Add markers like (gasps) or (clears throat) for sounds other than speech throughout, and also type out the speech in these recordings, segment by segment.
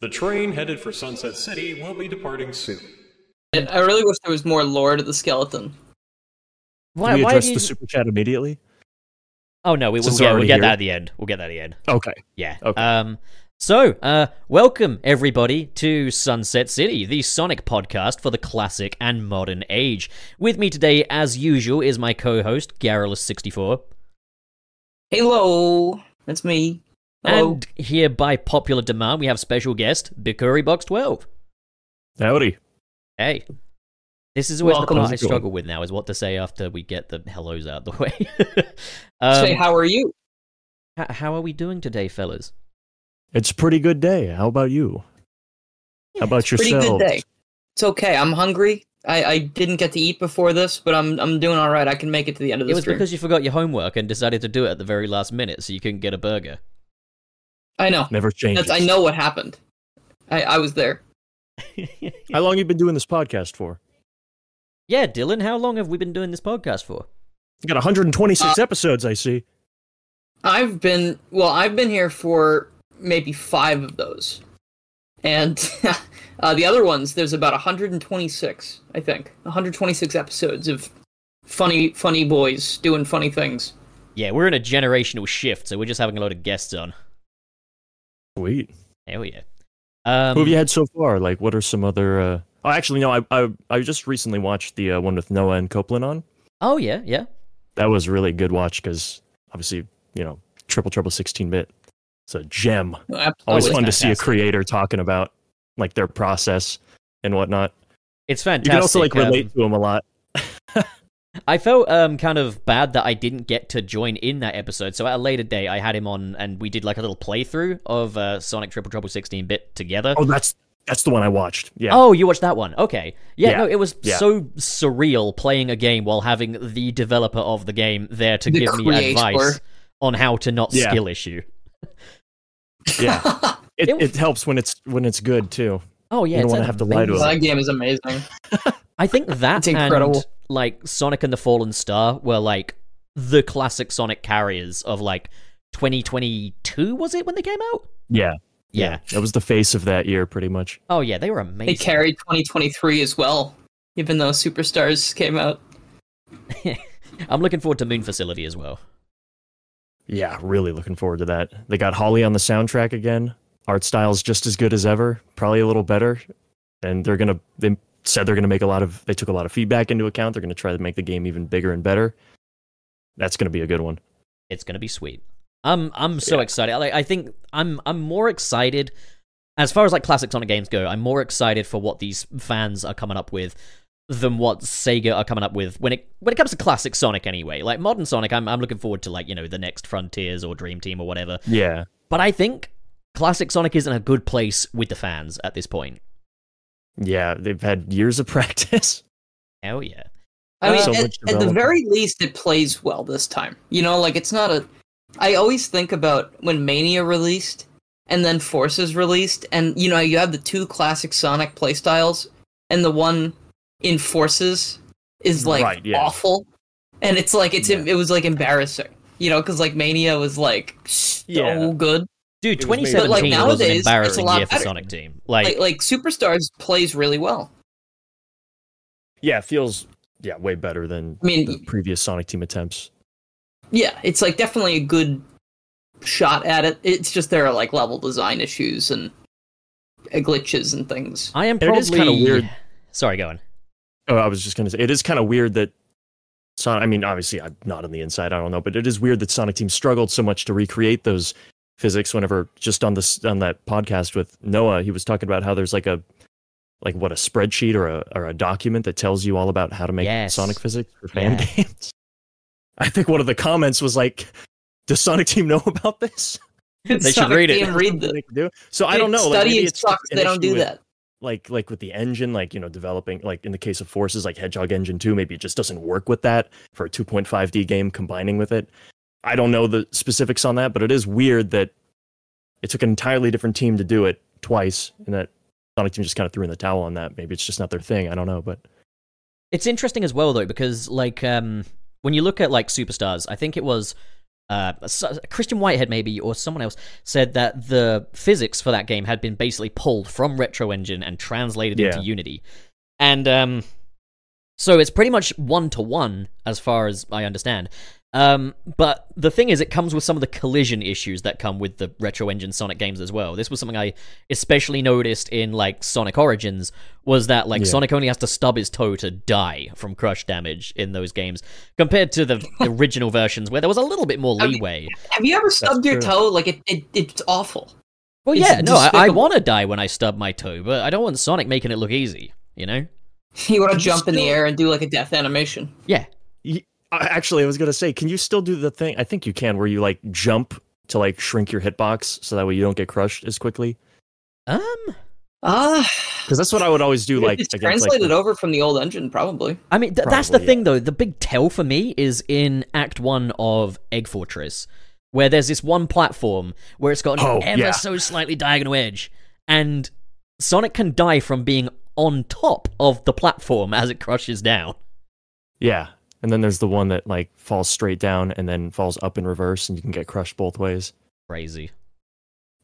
The train headed for Sunset City will be departing soon. I I really wish there was more lore to the skeleton. Why? we why address did you... the super chat immediately? Oh no, we will Since yeah, we're we'll already get here. that at the end. We'll get that at the end. Okay. Yeah. Okay. Um. So, uh, welcome everybody to Sunset City, the Sonic podcast for the classic and modern age. With me today, as usual, is my co-host Garrulous64, Hello, that's me. Hello. and here by popular demand, we have special guest Bikuri Box 12. Howdy. Hey. This is always Welcome. the part I How's it going? struggle with now is what to say after we get the hellos out the way. (laughs) Say, um, how are you? h- how are we doing today, fellas? It's a pretty good day. How about you? How about Pretty yourself? good day. It's okay. I'm hungry. I, I didn't get to eat before this, but I'm I'm doing all right. I can make it to the end of It the was stream. because you forgot your homework and decided to do it at the very last minute, so you couldn't get a (laughs) burger. I know. Never changes. That's, I know what happened. I, I was there. How long you been doing this podcast for? yeah, Dylan, how long have we been doing this podcast for? You got 126 Uh, episodes, I see. I've been well. I've been here for maybe five of those, and (laughs) uh, the other ones. There's about 126, I think, 126 episodes of funny, funny boys doing funny things. Yeah, we're in a generational shift, so we're just having a lot of guests on. Sweet. Hell yeah. Um, Who have you had so far? Like, what are some other? Uh... Oh, actually, no. I, I I just recently watched the uh, one with Noah and Copeland on. Oh, yeah, yeah. That was a really good watch because obviously, you know, triple triple 16 bit. It's a gem. Oh, Always it's fun to see a fantastic. creator talking about like their process and whatnot. It's fantastic. You can also like um, relate to them a lot. I felt um, kind of bad that I didn't get to join in that episode. So at a later day, I had him on, and we did like a little playthrough of uh, Sonic Triple Trouble 16 bit together. Oh, that's that's the one I watched. Yeah. Oh, you watched that one? Okay. Yeah, Yeah. no, it was Yeah. so surreal playing a game while having the developer of the game there to The give me creator. advice on how to not Yeah. skill issue. Yeah. (laughs) It, It- it, helps when it's when it's good too. Oh yeah, You don't it's wanna have to lie amazing. to him. that game is amazing. I think that It's incredible. and like Sonic and the Fallen Star were like the classic Sonic carriers of like 2022 was it when they came out? Yeah. Yeah. That was the face of that year pretty much. Oh yeah, they were They amazing. carried 2023 as well, even though Superstars (laughs) came out. I'm looking forward to Moon Facility as well. Yeah, really looking forward to that. They got Holly on the soundtrack again. Art style's just as good as ever, probably a little better. And they're gonna they said they're gonna make a lot of they took a lot of feedback into account. They're gonna try to make the game even bigger and better. That's gonna be a good one. It's gonna be sweet. I'm I'm so Yeah. excited. Like, I think I'm I'm more excited as far as like classic Sonic games go. I'm more excited for what these fans are coming up with than what Sega are coming up with when it when it comes to classic Sonic anyway. Like modern Sonic, I'm I'm looking forward to like you know the next Frontiers or Dream Team or whatever. Yeah. But I think classic Sonic is in a good place with the fans at this point. Yeah. They've had years of (laughs) practice. Hell yeah. I mean, So at, much at the development. very least, it plays well this time. You know, like it's not a. I always think about when Mania released and then Forces released, and you know, you have the two classic Sonic playstyles, and the one in Forces is like Right, yeah. awful, and it's like it's Yeah. it was like embarrassing. You know, because like Mania was like so Yeah. good. Dude, It was made- 2017 But, like, was an nowadays, it's a embarrassing lot year for better. Sonic Team. Like like Superstars plays really well. Yeah, it feels yeah, way better than I mean, the previous Sonic Team attempts. yeah, it's like definitely a good shot at it. It's just there are like level design issues and uh, glitches and (laughs) things. I am And it probably is kinda weird. Sorry, go on. Oh, I was just gonna say it is kind of weird that Sonic. I mean, obviously, I'm not on the inside. I don't know, but it is weird that Sonic Team struggled so much to recreate those physics. Whenever just on this on that podcast with Noah, he was talking about how there's like a like what a spreadsheet or a or a document that tells you all about how to make Yes. Sonic physics for fan Yeah. games. (laughs) I think one of the comments was like, "Does Sonic Team know (laughs) about this?" They should read it. Team read What the they can do. So (laughs) I don't know. like, Studying maybe it's sucks. an They don't issue do with- that. like like with the engine like you know developing like in the case of forces like hedgehog engine 2 maybe it just doesn't work with that for a 2.5d game combining with it i don't know the specifics on that but it is weird that it took an entirely different team to do it twice and that sonic team just kind of threw in the towel on that maybe it's just not their thing i don't know but It's interesting as well though because like um when you look at like superstars, I think it was uh, so- Christian Whitehead maybe or someone else said that the physics for that game had been basically pulled from Retro Engine and translated into Yeah. Unity, and um, so it's pretty much one to one as far as I understand. Um, but the thing is, it comes with some of the collision issues that come with the retro engine Sonic games as well. This was something I especially noticed in like Sonic Origins was that like Yeah. Sonic only has to stub his toe to die from crush damage in those games compared to the original versions where there was a little bit more I mean, leeway. Have you ever stubbed your true. toe? Like it, it it's awful. (laughs) Well, it's yeah, no, I, I despicable. want to die when I stub my toe, but I don't want Sonic making it look easy. You know? You want to jump in the air and do like a death animation. Yeah. I- Actually, I was gonna say, can you still do the thing? I think you can, where you like jump to like shrink your hitbox so that way you don't get crushed as quickly. Um. (laughs) Ah, Because that's what I would always do. Like it's against, translated like, over from the old engine, probably. I mean, th- that's the Probably, yeah. thing, though. The big tell for me is in Act One of Egg Fortress, where there's this one platform where it's got an Oh, ever yeah. so slightly diagonal edge, and Sonic can die from being on top of the platform as it crushes down. yeah. And then there's the one that like falls straight down and then falls up in reverse, and you can get crushed both ways. Crazy.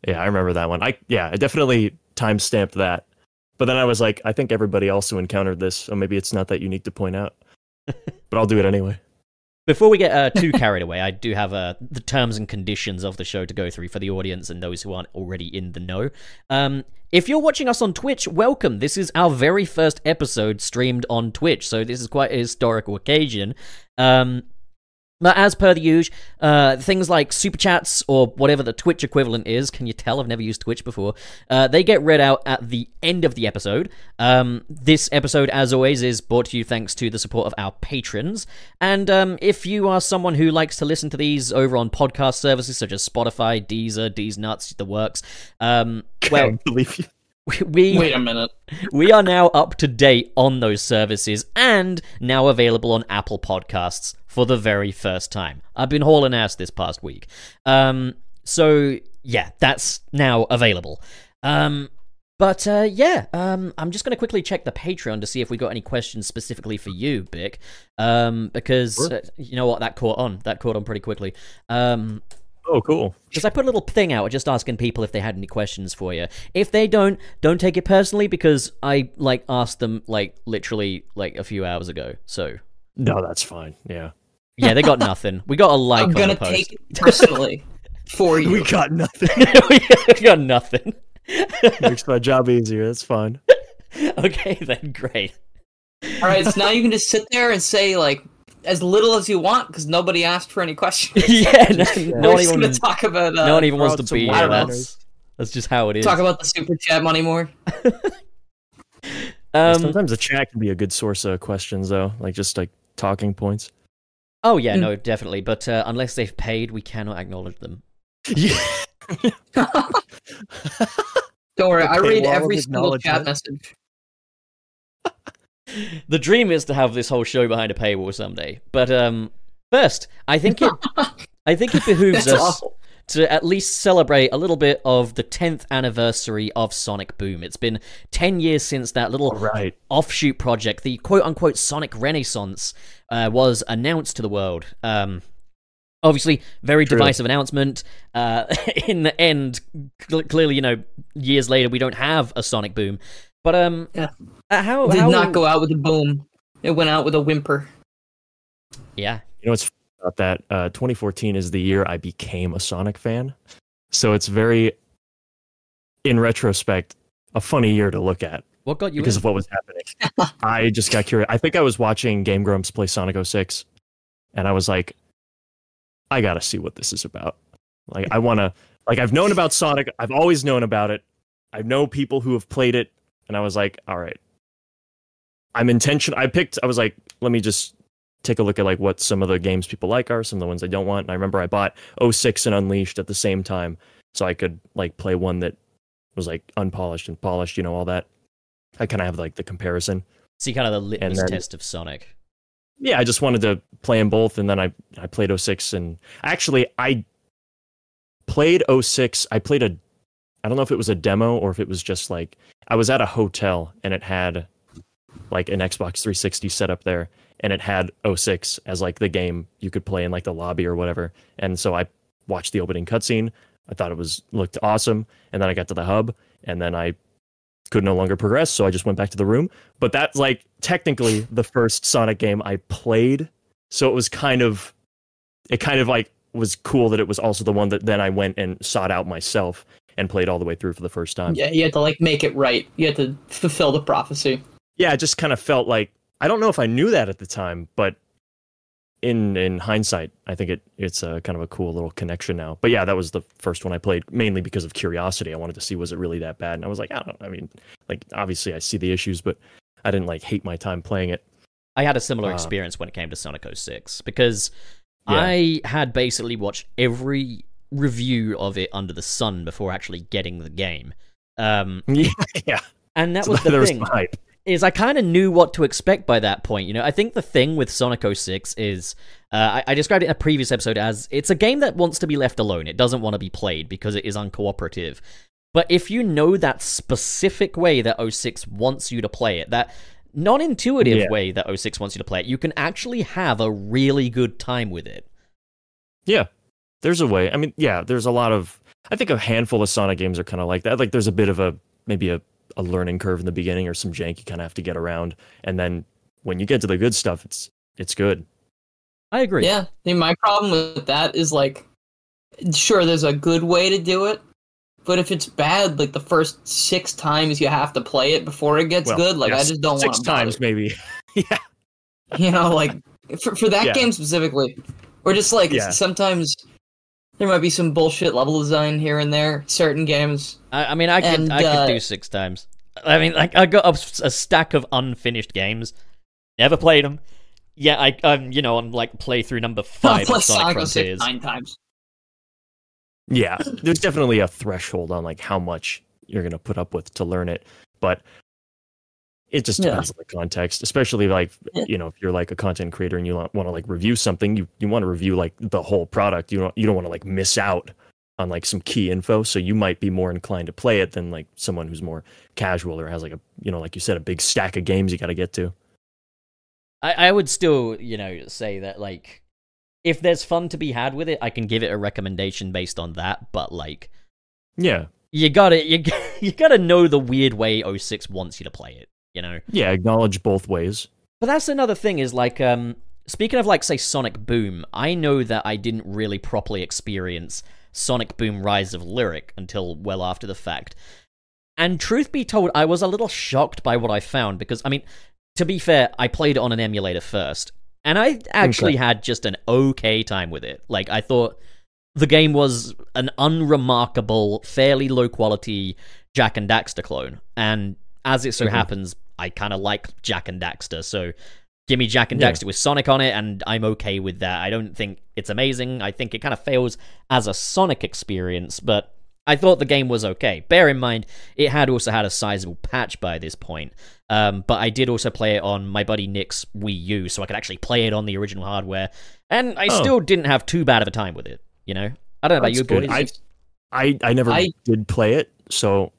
Yeah, I remember that one. I yeah, I definitely time stamped that. But then I was like, I think everybody also encountered this, so maybe it's not that unique to point (laughs) out. but I'll do it anyway. Before we get uh, too carried away, I do have uh, the terms and conditions of the show to go through for the audience and those who aren't already in the know. Um, if you're watching us on Twitch, welcome. This is our very first episode streamed on Twitch, so this is quite a historical occasion. Um, but as per the usual, uh, things like super chats or whatever the Twitch equivalent is, can you tell I've never used Twitch before? Uh, they get read out at the end of the episode. Um, this episode, as always, is brought to you thanks to the support of our patrons. And um, if you are someone who likes to listen to these over on podcast services such as Spotify, Deezer, Deez Nuts, the works, um, I well, believe you. (laughs) we Wait a minute. we are now up to date on those services and now available on Apple Podcasts for the very first time. I've been hauling ass this past week. Um, so, yeah, that's now available. Um, but uh, yeah, um, I'm just going to quickly check the Patreon to see if we got any questions specifically for you, Bick, um, because uh, you know what, that caught on. That caught on pretty quickly. Um, Oh, cool. because I put a little thing out just asking people if they had any questions for you. If they don't, don't take it personally because I like asked them like literally like a few hours ago. So No, that's fine. Yeah. yeah, (laughs) they got nothing. We got a like. I'm on gonna the post. take it (laughs) personally for you. We got nothing. (laughs) we got nothing. Makes my job easier. That's fine. Okay, then (laughs) great. All right, so now you can just sit there and say like as little as you want because nobody asked for any questions. yeah, (laughs) no, no We're one just even gonna talk about uh, no one even wants throw to out be some here. wild That's ones. that's just how it is. talk about the super chat money more. um, Sometimes a chat can be a good source of questions, though, like just like talking (laughs) points. oh yeah, Mm. no, definitely. But uh, unless they've paid, we cannot acknowledge them. Yeah. Don't worry, I Okay, read wall of every single chat acknowledgement. message. the dream is to have this whole show behind a paywall someday. But um, first, I think (laughs) it, I think it behooves That's us awful. to at least celebrate a little bit of the 10th anniversary of Sonic Boom. It's been 10 years since that little Right. offshoot project, the quote unquote Sonic Renaissance, uh, was announced to the world. Um, obviously, very True. divisive announcement. Uh, (laughs) in the end, cl- clearly, you know, years later, we don't have a Sonic Boom. But um, Yeah. uh, how Did how- not go out with a boom. It went out with a whimper. Yeah, You know what's f- about that? Uh, 2014 is the year I became a Sonic fan. So it's very, in retrospect, a funny year to look at what got you? because in? of what was happening. I just got curious. I think I was watching Game Grumps play Sonic 06, and I was like, I gotta see what this is about. Like, I wanna, like, I've known about Sonic, I've always known about it. I know people who have played it, and I was like, all right. I'm intention. I picked, I was like, let me just take a look at like what some of the games people like are, some of the ones I don't want. And I remember I bought 06 and Unleashed at the same time, so I could like play one that was like unpolished and polished, you know, all that. I kind of have like the comparison. See, kind of the litmus then- test of Sonic. yeah, I just wanted to play them both, and then I I played 06 and actually I played 06. I played a I don't know if it was a demo or if it was just like I was at a hotel and it had like an Xbox 360 setup there, and it had 06 as like the game you could play in like the lobby or whatever. And so I watched the opening cutscene. I thought it was looked awesome, and then I got to the hub, and then I could no longer progress, so I just went back to the room. But that's like technically the first Sonic game I played, so it was kind of, it kind of like was cool that it was also the one that then I went and sought out myself and played all the way through for the first Um, time. Yeah, you had to like make it right. You had to fulfill the prophecy. yeah, it just kind of felt like I don't know if I knew that at the time, but in in hindsight, I think it it's a kind of a cool little connection now. But yeah, that was the first one I played mainly because of curiosity. I wanted to see was it really that bad, and I was like, I don't. I mean, like obviously I see the issues, but I didn't like hate my time playing it. (laughs) I had a similar Ah. experience when it came to Sonic 06 because Yeah. I had basically watched every review of it under the sun before actually getting the game. Um, yeah, yeah. and that So was (laughs) there the thing was some hype. is I kind of knew what to expect by that point. You know, I think the thing with Sonic 06 is uh, I, I described it in a previous episode as it's a game that wants to be left alone. It doesn't want to be played because it is uncooperative. But if you know that specific way that 06 wants you to play it, that non-intuitive Yeah. way that 06 wants you to play it, you can actually have a really good time with it. Yeah, there's a way. I mean, yeah, there's a lot of. I think a handful of Sonic games are kind of like that. Like, there's a bit of a maybe a, a learning curve in the beginning, or some jank you kind of have to get around, and then when you get to the good stuff, it's it's good. I agree. Yeah. I mean, my problem with that is like, sure, there's a good way to do it, but if it's bad, like the first six times you have to play it before it gets Well, good, like I yes, just don't want six to times maybe. you know like for, for that Yeah. game specifically or just like Yeah. sometimes there might be some bullshit level design here and there certain games I, I mean, I could And, I uh, could do six times. I mean, like I got a, s- a stack of unfinished games, never played them. Yeah, I um, you know, on like playthrough (laughs) number five play of Sonic Sonic 06 Frontiers. nine times Yeah, there's definitely a threshold on like how much you're gonna put up with to learn it, but it just Yeah. depends on the context. Especially like Yeah. you know if you're like a content creator and you want to like review something, you you want to review like the whole product. You don't you don't want to like miss out on like some key info. So you might be more inclined to play it than like someone who's more casual or has like a you know like you said a big stack of games you got to get to. I, I would still, you know, say that like if there's fun to be had with it, I can give it a recommendation based on that. But like, Yeah, you gotta (laughs) you g- you gotta know the weird way 06 wants you to play it. You know. yeah. Acknowledge both ways. But that's another thing is like um speaking of like say Sonic Boom, I know that I didn't really properly experience Sonic Boom Rise of Lyric until well after the fact. And truth be told, I was a little shocked by what I found because I mean, to be fair, I played it on an emulator first, and I actually had just an okay time with it. Like I thought the game was an unremarkable, fairly low quality Jack and Daxter clone. And as it so Mhm. happens, I kind of like Jack and Daxter, so give me Jack and Yeah. Daxter with Sonic on it, and I'm okay with that. I don't think it's amazing. I think it kind of fails as a Sonic experience, but I thought the game was okay. Bear in mind, it had also had a sizable patch by this point. Um, but I did also play it on my buddy Nick's Wii U, so I could actually play it on the original hardware, and I Oh. still didn't have too bad of a time with it. You know, I don't know about That's you, good. boys. I- I I never I- did play it, so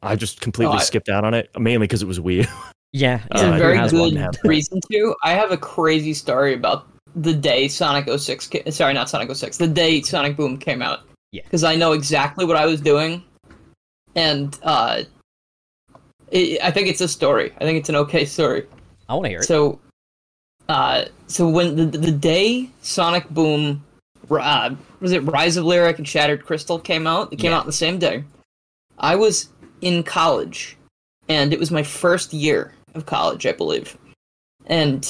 I just completely Oh, I- skipped out on it, mainly because it was (laughs) Wii. yeah, it's Uh, I a do very have one good half. reason to i have a crazy story about the day sonic 06 ca- sorry not sonic 06 the day sonic boom came out Yeah. because i know exactly what i was doing and uh it, i think it's a story i think it's an okay story I want to hear it. So, uh, so when the the day Sonic Boom, uh, was it Rise of Lyric and Shattered Crystal came out? It came Yeah. out the same day. I was in college, and it was my first year of college, I believe, and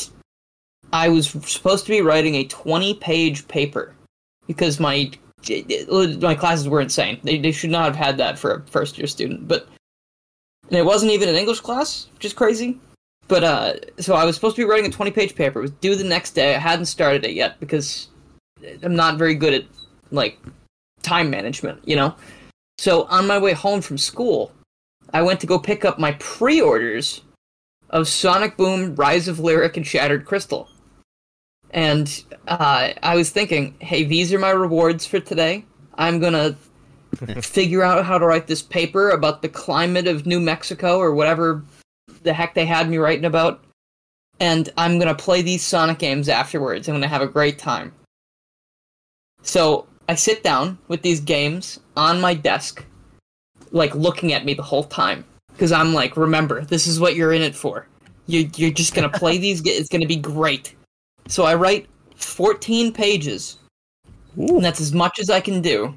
I was supposed to be writing a twenty page paper because my my classes were insane. They they should not have had that for a first year student, but. And it wasn't even an English class, which is crazy. But uh, so I was supposed to be writing a 20 page paper. It was due the next day. I hadn't started it yet because I'm not very good at like time management, you know? So on my way home from school, I went to go pick up my pre orders of Sonic Boom, Rise of Lyric, and Shattered Crystal. And uh, I was thinking, hey, these are my rewards for today. I'm going to figure out how to write this paper about the climate of New Mexico or whatever the heck they had me writing about. And I'm gonna play these Sonic games afterwards. I'm gonna have a great time. So I sit down with these games on my desk, like looking at me the whole time, because I'm like, remember, this is what you're in it for. You you're just gonna (laughs) play these. ga- It's gonna be great. So I write 14 pages, and that's as much as I can do.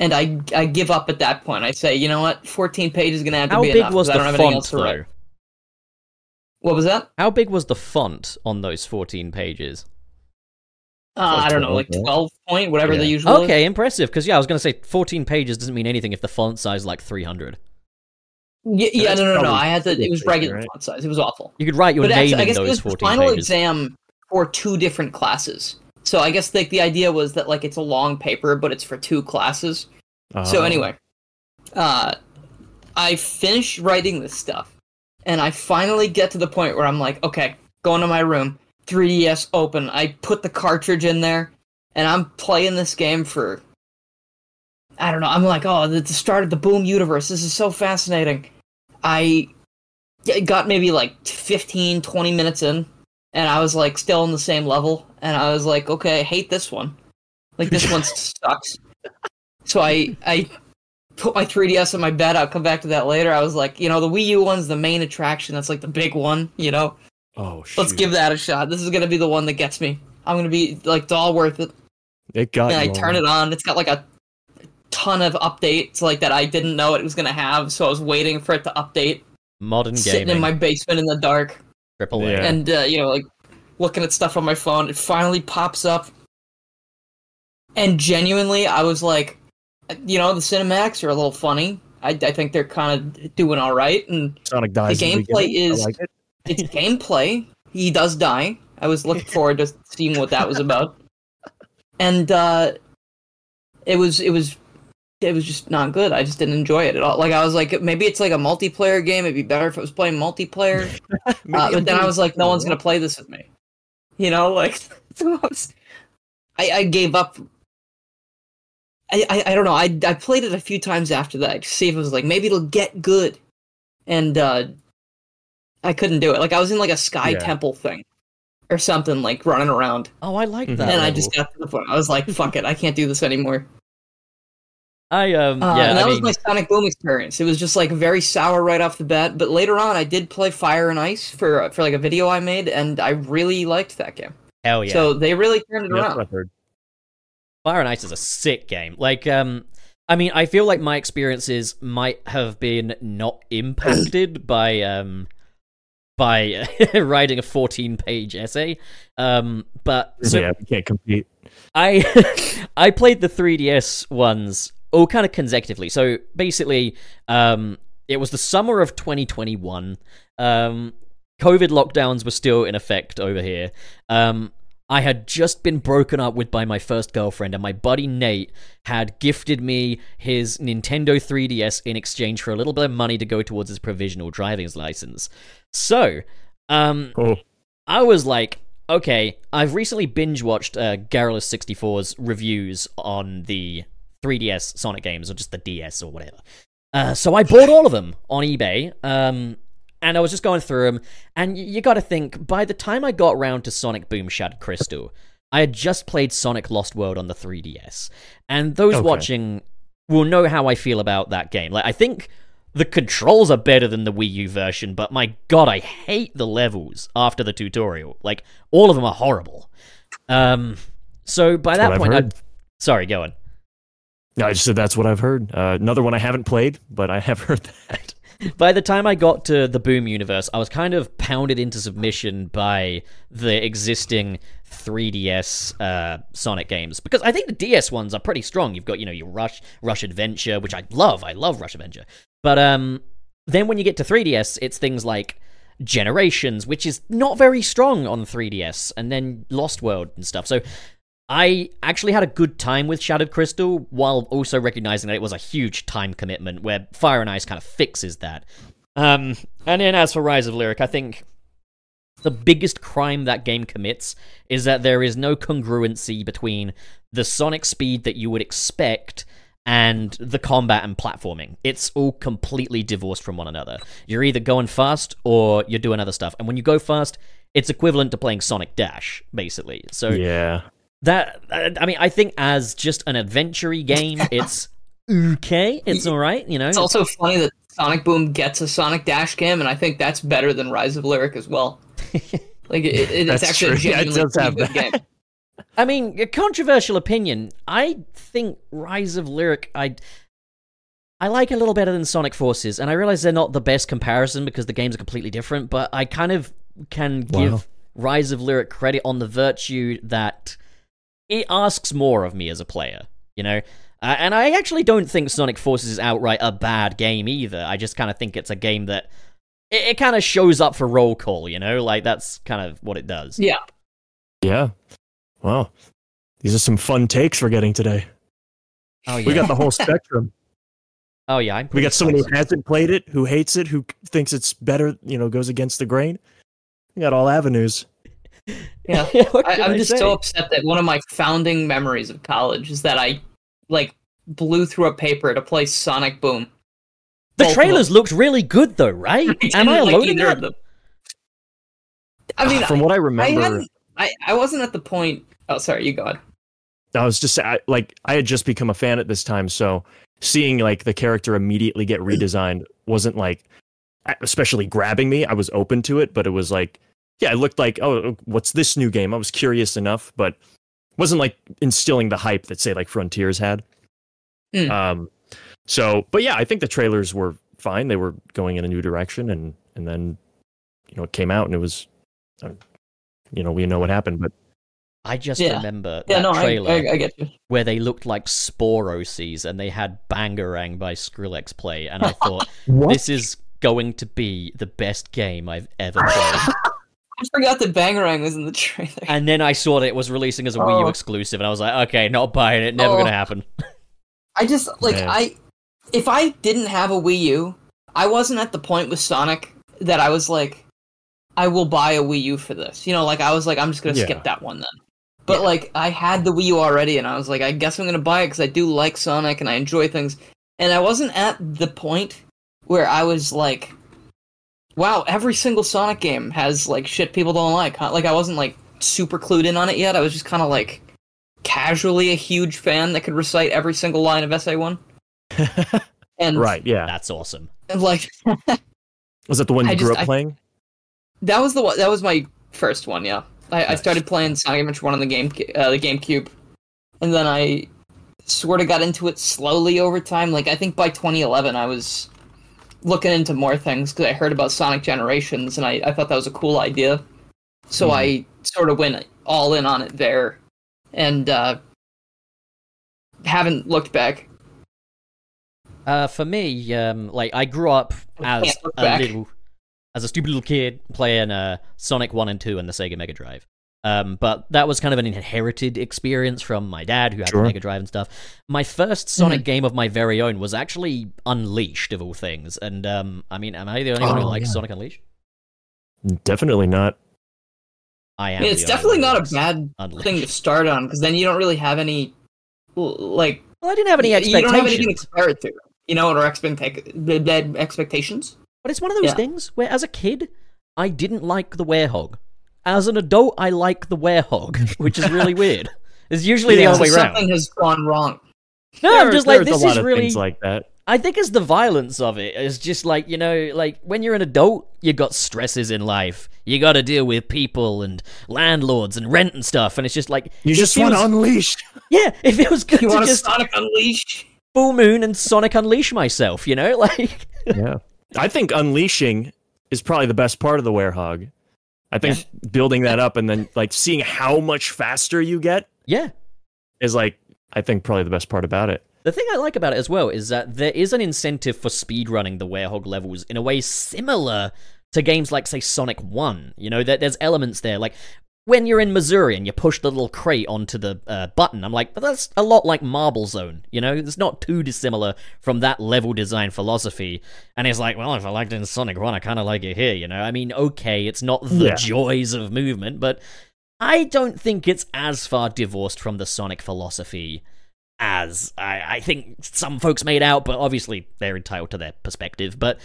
And I I give up at that point. I say, you know what, 14 pages is gonna have to How be big enough. was 'cause I the don't have anything font else to write. though? What was that? How big was the font on those 14 pages? Uh, I don't know, like 12, 12 point, whatever Yeah. the usual. is. Okay, impressive. Because yeah, I was gonna say 14 pages doesn't mean anything if the font size is like 300. Y- yeah, That's no, no, no. probably I had to. It was ridiculous, regular right? font size. It was awful. You could write your but name actually, I in guess it those was the 14 final pages. exam for two different classes. So I guess like the idea was that like it's a long paper, but it's for two classes. So Uh, anyway, uh, I finish writing this stuff, and I finally get to the point where I'm like, okay, going to my room, 3ds open. I put the cartridge in there, and I'm playing this game for. I don't know. I'm like, oh, the, the start of the Boom universe. This is so fascinating. I g- got maybe like 15, 20 minutes in, and I was like still on the same level, and I was like, okay, I hate this one. Like this one sucks. So I I put my 3DS on my bed. I'll come back to that later. I was like, you know, the Wii U one's the main attraction. That's like the big one. You know, oh, shoot. let's give that a shot. This is gonna be the one that gets me. I'm gonna be like, it's all worth it. It got. And I you all. turn it on. It's got like a ton of updates like that I didn't know it was gonna have. So I was waiting for it to update. Modern Sitting in gaming. my basement in the dark. Triple A. Yeah. and uh, you know like looking at stuff on my phone it finally pops up and genuinely i was like you know the cinematics are a little funny i, I think they're kind of doing all right and Sonic dies. the in gameplay beginning. I is- (laughs) like it. (laughs) it's gameplay he does die i was looking forward to seeing what that was about and uh it was it was it was just not good i just didn't enjoy it at all like i was like maybe it's like a multiplayer game it'd be better if it was playing multiplayer uh, but then I was like, no one's (laughs) gonna play this with me. You know, (laughs) like so I, was- I, I gave up. I, I, I don't know. I I played it a few times after that to see if it was like maybe it'll get good, and uh, I couldn't do it. Like I was in like a sky Yeah. temple thing or something, like running around, Oh, I like Mhm. that. Mm-hmm. and I level. just got to the point. I was like, fuck it, I can't do this anymore. I um Uh, yeah. and that I was mean, my Sonic Boom experience. It was just like very sour right off the bat. But later on, I did play Fire and Ice for for like a video I made, and I really liked that game. hell Oh, yeah. So they really turned it Yeah, that's what around. I've heard. Fire and Ice is a sick game. Like, um, I mean, I feel like my experiences might have been not impacted by um by (laughs) writing a fourteen page essay. Um, but so yeah, we can't compete. I (laughs) I played the 3DS ones all kind of consecutively. So basically, um, it was the summer of 2021. Um, COVID lockdowns were still in effect over here. Um, I had just been broken up with by my first girlfriend, and my buddy Nate had gifted me his Nintendo 3DS in exchange for a little bit of money to go towards his provisional driving's license. So, um, Oh, I was like, okay, I've recently binge watched uh, Garrulous 64's reviews on the 3DS Sonic games or just the DS or whatever. Uh, so I bought all of them on eBay, um, and I was just going through them. And y- you got to think, by the time I got round to Sonic Boom Shattered Crystal, I had just played Sonic Lost World on the 3DS, and those Okay. watching will know how I feel about that game. Like, I think the controls are better than the Wii U version, but my god, I hate the levels after the tutorial. Like, all of them are horrible. Um, so by what that I've point, heard. I'd... sorry, go on. No, I just said that's what I've heard. Uh, another one I haven't played, but I have (laughs) heard that. By the time I got to the Boom universe, I was kind of pounded into submission by the existing 3DS uh, Sonic games because I think the DS ones are pretty strong. You've got you know your Rush Rush Adventure, which I love. I love Rush Adventure, but um, then when you get to 3DS, it's things like Generations, which is not very strong on 3DS, and then Lost World and stuff. So I actually had a good time with Shattered Crystal while also recognizing that it was a huge time commitment where Fire and Ice kind of fixes that. Um, and then as for Rise of Lyric, I think the biggest crime that game commits is that there is no congruency between the sonic speed that you would expect and the combat and platforming. It's all completely divorced from one another. You're either going fast or you're doing other stuff. And when you go fast, it's equivalent to playing Sonic Dash, basically. So Yeah. that uh, I mean, I think as just an adventure game, it's okay. It's all right, you know. It's also funny that Sonic Boom gets a Sonic Dash game, and I think that's better than Rise of Lyric as (laughs) well. Like it, it, it's That's actually true. Yeah, a it genuinely does have pretty good game. I mean, a controversial opinion. I think Rise of Lyric, I I like a little better than Sonic Forces, and I realize they're not the best comparison because the games are completely different. But I kind of can give Wow. Rise of Lyric credit on the virtue that it asks more of me as a player. You know. Uh, and I actually don't think Sonic Forces is outright a bad game either. I just kind of think it's a game that it, it kind of shows up for roll call, you know? Like that's kind of what it does. Yeah, Yeah. Wow. These are some fun takes we're getting today. Oh yeah. We got (laughs) the whole spectrum. oh yeah. I'm We pretty got someone who excited. hasn't played it, who hates it, who thinks it's better, you know, goes against the grain. We got all avenues. (laughs) yeah. (laughs) What I, can I'm I just say? so upset that one of my founding memories of college is that I like blew through a paper to play Sonic Boom. (laughs) The Both of trailers looked really good (laughs) though, right? them. Am I didn't like alone in either of that? them. I (sighs) mean, From what I I, remember, hadn't, I I wasn't at the point. Oh, sorry, you go on. I was just I, like I had just become a fan at this time, so seeing like the character immediately get redesigned wasn't like especially grabbing me. I was open to it, but it was like yeah, it looked like oh, what's this new game? I was curious enough, but wasn't like instilling the hype that say like Frontiers had. Mm. Um, so but yeah, I think the trailers were fine. They were going in a new direction, and and then you know it came out and it was, uh, you know, we know what happened, but I just Yeah. remember that Yeah, no, I, trailer I, I get you. where they looked like Spore OCs and they had Bangarang by Skrillex (laughs) play, and I thought this is going to be the best game I've (laughs) ever played. I forgot that Bangarang was in the trailer. and then I saw that it was releasing as a Wii U Oh. exclusive, and I was like, okay, not buying it, never Oh. gonna happen. I just like Yeah. I if I didn't have a Wii U, I wasn't at the point with Sonic that I was like I will buy a Wii U for this. You know, like I was like I'm just going to Yeah. skip that one then. But like I had the Wii U already and I was like I guess I'm going to buy it cuz I do like Sonic and I enjoy things. And I wasn't at the point where I was like wow, every single Sonic game has like shit people don't like. Huh? Like I wasn't like super clued in on it yet. I was just kind of like casually a huge fan that could recite every single line of SA1. and right, yeah. That's awesome. and, like Was that the one I you grew just- up I- playing? that was the one, that was my first one, yeah. I, I Nice. started playing Sonic Adventure 1 on the game uh, the GameCube. And then I sort of got into it slowly over time. Like I think by 2011 I was looking into more things cuz I heard about Sonic Generations and I, I thought that was a cool idea. So I sort of went all in on it there and uh haven't looked back. Uh, for me, um, like I grew up (laughs) can't as look a back. little, as a stupid little kid playing uh, Sonic One and Two and the Sega Mega Drive. Um, but that was kind of an inherited experience from my dad, who had Sure. Mm. the Mega Drive and stuff. My first Sonic game of my very own was actually Unleashed, of all things. And um, I mean, am I the only one who Oh, likes yeah. Sonic Unleashed? Definitely not. I am. I mean, it's the only one definitely who not a likes bad Unleashed. thing to start on because then you don't really have any l- like Well, I didn't have any you- You expectations. don't have anything to compare it to. You know, or expect- the- the expectations. But it's one of those Yeah. things where, as a kid, I didn't like the werehog. As an adult, I like the werehog, (laughs) which is (laughs) really weird. It's usually Yeah. the other way So around. something has gone wrong. No, There- I'm just there's like this a lot is of really. things like that. I think it's the violence of it. It's just like you know, like when you're an adult, you got stresses in life. You got to deal with people and landlords and rent and stuff. And it's just like You it just want to feels- unleash. Yeah, (laughs) it feels good You to want to just Sonic Unleashed? full moon and Sonic unleash myself. You know, (laughs) like (laughs) yeah, I think unleashing is probably the best part of the werehog. I think building that up and then like seeing how much faster you get yeah. is like I think probably the best part about it. The thing I like about it as well is that there is an incentive for speedrunning the Werehog levels in a way similar to games like, say, Sonic 1. You know, there, there's elements there. Like, when you're in Missouri and you push the little crate onto the uh, button, I'm like, but that's a lot like Marble Zone. You know, it's not too dissimilar from that level design philosophy. And it's like, well, if I liked it in Sonic 1, I kind of like it here, you know? I mean, okay, it's not the Yeah. joys of movement, but I don't think it's as far divorced from the Sonic philosophy as I, I think some folks made out, but obviously they're entitled to their perspective. But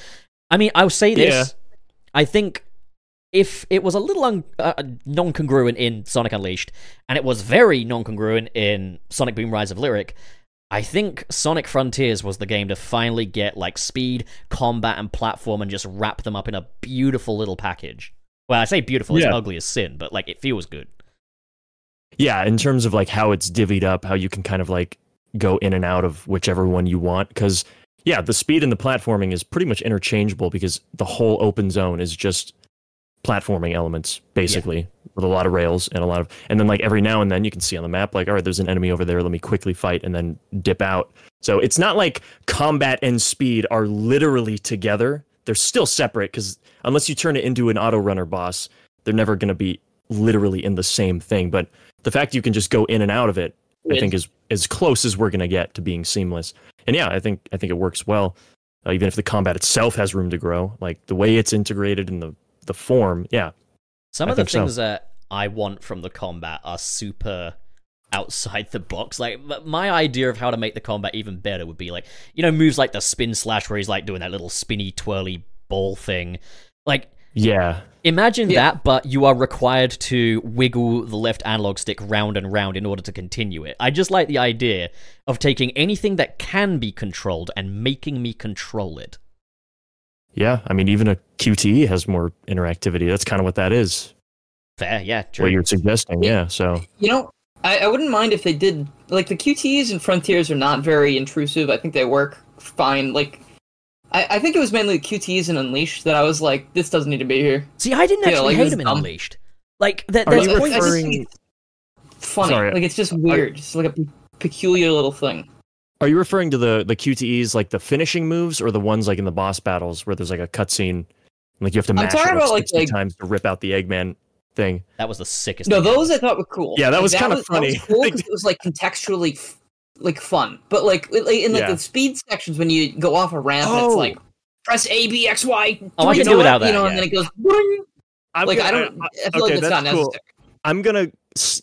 I mean, I'll say this: Yeah. I think if it was a little un- uh, non congruent in Sonic Unleashed, and it was very non congruent in Sonic Boom: Rise of Lyric. I think Sonic Frontiers was the game to finally get like speed, combat, and platform, and just wrap them up in a beautiful little package. Well, I say beautiful; it's Yeah. ugly as sin, but like it feels good. Yeah, in terms of like how it's divvied up, how you can kind of like go in and out of whichever one you want. Cause yeah, the speed and the platforming is pretty much interchangeable because the whole open zone is just platforming elements, basically, with a lot of rails and a lot of and then like every now and then you can see on the map, like, all right, there's an enemy over there, let me quickly fight and then dip out. So it's not like combat and speed are literally together. They're still separate because unless you turn it into an auto runner boss, they're never gonna be literally in the same thing. But the fact you can just go in and out of it, I Win. think is as close as we're gonna get to being seamless. And yeah, I think I think it works well. Uh, even if the combat itself has room to grow, like the way it's integrated and the the form, yeah, Some I of the think so. things that I want from the combat are super outside the box. Like m- my idea of how to make the combat even better would be like you know moves like the spin slash where he's like doing that little spinny twirly ball thing. Like yeah, imagine Yeah. that, but you are required to wiggle the left analog stick round and round in order to continue it. I just like the idea of taking anything that can be controlled and making me control it. yeah. I mean, even a QTE has more interactivity. That's kind of what that is. Fair, yeah, true. What you're suggesting, yeah. So You know, I, I wouldn't mind if they did like the QTEs and frontiers are not very intrusive. I think they work fine. Like, I, I think it was mainly the QTEs and Unleashed that I was like, this doesn't need to be here. See, I didn't Yeah, actually like, hate this him in dumb- Unleashed. Like there- Are there's you points- I just referring- think it's funny. Sorry. Like it's just weird. Just like a pe- peculiar little thing. are you referring to the the QTEs like the finishing moves or the ones like in the boss battles where there's like a cutscene, like you have to mash it talking like about, like, 60 like- times to rip out the Eggman thing? That was the sickest. No, thing ever. those I thought were cool. Yeah, that Like, was kinda that was (laughs) funny. cool 'cause it was like contextually, f- like fun. But like it- like, in like Yeah. the speed sections when you go off a ramp, and Oh. it's like press A B X Y. Oh, I three, can do you know without what? You that, know, and yeah. then it goes. "Boing." I'm Like I gonna- don't. I feel okay, like it's not that's cool. necessary. I'm gonna s-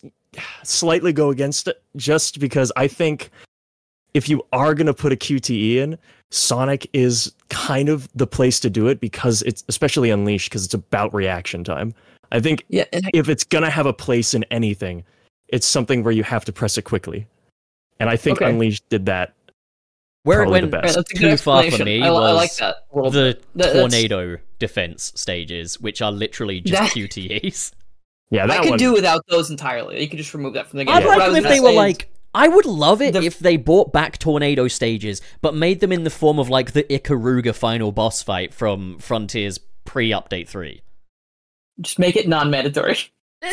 slightly go against it just because I think if you are gonna put a QTE in, Sonic is kind of the place to do it because it's especially Unleashed because it's about reaction time. I think Yeah, and if it's gonna have a place in anything, it's something where you have to press it quickly, and I think Okay. Unleashed did that. Where it Probably the went best. Right, that's a good too far for explanation. me I, was I like that. a little the bit. That- that's- tornado defense stages, which are literally just That- (laughs) QTEs. Yeah, that I could one. do without those entirely. You could just remove that from the game. I'd What like I them was if gonna they were say is- like. I would love it The- if they brought back tornado stages, but made them in the form of like the Ikaruga final boss fight from Frontiers pre-update three. just make it non-mandatory.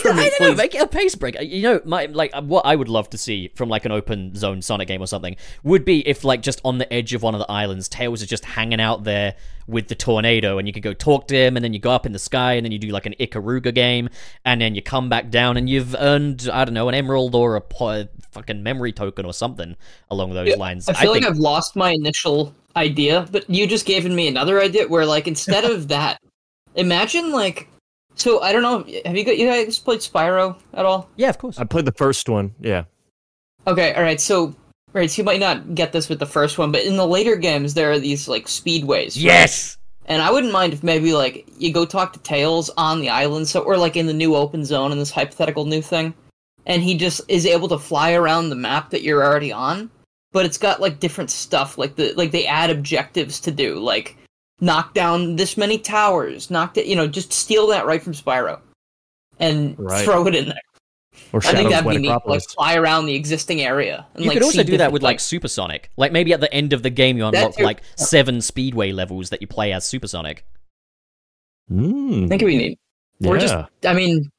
For I me, don't know, please. make it a pace break. Uh, You know, my like uh, what I would love to see from like an open zone Sonic game or something would be if like just on the edge of one of the islands, Tails is just hanging out there with the tornado, and you could go talk to him, and then you go up in the sky, and then you do like an Ikaruga game, and then you come back down, and you've earned I don't know an emerald or a, po- a fucking memory token or something along those lines. I feel like think- I've lost my initial idea, but you just gave me another idea where, like, instead of that, imagine like, so I don't know. Have you got you guys played Spyro at all? yeah, of course. I played the first one. Yeah. Okay, all right. So, right, so you might not get this with the first one, but in the later games, there are these like speedways. yes. And I wouldn't mind if maybe like you go talk to Tails on the island, so or like in the new open zone in this hypothetical new thing, and he just is able to fly around the map that you're already on. But it's got like different stuff, like the like they add objectives to do, like knock down this many towers, knock it, you know, just steal that right from Spyro, and Right. throw it in there. Or I think Shadows that'd Wed be neat. Acropolis. Like fly around the existing area. And, You like, could also see do that different with like things. Supersonic. Like maybe at the end of the game, you unlock too. like seven speedway levels that you play as Supersonic. Mm, I think it'd be neat. Or just, yeah. I mean,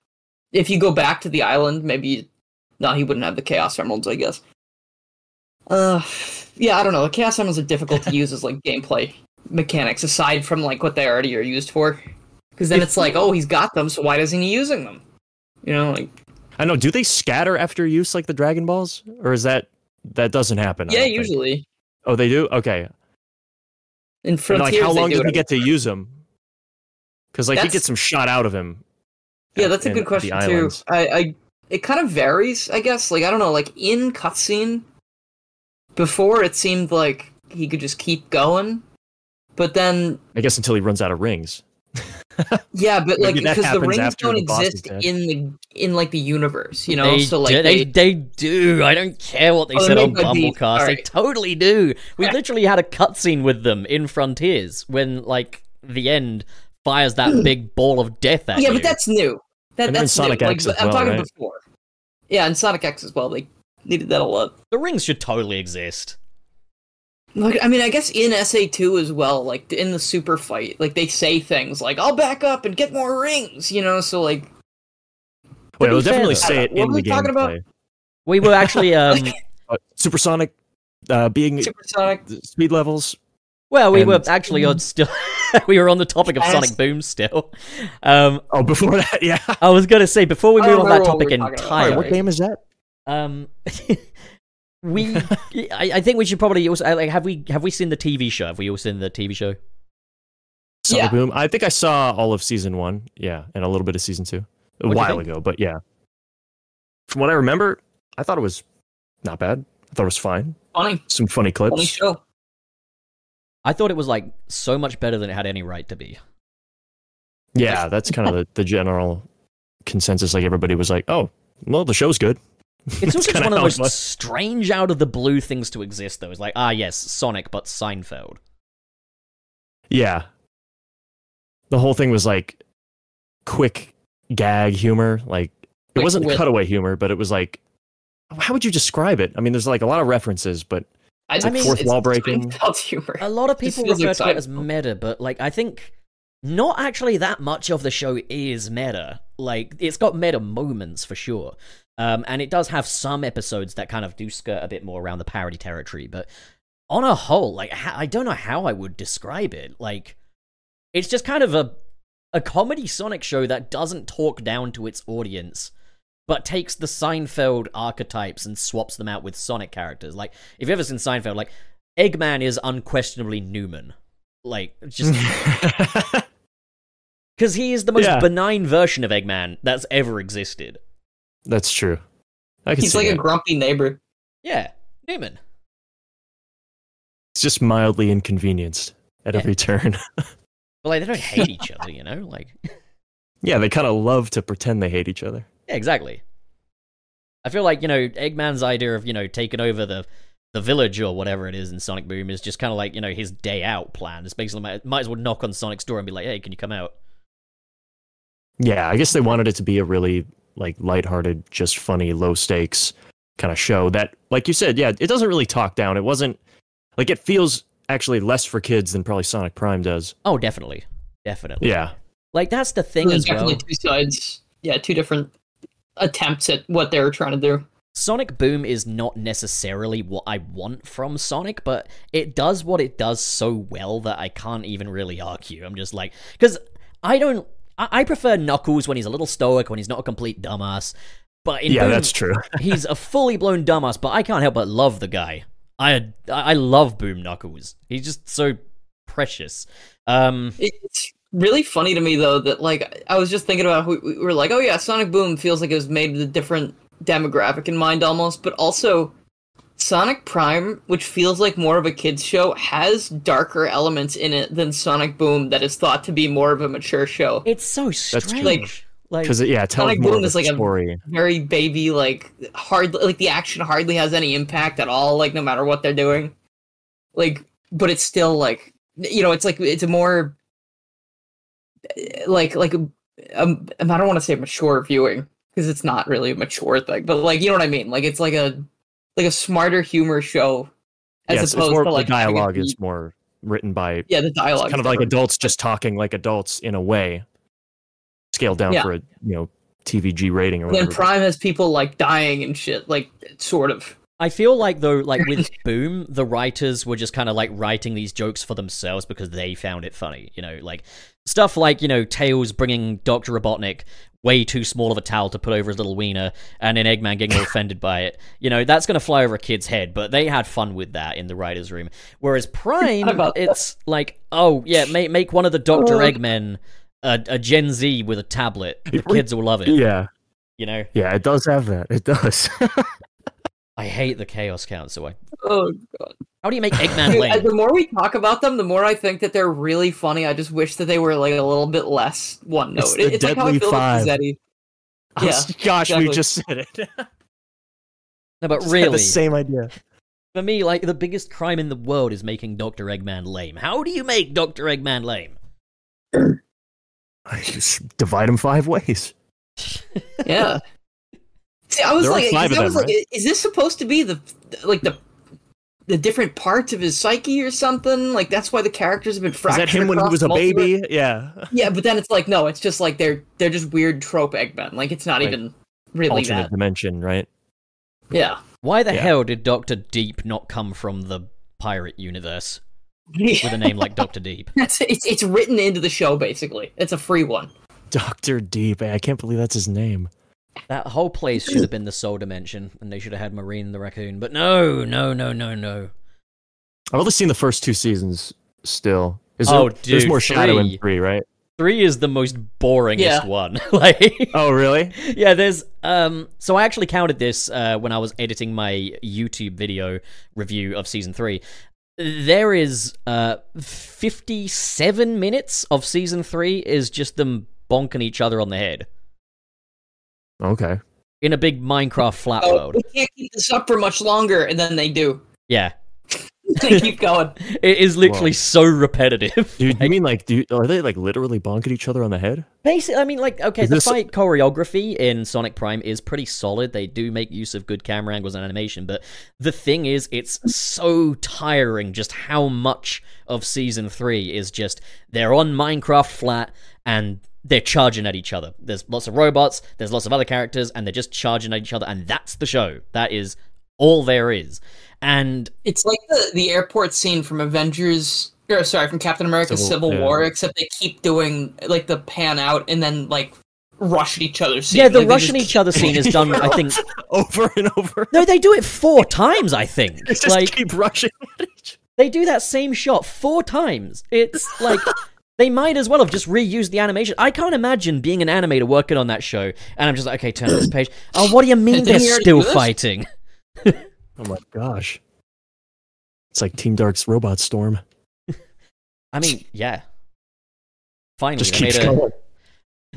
if you go back to the island, maybe. No, he wouldn't have the Chaos Emeralds, I guess. Uh, yeah, I don't know. The Chaos Emeralds are difficult (laughs) to use as like gameplay mechanics, aside from like what they already are used for. Because then If- it's like, oh, he's got them, so why isn't he using them? You know, like I know. Do they scatter after use like the Dragon Balls, or is that that doesn't happen? I yeah, don't think. usually Oh, they do. Okay. in And like, Frontiers how long they do did he it. get to use them? Because like he That's- gets some shot out of him. Yeah, at- that's a in good the question too. islands. I, I it kind of varies, I guess. Like I don't know, like in cutscene, Before it seemed like he could just keep going, but then I guess until he runs out of rings. yeah, but like Maybe that because the happens rings after don't the boss is exist dead. in the in like the universe, you know. They, so like do, they, they, they do. I don't care what they Oh, they said on make, like, these- Bumblecast. They alright. totally do. (laughs) We literally had a cutscene with them in Frontiers when, like, the end fires (gasps) that big ball of death at yeah, you. but that's new. That, And then that's Sonic new. X like, as I'm well, talking right? before. Yeah, and Sonic X as well. They needed that a lot. the rings should totally exist. Like, I mean, I guess in SA2 as well, like in the super fight, like they say things like, I'll back up and get more rings, you know? So, like, Wait, be we'll fair, definitely though- say it uh, What in were the we talking about? gameplay. We were (laughs) actually, um, Uh, supersonic uh, being Super Sonic. speed levels. well, we were And- (laughs) actually on still. (laughs) we were on the topic of Sonic Fast. Boom still. Um, Oh, (laughs) before that, yeah. I was gonna say before we I move don't on that remember what topic we were talking about. Alright, entirely. what game is that? Um, (laughs) we, (laughs) I, I think we should probably also like have we have we seen the TV show? Have we all seen the TV show? Sonic Yeah. Boom. I think I saw all of season one. Yeah, and a little bit of season two a What'd you while think? ago, but yeah. From what I remember, I thought it was not bad. I thought it was fine. Funny. Some funny Funny clips. show. I thought it was like so much better than it had any right to be. Yeah, that's kind of the, the general consensus. Like everybody was like, "Oh, well, the show's good." (laughs) It's also just kinda one of the how it most was. strange out of the blue things to exist, though. It's like, ah, yes, Sonic, but Seinfeld. Yeah, the whole thing was like quick gag humor. Like it Quick wasn't wit. cutaway humor, but it was like, how would you describe it? I mean, there's like a lot of references, but I like fourth wall breaking. Seinfeld humor. A lot of This people feels refer like to it as meta, but like, I think not actually that much of the show is meta. Like, it's got meta moments for sure. Um, and it does have some episodes that kind of do skirt a bit more around the parody territory, but on a whole, like ho- I don't know how I would describe it. Like it's just kind of a a comedy Sonic show that doesn't talk down to its audience, but takes the Seinfeld archetypes and swaps them out with Sonic characters. Like if you've ever seen Seinfeld, like Eggman is unquestionably Newman. Like just (laughs) because he is the most Yeah. benign version of Eggman that's ever existed. that's true. I can He's see like a that. grumpy neighbor. Yeah, Newman. it's just mildly inconvenienced at Yeah. every turn. (laughs) But like they don't hate each other, you know? Like yeah, they kind of love to pretend they hate each other. Yeah, exactly. I feel like, you know, Eggman's idea of, you know, taking over the the village or whatever it is in Sonic Boom is just kind of like, you know, his day out plan. It's basically might, might as well knock on Sonic's door and be like, "Hey, can you come out?" Yeah, I guess they wanted it to be a really like lighthearted, just funny, low stakes kind of show that like you said, yeah, it doesn't really talk down. It wasn't like it feels actually less for kids than probably Sonic Prime does. Oh, definitely. Definitely. Yeah. Like that's the thing There's as Mm, definitely well. two sides. Yeah, two different attempts at what they were trying to do. Sonic Boom is not necessarily what I want from Sonic, but it does what it does so well that I can't even really argue. I'm just like, because I don't, I, I prefer Knuckles when he's a little stoic, when he's not a complete dumbass. But in yeah, Boom, that's true. he's a fully blown dumbass, but I can't help but love the guy. I I love Boom Knuckles. He's just so precious. Um, It's really funny to me though that like I was just thinking about who we were like, oh yeah, Sonic Boom feels like it was made with a different demographic in mind almost, but also Sonic Prime, which feels like more of a kids show, has darker elements in it than Sonic Boom that is thought to be more of a mature show. it's so true. strange. Like- like Cuz yeah, it tells Sonic more Boom of a is like a- story. Very baby like hardly like the action hardly has any impact at all like no matter what they're doing. Like but it's still like you know it's like it's a more like like um, I don't want to say mature viewing because it's not really a mature thing, but like you know what I mean. Like it's like a like a smarter humor show as yeah, it's, it's opposed more to like the having it dialogue be- is more written by yeah the it's dialogue kind of like adults just talking like adults in a way scaled down Yeah. for a, you know, TVG rating or whatever. Then Prime has people like dying and shit, like sort of. I feel like though, like with Boom, the writers were just kind of like writing these jokes for themselves because they found it funny. You know, like stuff like you know Tails bringing Doctor Robotnik way too small of a towel to put over his little wiener, and then Eggman getting all offended by it. You know, that's gonna fly over a kid's head, but they had fun with that in the writers' room. Whereas Prime, about that. it's like, oh yeah, make make one of the Doctor Oh. Eggmen a, a Gen Z with a tablet. The It re- kids will love it. yeah. You know. Yeah, it does have that. It does. I hate the Chaos Council. I- Oh, How do you make Eggman dude, Lane? the more we talk about them, the more I think that they're really funny. I just wish that they were like a little bit less one note. It's the It- it's like how I Deadly feel Five. with Pizzetti. (laughs) Oh, gosh, exactly. we just said it. (laughs) Just had No, but the really, same idea. for me, like the biggest crime in the world is making Doctor Eggman lame. How do you make Doctor Eggman lame? Just divide them five ways. (laughs) Yeah. See, I was There are like, five of I was them, like, is this supposed to be the like the the different parts of his psyche or something? Like that's why the characters have been Is fractured. that him when he across was a multiple- baby? Yeah. Yeah, but then it's like no, it's just like they're they're just weird trope Eggmen. Like it's not Right. even really Alternate that. dimension, right? Yeah. (laughs) Why the Yeah. hell did Doctor Deep not come from the pirate universe Yeah. with a name (laughs) like Doctor Deep? That's it's it's written into the show basically. It's a free one. Doctor Deep. I can't believe that's his name. That whole place should have been the Soul Dimension, and they should have had Marine the Raccoon. But no, no, no, no, no. I've only seen the first two seasons. Still, is Oh, there, there's dude, more shadow three. in three, right? Three is the most boringest Yeah. one. (laughs) like, Oh, really? yeah, there's um. So I actually counted this uh, when I was editing my YouTube video review of season three. There is uh 57 minutes of season three is just them bonking each other on the head Okay. in a big Minecraft flat Oh, world. we can't keep this up for much longer, and then they do. (laughs) Yeah, they keep going. it is literally Whoa. so repetitive. (laughs) Dude, you mean like, do you, are they like literally bonking each other on the head? Basically, I mean, like, okay, Is the this- fight choreography in Sonic Prime is pretty solid. They do make use of good camera angles and animation, but the thing is, it's so tiring just how much of Season 3 is just they're on Minecraft flat and they're charging at each other. There's lots of robots, there's lots of other characters, and they're just charging at each other, and that's the show. That is all there is. And It's like the, the airport scene from Avengers, or sorry, from Captain America: Civil, Civil- yeah. War. Except they keep doing like the pan out and then like rush at each other. Scene. yeah, the Like, they Russian just- each other scene is done, I (laughs) think. Over and over. No, they do it four times, I think. (laughs) They just like, keep rushing (laughs) at each They do that same shot four times. (laughs) It's like they might as well have just reused the animation. I can't imagine being an animator working on that show and I'm just like, okay, turn this (clears throat) page. Oh, what do you mean Didn't they're we already still do this? fighting? Oh my gosh. It's like Team Dark's Robot Storm. I (laughs) mean, yeah. Finally, Just they keeps made, a- going.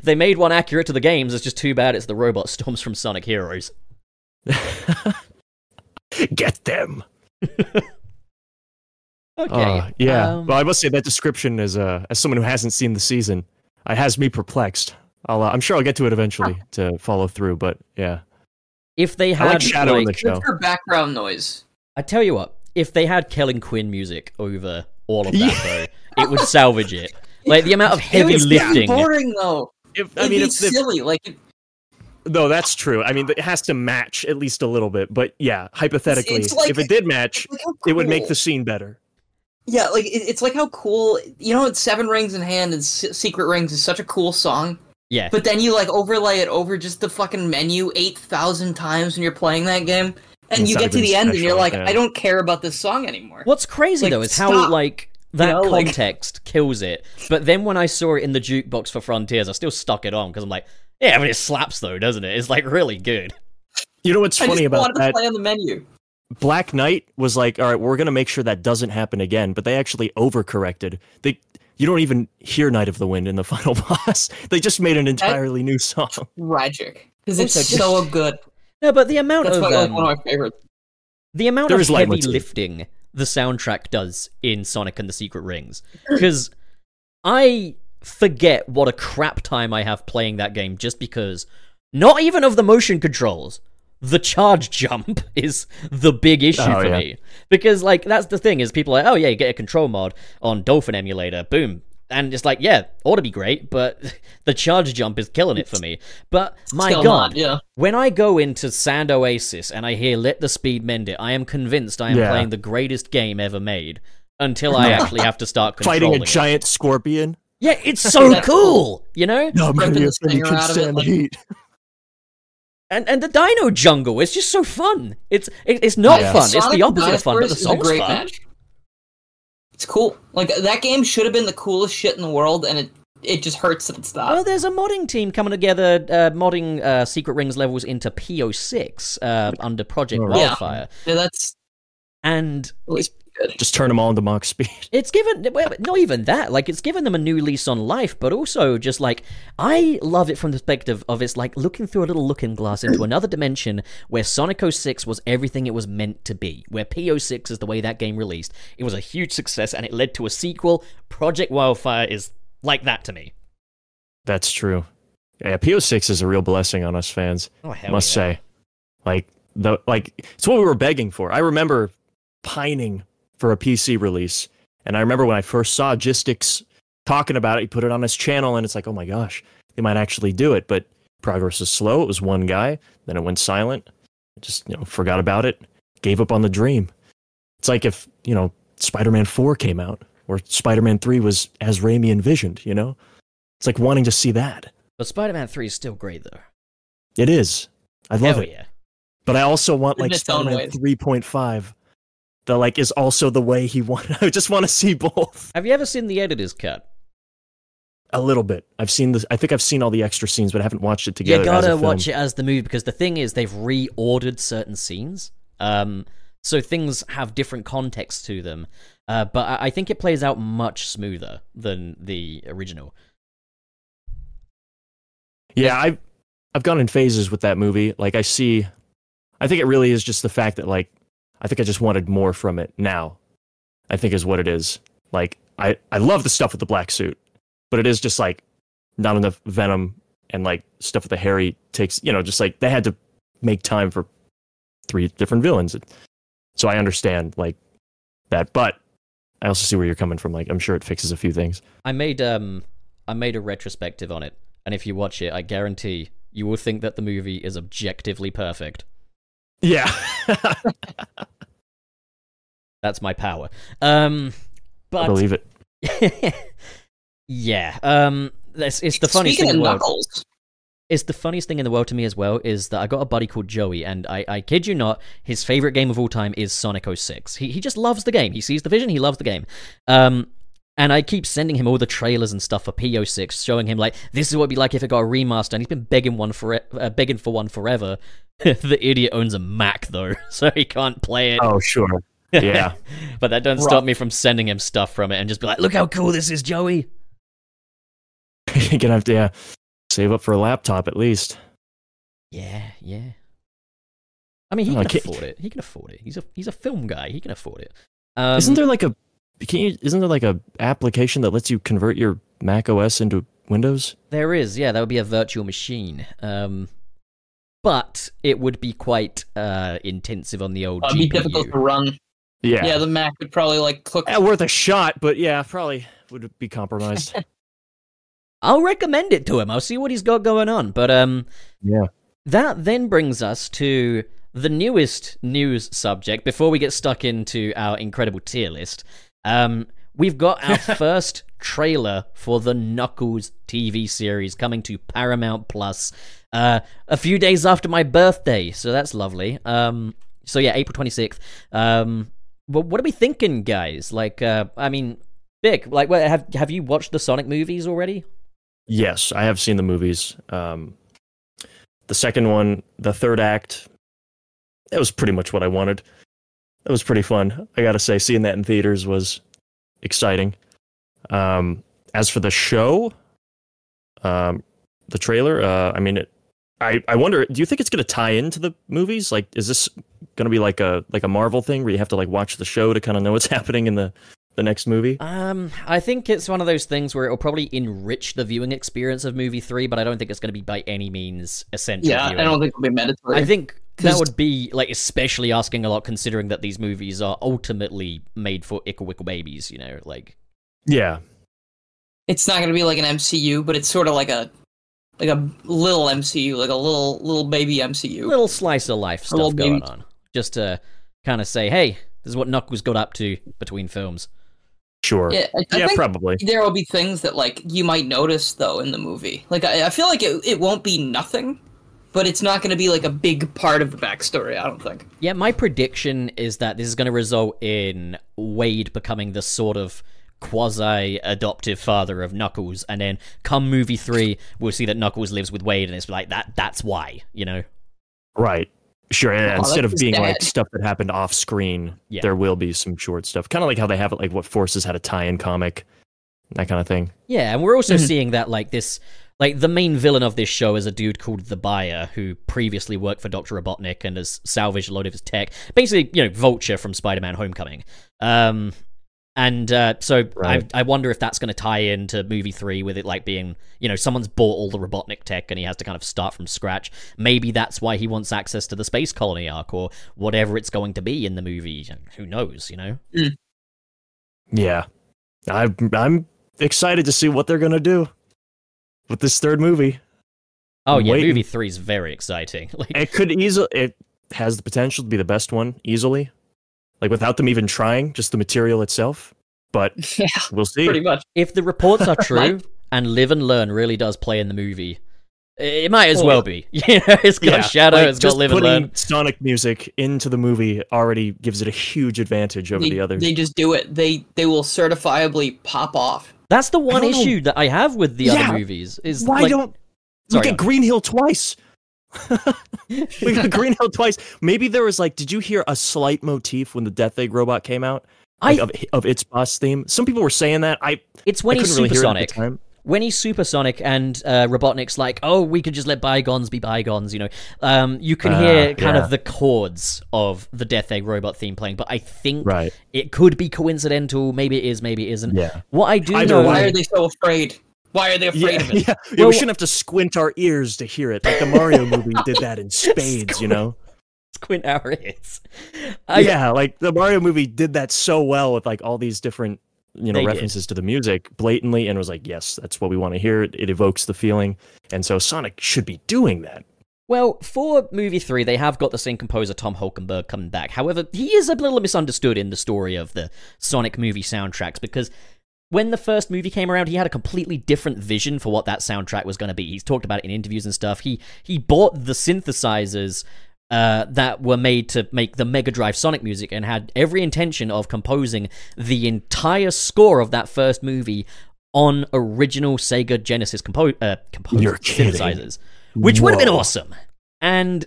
they made one accurate to the games. It's just too bad it's the robot storms from Sonic Heroes. Get them. Okay. Uh, yeah. um, well, I must say that description is, uh, as someone who hasn't seen the season, it has me perplexed. I'll, uh, I'm sure I'll get to it eventually to follow through, but yeah. if they I had, like Shadow in like- the show. What's her background noise? I tell you what, if they had Kellen Quinn music over all of that, (laughs) Yeah. though, it would salvage it. Like the amount of heavy it was lifting. boring though. If, I mean, it's silly. Like it- No, that's true. I mean, it has to match at least a little bit. But yeah, hypothetically, It's- it's like- if it did match, like, how it would make cool. the scene better. Yeah, like it, it's like how cool you know. It's Seven Rings in Hand and Se- Secret Rings is such a cool song, Yeah. but then you like overlay it over just the fucking menu eight thousand times when you're playing that game, and It's you not get to even the end and you're special, like, yeah. I don't care about this song anymore. What's crazy Like, though is how stop. like that know, like- context kills it. But then when I saw it in the jukebox for Frontiers, I still stuck it on because I'm like, yeah, I mean it slaps though, doesn't it? It's like really good. You know what's I funny just about wanted to that? play on the menu. Black Knight was like, all right, we're gonna make sure that doesn't happen again. But they actually overcorrected. They, you don't even hear Night of the Wind in the (laughs) final boss. They just made an entirely new song. Tragic because it's Also, so good. No, but the amount That's of like, um, one of my favorites. the amount There of is light in heavy the tea. lifting the soundtrack does in Sonic and the Secret Rings (laughs) because I forget what a crap time I have playing that game just because not even of the motion controls. The charge (laughs) jump is the big issue Oh, for yeah. me because like that's the thing is people are like oh yeah you get a control mod on Dolphin emulator boom and it's like yeah ought to be great but (laughs) the charge jump is killing it for me but my Still god not, yeah. when I go into Sand Oasis and I hear Let the Speed Mend It, I am convinced I am Yeah. playing the greatest game ever made until (laughs) I actually have to start Fighting controlling a giant scorpion. it. Yeah, it's so (laughs) That's cool, you know? No, Ripping maybe the it's when stinger you can out of it, stand the like- heat. And and the Dino Jungle is just so fun. It's it, it's not Yeah. fun. it's Sonic the opposite of fun, but Dinosaurs the is a song's great fun. match. It's cool. Like that game should have been the coolest shit in the world, and it it just hurts that it's Oh, that. there's a modding team coming together, uh, modding uh, Secret Rings levels into PO6 uh, under Project Yeah. Wildfire, Yeah, that's and at least pretty good. Just turn them all into mock speed. it's given well, not even that like it's given them a new lease on life but also just like i love it from the perspective of it's like looking through a little looking glass into another dimension where sonic 06 was everything it was meant to be where po6 is the way that game released it was a huge success and it led to a sequel project wildfire is like that to me That's true. Yeah, PO6 is a real blessing on us fans, oh hell must yeah. say. Like the like it's what we were begging for. I remember pining for a PC release, and I remember when I first saw Gistics talking about it, he put it on his channel and it's like, "Oh my gosh, they might actually do it." But progress is slow. It was one guy, then it went silent. Just, you know, forgot about it, gave up on the dream. It's like if, you know, Spider-Man 4 came out or Spider-Man 3 was as Raimi envisioned, you know? It's like wanting to see that. but spider-man 3 is still great though It is. I love hell it. yeah But I also want In like its own Spider-Man ways. 3.5. That like is also the way he wanted. (laughs) I just want to see both have you ever seen the editor's cut a little bit. I've seen this. I think I've seen all the extra scenes, but I haven't watched it together. You gotta as a film. watch it as the movie because the thing is they've reordered certain scenes, um, so things have different context to them. Uh, but I, I think it plays out much smoother than the original. Yeah, I've I've gone in phases with that movie. Like I see, I think it really is just the fact that like I think I just wanted more from it now. I think is what it is. Like I I love the stuff with the black suit, but it is just like not enough venom and like stuff with the Harry takes. You know, just like they had to make time for three different villains. So I understand like that, but I also see where you're coming from. Like I'm sure it fixes a few things. I made um, I made a retrospective on it, and if you watch it, I guarantee you will think that the movie is objectively perfect. (laughs) Yeah. That's my power. Um, I but believe it. (laughs) yeah, um, it's, it's the funniest Speaking thing in of the world. Knuckles, It's the funniest thing in the world to me as well is that I got a buddy called Joey, and I, I kid you not, his favorite game of all time is Sonic 06. He, he just loves the game. He sees the vision, he loves the game. Um, and I keep sending him all the trailers and stuff for PO6, showing him like this is what it'd be like if it got a remaster. And he's been begging one for uh, begging for one forever. (laughs) the idiot owns a Mac though, (laughs) so he can't play it. Oh sure. Yeah. But that doesn't stop me from sending him stuff from it and just be like, look how cool this is, Joey. (laughs) You're gonna have to yeah, save up for a laptop at least. Yeah, yeah. I mean, he Oh, can ki- afford it. He can afford it. He's a he's a film guy. He can afford it. Um, isn't there like a can you, isn't there like a application that lets you convert your Mac OS into Windows? There is. Yeah, that would be a virtual machine. Um, but it would be quite uh, intensive on the old uh, it'd be difficult to GPU. run. Yeah. the Mac would probably like click. Eh, worth a shot, but yeah, probably would be compromised. I'll recommend it to him. I'll see what he's got going on. But um, yeah. That then brings us to the newest news subject before we get stuck into our incredible tier list. Um, we've got our first trailer for the Knuckles TV series coming to Paramount Plus uh, a few days after my birthday, so that's lovely. Um, so yeah, April 26th. Um, but what are we thinking, guys? Like, uh, I mean, Vic, like, what, have have you watched the Sonic movies already? Yes, I have seen the movies. Um, the second one, the third act, that was pretty much what I wanted. That was pretty fun. I gotta say, seeing that in theaters was exciting. Um, as for the show, um, the trailer, uh, I mean, it, I I wonder, do you think it's gonna tie into the movies? Like, is this gonna be like a like a Marvel thing where you have to like watch the show to kind of know what's (laughs) happening in the the next movie? Uh, Um, I think it's one of those things where it'll probably enrich the viewing experience of movie three, but I don't think it's going to be by any means essential. yeah, viewing. I don't think it'll be mandatory. I think that 'Cause- would be like especially asking a lot, considering that these movies are ultimately made for ickle wickle babies. You know, like Yeah, it's not going to be like an MCU, but it's sort of like a like a little MCU, like a little little baby MCU. little slice of life little stuff going dude. on, just to kind of say, hey, this is what Knuckles got up to between films. sure. yeah, I, I yeah think probably. there will be things that like you might notice though in the movie. Like I, I feel like it it won't be nothing, but it's not going to be like a big part of the backstory. I don't think. Yeah, my prediction is that this is going to result in Wade becoming the sort of quasi adoptive father of Knuckles, and then come movie three, we'll see that Knuckles lives with Wade, and it's like that. That's why, you know. Right. Sure. and Aw, instead Oh, that's of being like sad. stuff that happened off screen, Yeah. there will be some short stuff. Kind of like how they have it, like what Forces had a tie in comic, that kind of thing. Yeah, and we're also Mhm. seeing that like this like the main villain of this show is a dude called the buyer who previously worked for Dr. Robotnik and has salvaged a lot of his tech. Basically, you know, Vulture from Spider-Man Homecoming. Um and uh, so Right. I, I wonder if that's going to tie into movie three with it like being, you know, someone's bought all the Robotnik tech and he has to kind of start from scratch. Maybe that's why he wants access to the space colony arc or whatever it's going to be in the movie. Who knows, you know? Yeah. I, I'm excited to see what they're going to do with this third movie. Oh yeah, Wait. movie three is very exciting. (laughs) Like, It could easily, it has the potential to be the best one easily, like without them even trying, just the material itself. (laughs) But Yeah, we'll see. pretty much. if the reports (laughs) are true and live and learn really does play in the movie it might as Oh, well be (laughs) you know it's got shadow like, it's got just live and putting learn Sonic music into the movie already gives it a huge advantage over They, the others. they just do it. They they will certifiably pop off. that's the one don't know. issue that i have with the Yeah. other movies is Why like, don't Sorry, we go on. get Green Hill twice? (laughs) we (laughs) got Green Hill twice. Maybe there was like, did you hear a slight motif when the Death Egg robot came out? I- Like, of, of its boss theme. Some people were saying that. I, it's when I he's couldn't really hear it supersonic at the time. when he's supersonic and uh, robotnik's like oh we could just let bygones be bygones you know um, you can Ah, hear kind yeah. of the chords of the death egg robot theme playing but i think Right. it could be coincidental maybe it is maybe it isn't Yeah. what i do Either know Why (laughs) way. are they so afraid? Why are they Yeah, afraid of (laughs) yeah. it? yeah Well- we shouldn't have to squint our ears to hear it. Like the (laughs) Mario movie did that in spades, you know? Quint Hour is I, yeah, like the Mario movie did that so well with like all these different, you know, They did. references to the music blatantly and was like, yes, that's what we want to hear. It, it evokes the feeling. And so Sonic should be doing that. Well, for movie three, they have got the same composer Tom Holkenberg coming back. However, he is a little misunderstood in the story of the Sonic movie soundtracks because when the first movie came around, he had a completely different vision for what that soundtrack was going to be. He's talked about it in interviews and stuff. He he bought the synthesizers uh, that were made to make the Mega Drive Sonic music and had every intention of composing the entire score of that first movie on original Sega Genesis compo- uh, composed You're kidding. synthesizers, which would have been Whoa. awesome. And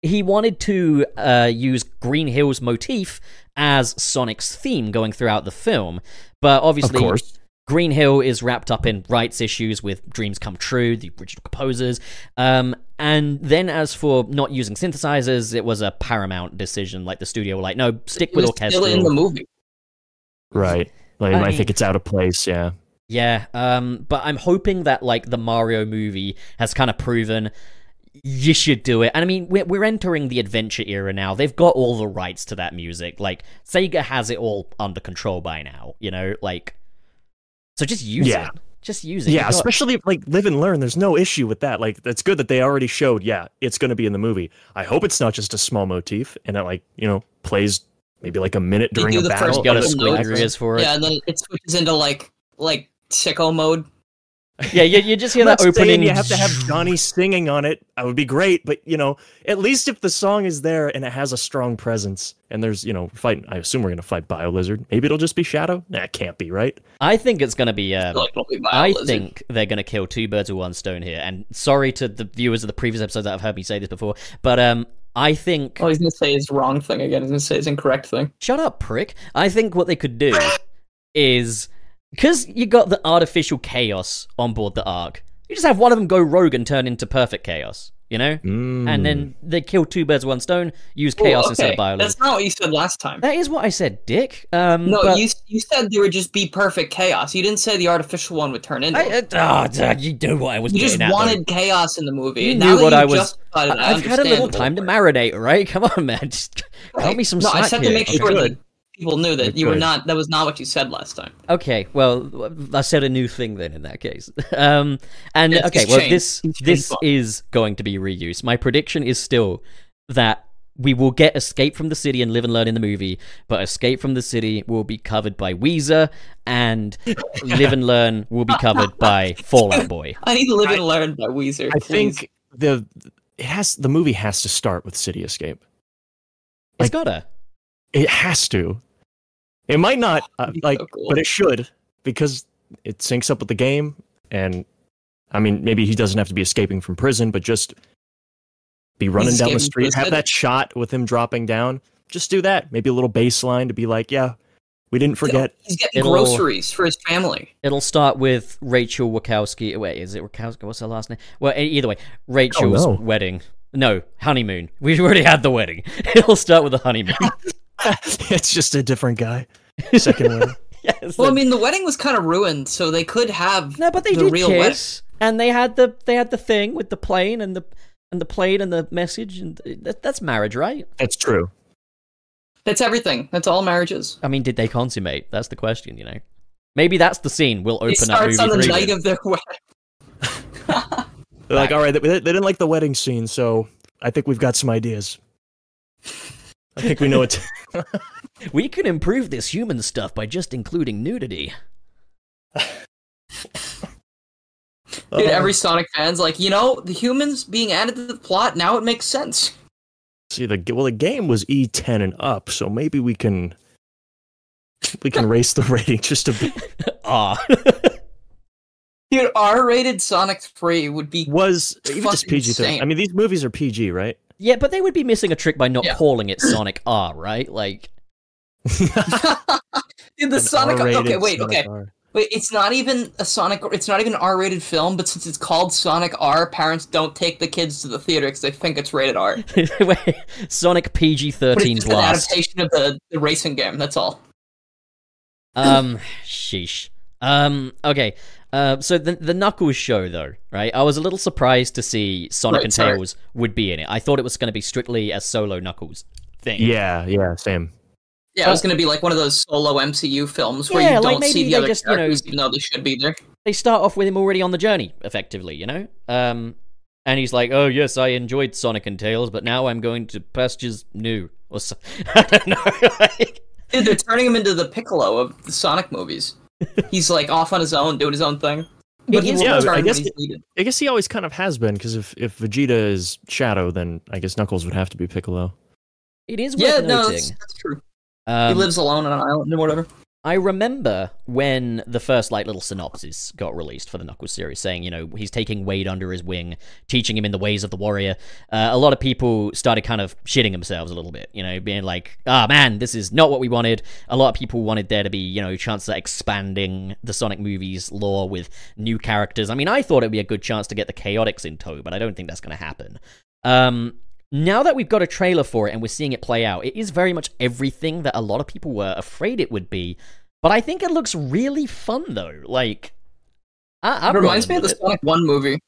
he wanted to uh, use Green Hill's motif as Sonic's theme going throughout the film, but Of obviously, course. Green Hill is wrapped up in rights issues with Dreams Come True, the original composers. Um, and then, as for not using synthesizers, it was a Paramount decision. Like the studio were like, no, stick It with was still in the orchestral. movie. Right. Like, I I, mean- think it's out of place. Yeah. Yeah, um, but I'm hoping that like the Mario movie has kind of proven you should do it. And I mean, we're we're entering the adventure era now. They've got all the rights to that music. Like Sega has it all under control by now. You know, like so just use Yeah. it. Just use it. Yeah. You've got- Especially if, like Live and Learn, there's no issue with that. Like, that's good that they already showed, yeah, it's going to be in the movie. I hope it's not just a small motif and it, like, you know, plays maybe like a minute They during do a the battle. first You gotta Little squint your notes. ears for it. Yeah, and then it switches into like like sicko mode. Yeah, you, you just hear I'm (laughs) that not saying opening. You have (laughs) to have Johnny singing on it. That would be great, but you know, at least if the song is there and it has a strong presence, and there's you know, fight. I assume we're gonna fight Bio Lizard. Maybe it'll just be Shadow. Nah, it can't be right. I think it's gonna be. Um, Like, probably by I Lizard. think they're gonna kill two birds with one stone here. And sorry to the viewers of the previous episodes that have heard me say this before, but um, I think. Oh, he's gonna say his wrong thing again. He's gonna say his incorrect thing. Shut up, prick. I think what they could do is because you got the artificial chaos on board the Ark. You just have one of them go rogue and turn into perfect chaos. You know. And then they kill two birds with one stone. Use Ooh, chaos instead okay. of violence. That's not what you said last time. That is what I said, Dick. Um, No, but- you you said there would just be perfect chaos. You didn't say the artificial one would turn into. it. I, uh, oh, dude, you knew what I was you getting just at, though. wanted chaos in the movie. You now knew that what you I was- justified it, I I, have had a understand little the time to whole- marinate, right? (laughs) Come on, man. Just help me some No, I slack just have to here. make okay. sure that people knew that you were Good. not. That was not what you said last time. Okay, well, I said a new thing then in that case. (laughs) Um, and Yes, okay, it's well, changed. this It's changed this a lot. is going to be reused. My prediction is still that we will get Escape from the City and Live and Learn in the movie, but Escape from the City will be covered by Weezer, and Live and Learn will be (laughs) covered by Fallout Boy. I need to live and learn by Weezer. I please. think the it has the movie has to start with City Escape. It's Like- gotta. It has to. It might not uh, That'd be like, so cool. but it should. because it syncs up with the game. And I mean, maybe he doesn't have to be escaping from prison, but just be running escaping down the from street, his have head. that shot with him dropping down. Just do that. Maybe a little bass line to be like, yeah, we didn't forget. (laughs) He's getting It'll- groceries for his family. It'll start with Rachel Wachowski. Wait, is it Wachowski? What's her last name? Well, e- either way, Oh, Rachel's no. wedding. No, honeymoon. (laughs) We've already had the wedding. (laughs) It'll start with the honeymoon. it's just a (laughs) different guy. Second one. yes. Well, I mean, the wedding was kind of ruined, so they could have no, but they the did real kiss, and they had the they had the thing with the plane and the and the plane and the message, and that, that's marriage, right? That's true. wedding. That's everything. That's all marriages. I mean, did they consummate? That's the question, you know. Maybe that's the scene we'll open It up starts movie on the three. night with. of their (laughs) wedding. They're like, all right, they, they didn't like the wedding scene, so I think we've got some ideas. I think we (laughs) know (laughs) it. we can improve this human stuff by just including nudity. Uh-huh. Dude, every Sonic fan's like, you know, the humans being added to the plot now it makes sense. (laughs) See the well, the game was E10 and up, so maybe we can we can raise the (laughs) rating just a bit. Ah, Dude, R-rated Sonic 3 would be Was even just Fucking PG insane. 13. I mean, these movies are PG, right? (laughs) yeah, but they would be missing a trick by not Yeah. calling it Sonic R, right? Like, (laughs) Dude, the An Sonic. R-rated Okay, wait, Sonic okay, R. wait. It's not even a Sonic. It's not even an R-rated film, but since it's called Sonic R, parents don't take the kids to the theater because they think it's rated R. Sonic PG But it's thirteen just an blast. adaptation of the, the racing game. That's all. Um, sheesh. Um, okay. Uh, so the the Knuckles show though, right? I was a little surprised to see Sonic Right, and sorry. Tails would be in it. I thought it was going to be strictly a solo Knuckles thing. Yeah, yeah, same. Yeah, it was going to be like one of those solo MCU films where Yeah, you like, don't see maybe the they other just, you know, characters, even though they should be there. they start off with him already on the journey, effectively, you know? Um, and he's like, oh, yes, I enjoyed Sonic and Tails, but now I'm going to pastures new. Or so- (laughs) I don't know. (laughs) like- Dude, they're turning him into the Piccolo of the Sonic (laughs) movies. He's like off on his own, doing his own thing. But he is- will Yeah, I return when guess he's it- needed. I guess he always kind of has been because if if Vegeta is Shadow, then I guess Knuckles would have to be Piccolo. it is Yeah, worth no, that's, noting. that's true. Um, he lives alone on an island or whatever. I remember when the first like little synopsis got released for the Knuckles series, saying you know he's taking Wade under his wing, teaching him in the ways of the warrior. Uh, a lot of people started kind of shitting themselves a little bit, you know, being like, "Ah man, this is not what we wanted." A lot of people wanted there to be you know chance at expanding the Sonic movies lore with new characters. I mean, I thought it'd be a good chance to get the Chaotix in tow, but I don't think that's going to happen. Um, now that we've got a trailer for it and we're seeing it play out, it is very much everything that a lot of people were afraid it would be. But I think it looks really fun though. Like, I, It I'm reminds me of rolling the with it. Sonic One movie.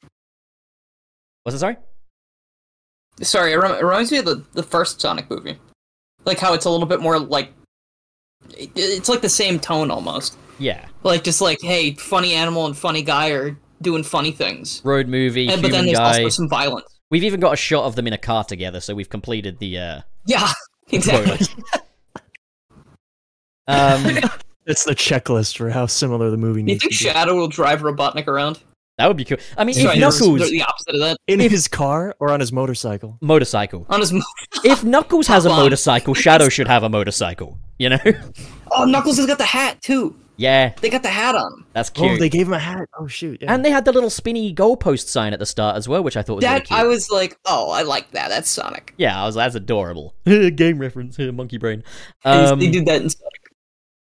Was it sorry? Sorry, it rem- it reminds me of the, the first Sonic movie. Like how it's a little bit more like it, it's like the same tone almost. Yeah, Like just like hey, funny animal and funny guy are doing funny things, road movie, and, but then human there's guy. also some violence. We've even got a shot of them in a car together, so we've completed (laughs) the uh, Yeah, exactly. quota. (laughs) um, It's the checklist for how similar the Do movie you needs to think be. Shadow will drive Robotnik around? that would be cool. I mean, Sorry, if that's Knuckles the opposite of that. in his car or on his motorcycle. (laughs) motorcycle, On his mo- if Knuckles has a Come on. motorcycle, Shadow should have a motorcycle. You know? (laughs) oh, Knuckles has got the hat too. yeah, They got the hat on him. that's Oh, cute. they gave him a hat. Oh shoot! Yeah. And they had the little spinny goalpost sign at the start as well, which I thought was really That cute. I was like, oh, I like that. That's Sonic. Yeah, I was (laughs) that's adorable. Game reference, monkey brain. Um, they did that in Sonic.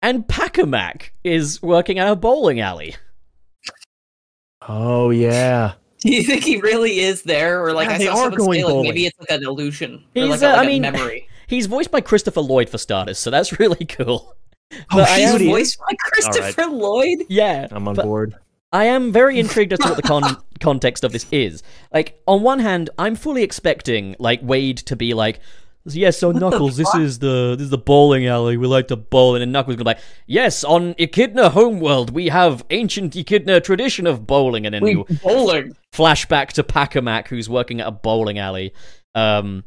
and Pacamac is working at a bowling alley. oh yeah. (laughs) Do you think he really is there, or like Yeah, I they saw are someone going say, like, maybe bowling. it's like an illusion? or He's, like, uh, a, like I a (laughs) mean- memory. He's voiced by Christopher Lloyd for starters, so that's (laughs) really cool. Oh, But I shoot, He's am- he is. voiced by Christopher Lloyd. Yeah, I'm on but- board. (laughs) I am very intrigued as to what the con- context of this is. Like, on one hand, I'm fully expecting like Wade to be like, "Yes, on Knuckles, this is the this is the bowling alley. We like to bowl." And then Knuckles gonna be like, "Yes, on Echidna Homeworld, we have ancient Echidna tradition of bowling." And then Wait, you bowling. flashback to Pacamac, who's working at a bowling alley. Um,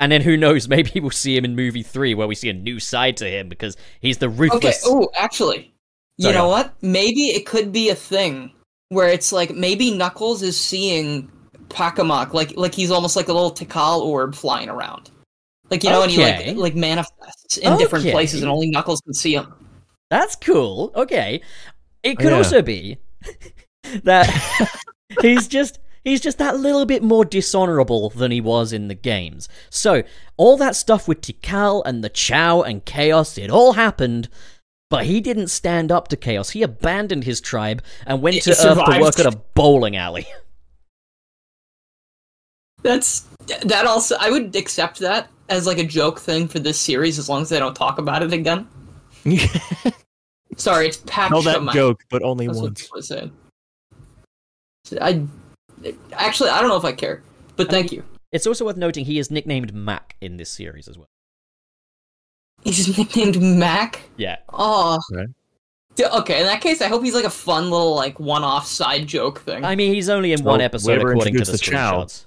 and then who knows? (laughs) Maybe we'll see him in movie three, where we see a new side to him because he's the Okay. ruthless. Oh, actually, you Sorry, know go. what? Maybe it could be a thing where it's like maybe Knuckles is seeing Pakamak, like like he's almost like a little Tikal orb flying around, like you know, and he Okay. like like manifests in different Okay. places, and only Knuckles can see him. That's cool. Okay. It could Yeah. also be that (laughs) he's just he's just that little bit more dishonorable than he was in the games. So all that stuff with Tikal and the Chow and Chaos, it all happened. But he didn't stand up to Chaos. He abandoned his tribe and went He to Earth to survived. work at a bowling alley. (laughs) That's that also. I would accept that as like a joke thing for this series, as long as they don't talk about it again. Sorry, it's Pat Tell that Schumacher. joke, but only That's what once. people are saying. So I actually I don't know if I care, but thank you. It's also worth noting he is nicknamed Mac in this series as well. He's (laughs) nicknamed Mac. Yeah. Oh. Right. D- Okay, in that case, I hope he's like a fun little like one-off side joke thing. I mean, he's only in one Well, episode Weber according to the, introduced the Chow. screenshots.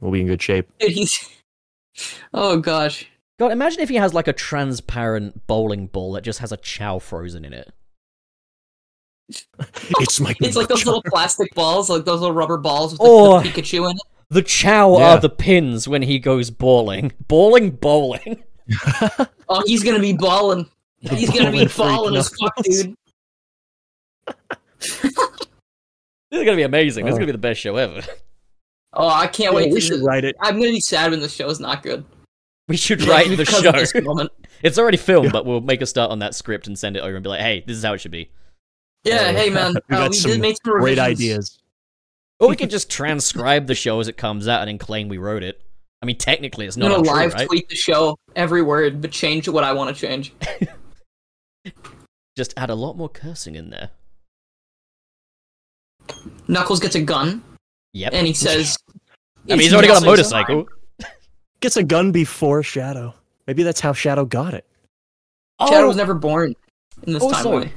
We'll be in (laughs) good shape. Dude, he's. Oh gosh. God, imagine if he has like a transparent bowling ball that just has a chow frozen in it. It's my. It's like (laughs) those little plastic balls, like those little rubber balls with the, Or- the Pikachu in it. The chow Yeah. are the pins when he goes bowling. (laughs) Bowling, bowling. (laughs) Oh, he's gonna be balling. He's gonna be ballin' freak balling as fuck, knuckles. dude. This is gonna be amazing. This is Oh. gonna be the best show ever. (laughs) Oh, I can't wait. to- we should write it. I'm gonna be sad when the show's not (laughs) good. We should write the Because of this show. moment. (laughs) It's already filmed, but we'll make a start on that script and send it over and be like, "Hey, this is how it (laughs) should be." Yeah, Oh, (laughs) hey man, we uh, got we some did make some Great revisions. ideas. Or we could just transcribe the show as it comes out and then claim we wrote it. I mean, technically, it's I'm not gonna untrue, live right? tweet the show every word, but change what I want to change. Just add a lot more cursing in there. Knuckles gets a gun Yep. and he says, I mean, he's already got a Knuckles is motorcycle. Gets a gun before Shadow. Maybe that's how Shadow got (laughs) it. Oh. fine. Shadow was never born in this Also- timeline.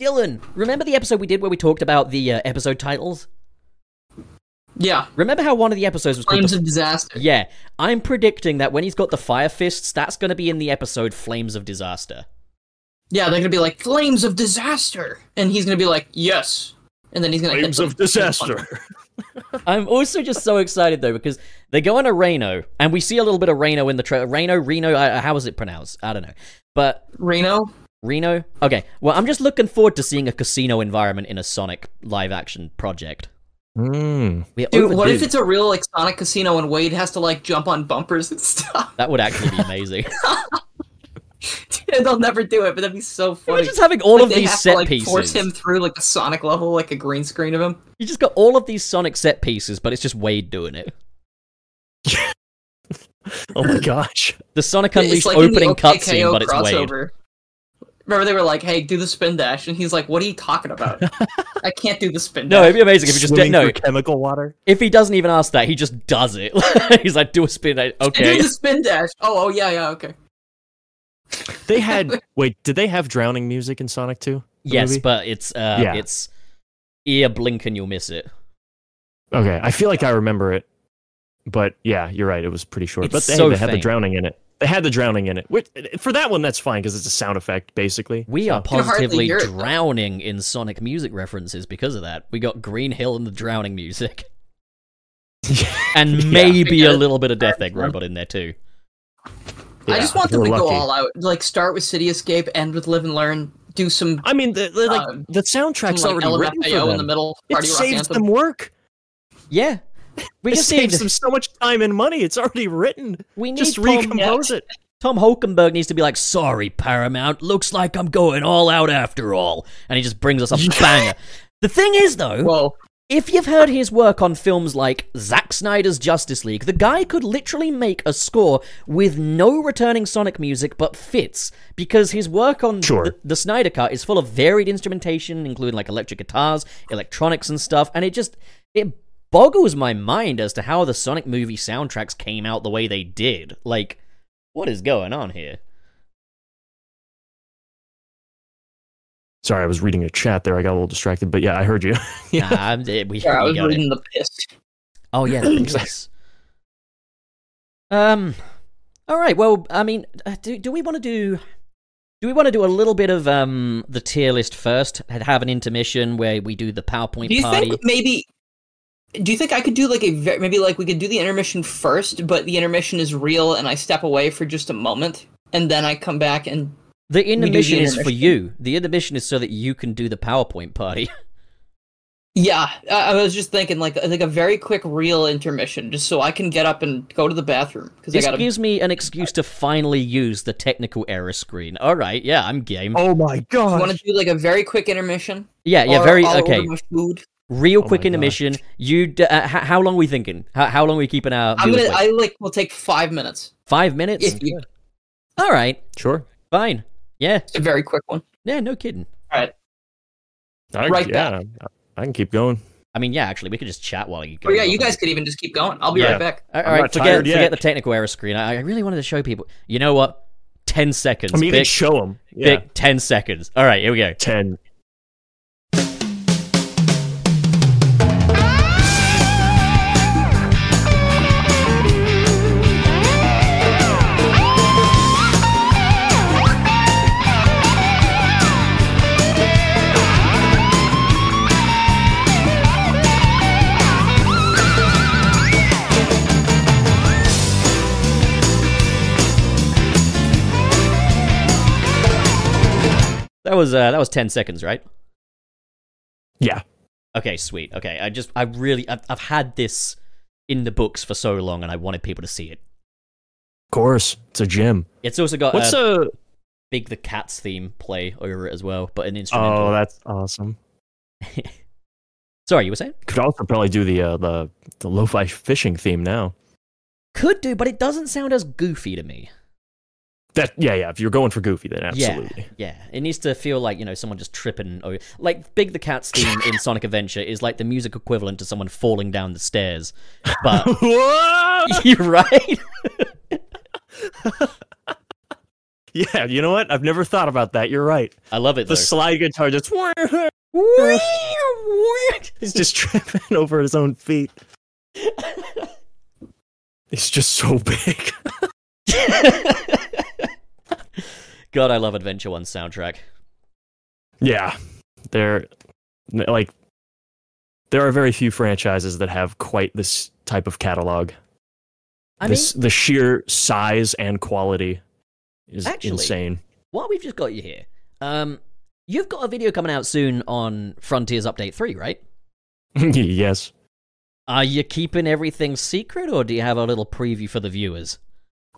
Dylan, remember the episode we did where we talked about the uh, episode titles? Yeah, Remember how one of the episodes was called flames the- of disaster. Yeah, I'm predicting that when he's got the fire fists, that's going to be in the episode Flames of Disaster. Yeah, they're gonna be like flames of disaster, and he's gonna be like, yes, and then he's gonna hit Flames them. of disaster. I'm also just so excited though because they go on a Reno, and we see a little bit of Reno in the trailer. Reno, Reno, uh, how is it pronounced? I don't know, but Reno. Reno. Okay, well, I'm just looking forward to seeing a casino environment in a Sonic live-action project. Mm. We're Dude, what if overdue. it's a real like Sonic Casino and Wade has to like jump on bumpers and (laughs) stuff? That would actually be (laughs) amazing. Dude, they'll never do it, but that'd be so funny. We're just having all Like, of they these have to, set like, pieces. Force him through like a Sonic level, like a green screen of him. You just got all of these Sonic set pieces, but it's just Wade doing it. Oh my gosh. The Sonic It's Unleashed like in the opening OKKO cutscene, but it's Wade. crossover. Remember they were like, "Hey, do the spin dash," and he's like, "What are you talking (laughs) about? I can't do the spin No, dash." it'd be amazing if he just did. Swimming No, through chemical water. if he doesn't even ask that, he just does it. (laughs) He's like, do a spin. I- I Okay. do the spin dash. Oh, oh yeah, yeah, okay. (laughs) They had. wait, did they have drowning music in Sonic 2? Yes, movie? but it's uh, Yeah. it's ear blink and you'll miss it. Okay, I feel like I remember it, but yeah, you're right. It was pretty short. It's but they, so they had the faint. drowning in it. They had the drowning in it. Which, for that one, that's fine because it's a sound effect, basically. We So- are can hardly positively hear it, though. drowning in Sonic music references because of that. We got Green Hill and the drowning (laughs) music, and maybe Yeah. a little bit of Death Egg Robot in there too. I Yeah, just want if them we're to go lucky. all out. Like start with City Escape, end with Live and Learn, do some, I mean, the, the, like Um, the soundtrack's some like already written for LMFAO them. in the middle. it Party Rock saves Anthem. them work. Yeah, we It just need saves them so much time and money. It's already written. we need Just Tom- recompose it. Tom Holkenberg needs to be like, sorry, Paramount, looks like I'm going all out after all. And he just brings us a banger. The thing is, though, Whoa, if you've heard his work on films like Zack Snyder's Justice League, the guy could literally make a score with no returning Sonic music but fits, because his work on Sure. the, the Snyder Cut is full of varied instrumentation, including like electric guitars, electronics, and stuff, and it just. it boggles my mind as to how the Sonic movie soundtracks came out the way they did. Like, what is going on here? Sorry, I was reading a chat there. I got a little distracted, but yeah, I heard you. Yeah, I'm, eh, we, yeah, I we was got it. reading the piss. (clears throat) Oh yeah, the princess. um. All right. Well, I mean, uh, do do we want to do? Do we want to do a little bit of um the tier list first? and Have an intermission where we do the PowerPoint Do you party. think maybe? Do you think I could do like a ve- maybe like we could do the intermission first, but the intermission is real, and I step away for just a moment, and then I come back and The intermission is for intermission. you. The intermission is so that you can do the (laughs) PowerPoint party. Yeah, I, I was just thinking like like a very quick real intermission, just so I can get up and go to the bathroom because I This got to. gives me an excuse to finally use the technical error screen. All right, yeah, I'm game. (laughs) Oh my god! Want to do like a very quick intermission? yeah, Uh, yeah, Or very I'll order okay. oh, my food. Real Oh quick my intermission. You, d- uh, h- how long are we thinking? How, how long are we keeping our? I'm viewers gonna. waiting? I like will take five minutes. Five minutes. If you, All right, sure. fine. Yeah, it's a very quick one. yeah, no kidding. I, Right yeah, I can keep going. I mean, yeah, actually, we could just chat while you go. Or Oh, yeah, you guys could even just keep going. I'll be Yeah. right back. All I'm right, not forget tired yet. forget the technical error screen. I, I really wanted to show people. You know what? Ten seconds. I mean, you can big, show them. Yeah, big. Ten seconds. All right, here we go. ten. That was uh, that was ten seconds, right? Yeah, Okay, sweet. Okay, I just, I really, I've, I've had this in the books for so long, and I wanted people to see it. of course. It's a gym. It's also got What's uh, a? Big the Cats theme play over it as well, but an instrumental. Oh, that's awesome. Sorry, you were saying? Could also probably do the uh, the the lo-fi fishing theme now. Could do, but it doesn't sound as goofy to me. That yeah yeah. If you're going for goofy, then absolutely. (laughs) Yeah, yeah. It needs to feel like you know someone just tripping over. Like Big the Cats theme (laughs) in Sonic Adventure is like the music equivalent to someone falling down the stairs, but (laughs) Whoa! you're right. Yeah, you know what? I've never thought about that. You're right. I love it The though. slide guitar just (laughs) he's just tripping over his own (laughs) feet. He's just so big. (laughs) God, I love Adventure One soundtrack. Yeah, there, like, there are very few franchises that have quite this type of catalog. I mean, this the sheer size and quality is Actually- insane. (laughs) while we've just got you here, um, you've got a video coming out soon on Frontiers Update 3, right? yes. Are you keeping everything secret, or do you have a little preview for the viewers?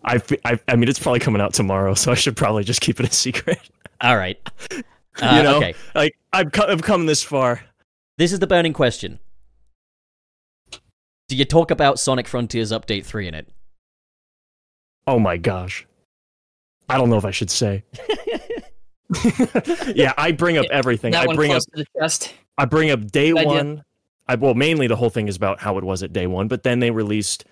I, I, I mean, it's probably coming out tomorrow, so I should probably just keep it a secret. (laughs) All right. You Uh, know? Okay. Like, I've, co- I've come this far. This is the burning question. Do you talk about Sonic Frontiers Update 3 in it? Oh my gosh. I don't know if I (laughs) should say. (laughs) yeah, I bring up everything. That I one bring up close to the chest. I bring up day Good idea. one. I, well, mainly the whole thing is about how it was at day one, but then they released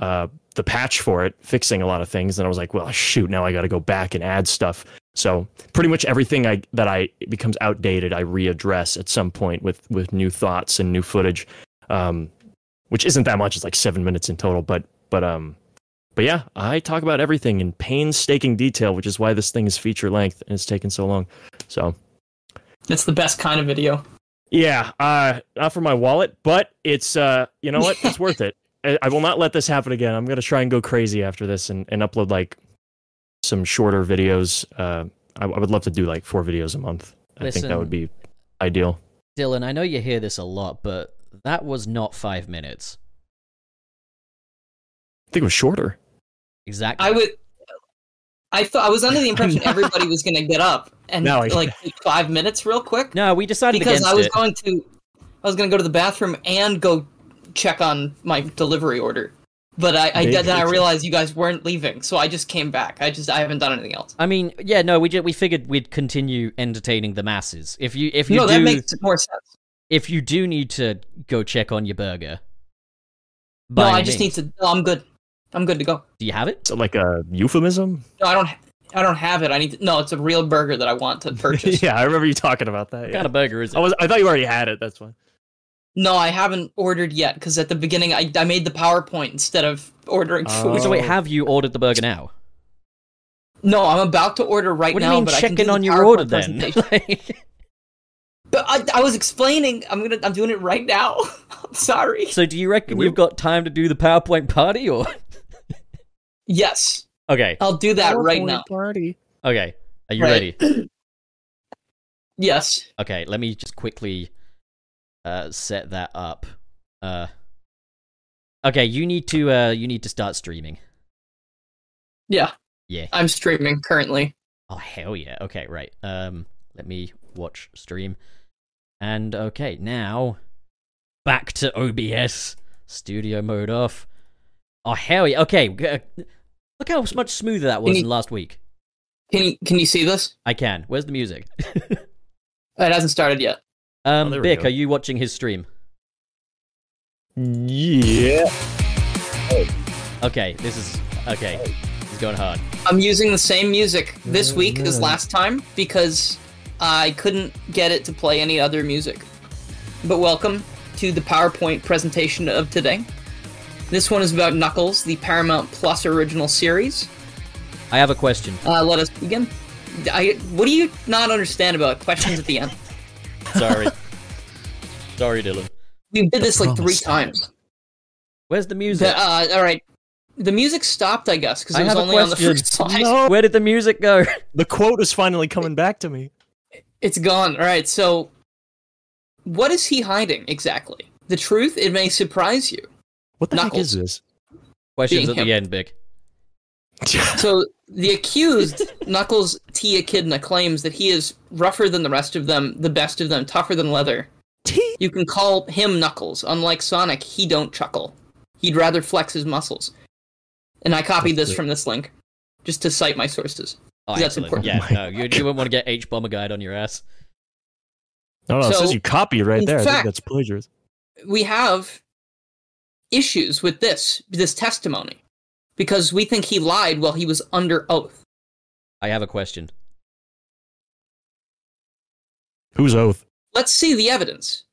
uh, the patch for it, fixing a lot of things. And I was like, well, shoot, now I got to go back and add stuff. So pretty much everything I that I it becomes outdated, I readdress at some point with with new thoughts and new footage, um, which isn't that much. It's like seven minutes in total, but but um, but yeah, I talk about everything in painstaking detail, which is why this thing is feature length and it's taken so long. So That's the best kind of video. yeah, uh, not for my wallet, but it's uh, you know what? (laughs) It's worth it. I, I will not let this happen again. I'm gonna try and go crazy after this and, and upload like some shorter videos. Uh, I, I would love to do like four videos a month. I think that would be ideal. Dylan, I know you hear this a lot, but that was not five minutes. I think it was shorter. Exactly. I would. I thought I was under the (laughs) impression everybody was gonna get up and No, I- like take five minutes real quick No, we decided because against I was it. going to. I was gonna go to the bathroom and go check on my delivery order, but I, I Big then I picture. realized you guys weren't leaving, so I just came back. I just I haven't done anything else. I mean, yeah, no, we ju- we figured we'd continue entertaining the masses. If you if you No, do that makes more sense. if you do need to go check on your burger. No, by I all just need means. to. No, I'm good. I'm good to go. Do you have it? So like a (laughs) euphemism? (laughs) No, I don't. ha- I don't have it. I need. To, no, it's a real burger that I want (laughs) to purchase. yeah, I remember you talking about that. What yeah. kind of burger Oh. is it? I was I thought you already had it. That's why. No, I haven't ordered yet because at the beginning I, I made the PowerPoint instead of ordering Oh. food. So wait, have you ordered the burger now? No, I'm about to order right what do now. you mean but I can do checking the on your PowerPoint order then? (laughs) presentation. Like, but I, I was explaining. I'm gonna. I'm doing it right now. (laughs) I'm sorry. so do you reckon We- we've got time to do the PowerPoint party or (laughs) Yes, Okay. I'll do that right now. Party. Okay. Are you Right. ready? Yes. Okay, let me just quickly uh, set that up. Uh, okay, you need to uh, you need to start streaming. Yeah. Yeah. I'm streaming currently. Oh hell yeah. Okay, right. Um let me watch stream. And okay, now back to OBS. Studio mode off. Oh hell yeah. Okay. g- uh, Look how much smoother that was Can you- than last week. Can you can you see this? I can. Where's the music? It hasn't started yet. Um Oh, there we Bick, go. are you watching his stream? Yeah. Okay, this is okay. He's going hard. I'm using the same music this week as last time because I couldn't get it to play any other music. But welcome to the PowerPoint presentation of today. This one is about Knuckles, the Paramount Plus original series. I have a question. Uh, let us begin. I, what do you not understand about questions at the end? (laughs) Sorry. Sorry, Dylan. We did this like three promised time. times. Where's the music? The, uh, all right. The music stopped, I guess, because I it was have a only on the question. first slide. (laughs) Where did the music go? The quote is finally coming back to me. (laughs) It's gone. All right. So, what is he hiding exactly? The truth, it may surprise you. What the heck Knuckles. is this? Questions Being at the end, Bick. So, the (laughs) accused, Knuckles T. Echidna, claims that he is rougher than the rest of them, the best of them, tougher than leather. T. You can call him Knuckles. Unlike Sonic, he don't chuckle. He'd rather flex his muscles. And I copied this from this link, just to cite my sources. Oh, That's excellent. important. (laughs) Yeah, no, you, you wouldn't want to get H bomber guide on your ass. (laughs) No, no, it So, says you copy right in there. I fact- think that's plagiarism. we have issues with this this testimony because we think he lied while he was under oath. I have a question. Whose oath? Let's see the evidence.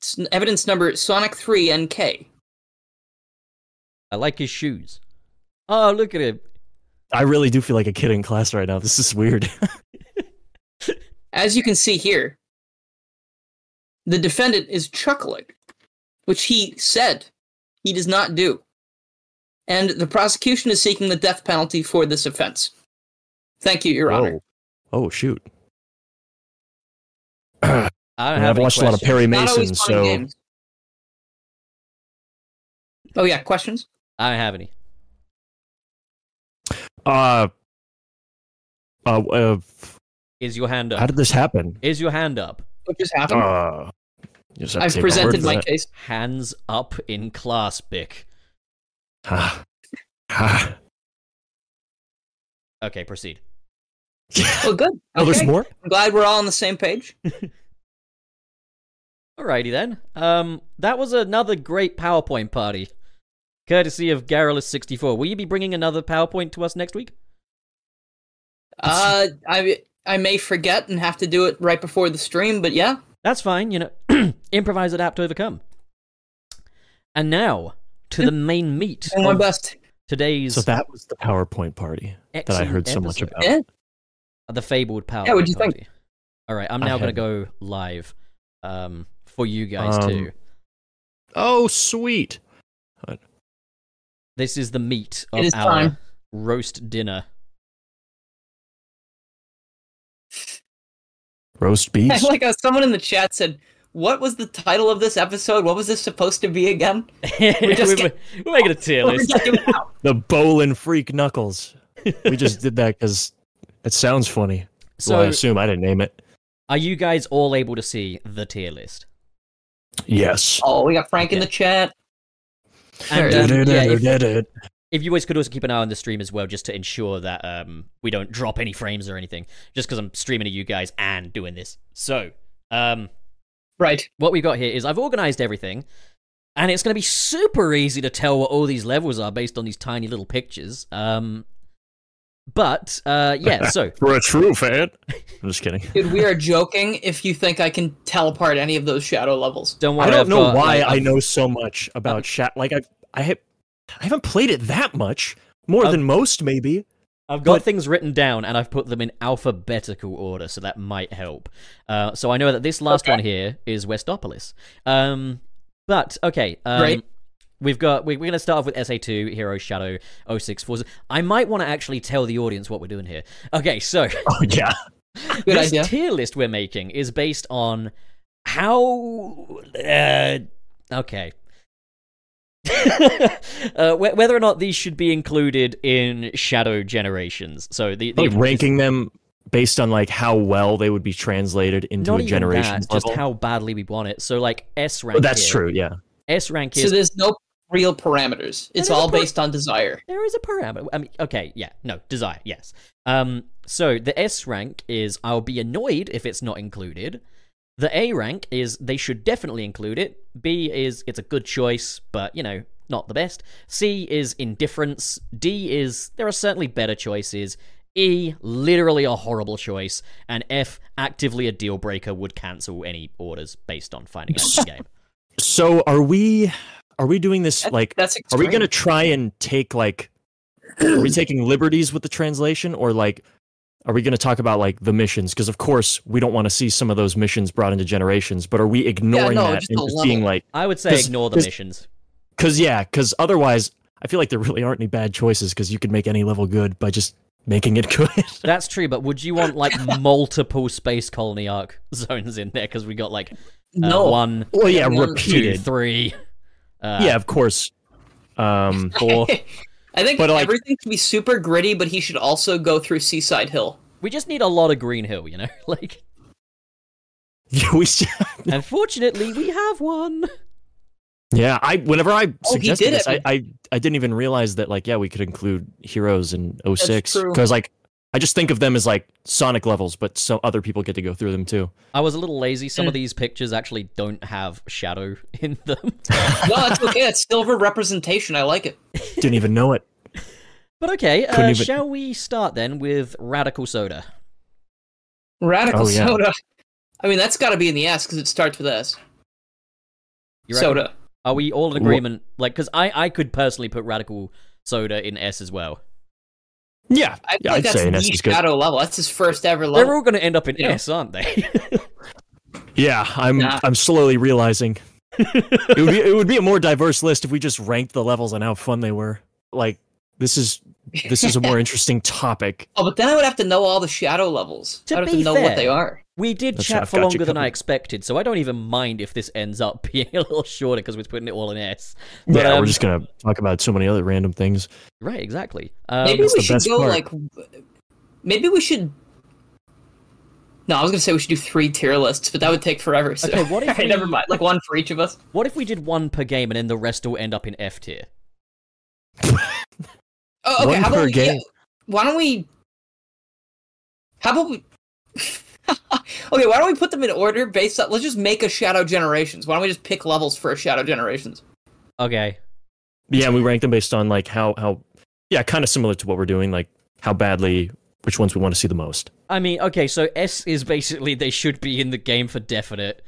It's n- evidence number Sonic 3 NK. I like his shoes. Oh, look at him. I really do feel like a kid in class right now. This is weird. (laughs) As you can see here, the defendant is chuckling, which he said he does not do. And the prosecution is seeking the death penalty for this offense. Thank you, Your Honor. Oh, shoot. I I don't mean, have I've any watched a lot of questions. Perry Not Mason, always fun and so games. Oh yeah, questions? I don't have any. uh, uh, uh, Is your hand how up? did this happen? Is your hand up? What just happened? Uh, you just have Um, to I've take my word presented for my that. case. Hands up in class, Bick. Ha. Ha. Okay, proceed. Well, good. Oh, there's Okay. more. I'm glad we're all on the same (laughs) page. Alrighty then. Um, that was another great PowerPoint party, courtesy of Garrulous64. Will you be bringing another PowerPoint to us next week? Uh, I I may forget and have to do it right before the stream, but yeah, That's fine, you know. (clears throat) improvise, adapt, overcome. And now to (laughs) the main meat doing Oh, my of best. (laughs) today's So that was the PowerPoint party that I excellent heard so much episode. about. Yeah. the fabled power. Yeah, what'd you think? All right, I'm I now going to had- go live um, for you guys Um, too. Oh, sweet. This is the meat of It is our time. roast dinner. (laughs) Roast beef. like uh, someone in the chat said, "What was the title of this episode? What was this supposed to be again?" we're, just we're, making a tier We're list. just doing it (laughs) now. the Bolin Freak Knuckles. We just did that because it (laughs) sounds funny. So I So, assume I didn't name it. are you guys all able to see the tier list? Yes. oh, we got Frank in the chat. And, There um, it yeah, if, Du-du-du-du-du-du. if you guys could also keep an eye on the stream as well, just to ensure that um, we don't drop any frames or anything, just because I'm streaming to you guys and doing this. So, um, Right. what we've got here is I've organized everything, and it's going to be super easy to tell what all these levels are based on these tiny little pictures. Um, but uh, yeah, so For a true fan. I'm just kidding. Dude, we are joking if you think I can tell apart any of those shadow levels. don't worry. I I've don't know got, why like, I I've- know so much about Shat. Like I, I, ha- I haven't played it that much. More Um, than (laughs) most, maybe. I've got but- things written down, and I've put them in alphabetical order, so that might help. Uh, so I know that this last one here is Westopolis. Um, but okay, um, Right. We've got we, we're going to start off with SA2 Hero Shadow 064. I might want to actually tell the audience what we're doing here. Okay, so Oh yeah. Good this idea. tier list we're making is based on how uh, okay (laughs) uh, wh- whether or not these should be included in shadow generations so the, the Like ranking them based on like how well they would be translated into not a even generation that, just how badly we want it so like s rank that's here- true, yeah. s rank So is there's no real parameters. It's there's a all par- based on desire. There is a parameter. I mean, okay, yeah, no, desire, yes. Um, so the S rank is I'll be annoyed if it's not included. The A rank is they should definitely include it. B is it's a good choice, but you know, not the best. C is indifference. D is there are certainly better choices. E literally a horrible choice, and F actively a deal breaker would cancel any orders based on finding out (laughs) in the game. So are we are we doing this That- like that's are extreme. we going to try and take like are we taking liberties with the translation or like are we going to talk about like the missions because of course we don't want to see some of those missions brought into generations but are we ignoring no, that just and the just being level. like I would say Does- ignore the does- missions. cuz yeah cuz otherwise I feel like there really aren't any bad choices cuz you could make any level good by just making it good That's true, but would you want (laughs) like multiple space colony arc (laughs) zones in there? Because we got like uh, Oh, No. one, well yeah no, no, two, repeated three. Uh, yeah of course um four. I think But, like- everything can be super gritty, but he should also go through Seaside Hill. we just need a lot of Green Hill, you know. (laughs) Like, we s- unfortunately, we have one. Yeah, I whenever I Oh, he suggested did this, I, it. I I didn't even realize that like yeah we could include heroes in 06 true. because like I just think of them as like Sonic levels, but so other people get to go through them too. I was a little lazy. Some Mm. of these pictures actually don't have shadow (laughs) in them. No, that's okay. That's silver representation. I like it. Didn't even know it. But okay, uh, (laughs) Couldn't even- shall we start then with Radical Soda? Radical Oh, yeah. soda. I mean, that's got to be in the S because it starts with S. You reckon- Soda. Are we all in Wha- agreement? Like, because I I could personally put Radical Soda in S as well. Yeah, I think yeah, I'd that's say an the S is good. shadow level. That's his first ever They're level. all going to end up in Yeah. S, aren't they? Yeah, I'm Nah. I'm (laughs) slowly realizing it would be it would be a more diverse list if we just ranked the levels and how fun they were. Like this is this is (laughs) a more interesting topic. Oh, but then I would have to know all the shadow levels. To I would have be to know fair- what they are. We did That's- chat I've for got you longer than I covered. expected, so I don't even mind if this ends up (laughs) being a little shorter because we're putting it all in S. But, yeah, um, we're just gonna talk about so many other random things. Right, exactly. Um, Maybe uh, that's we the should best go part. like. w- Maybe we should. No, I was gonna say we should do three tier lists, but that would take forever. So. Okay, (laughs) what if Alright, we- Never mind. Like one for each of us. What if we did one per game and then the rest all end up in F tier? Oh, okay. One how per about we, yeah, game. why don't we? How about we? (laughs) okay, why don't we put them in order based on? Let's just make a shadow generations. Why don't we just pick levels for a shadow generations? Okay. Yeah, and we rank them based on like how how yeah, kind of similar to what we're doing, like how badly which ones we want to see the most. I mean, okay, so S is basically they should be in the game for definite.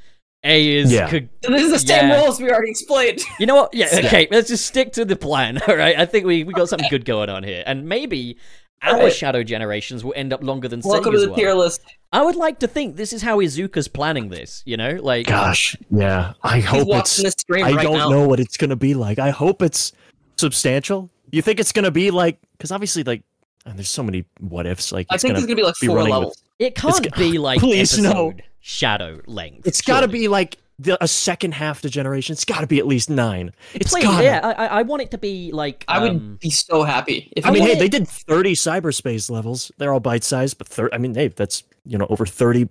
A is. Yeah. could- So this is the same Yeah. rules we already explained. you know what? Yeah, okay, let's just stick to the plan, (laughs) alright? I think we, we got something good going on here. And maybe our Alright. shadow generations will end up longer than (laughs) Welcome to Sega's the one. tier list. I would like to think this is how Izuka's planning this, you know? Like. Gosh, yeah. I He's hope it's. watching this stream I right don't now. know what it's gonna be like. I hope it's substantial. You think it's gonna be like? Because obviously, like, and there's so many what ifs. Like, I it's think gonna, there's gonna be like be four running with- levels. It can't g- (laughs) be like Please, no. episode shadow length. it's gotta surely. be like the, a second half to generation. It's gotta be at least nine. It's Please, gotta. yeah, I, I I want it to be like. I um, would be so happy if I mean, we- hey, wanna- they did 30 cyberspace levels. They're all bite sized, but thir- I mean, hey, that's you know over 30.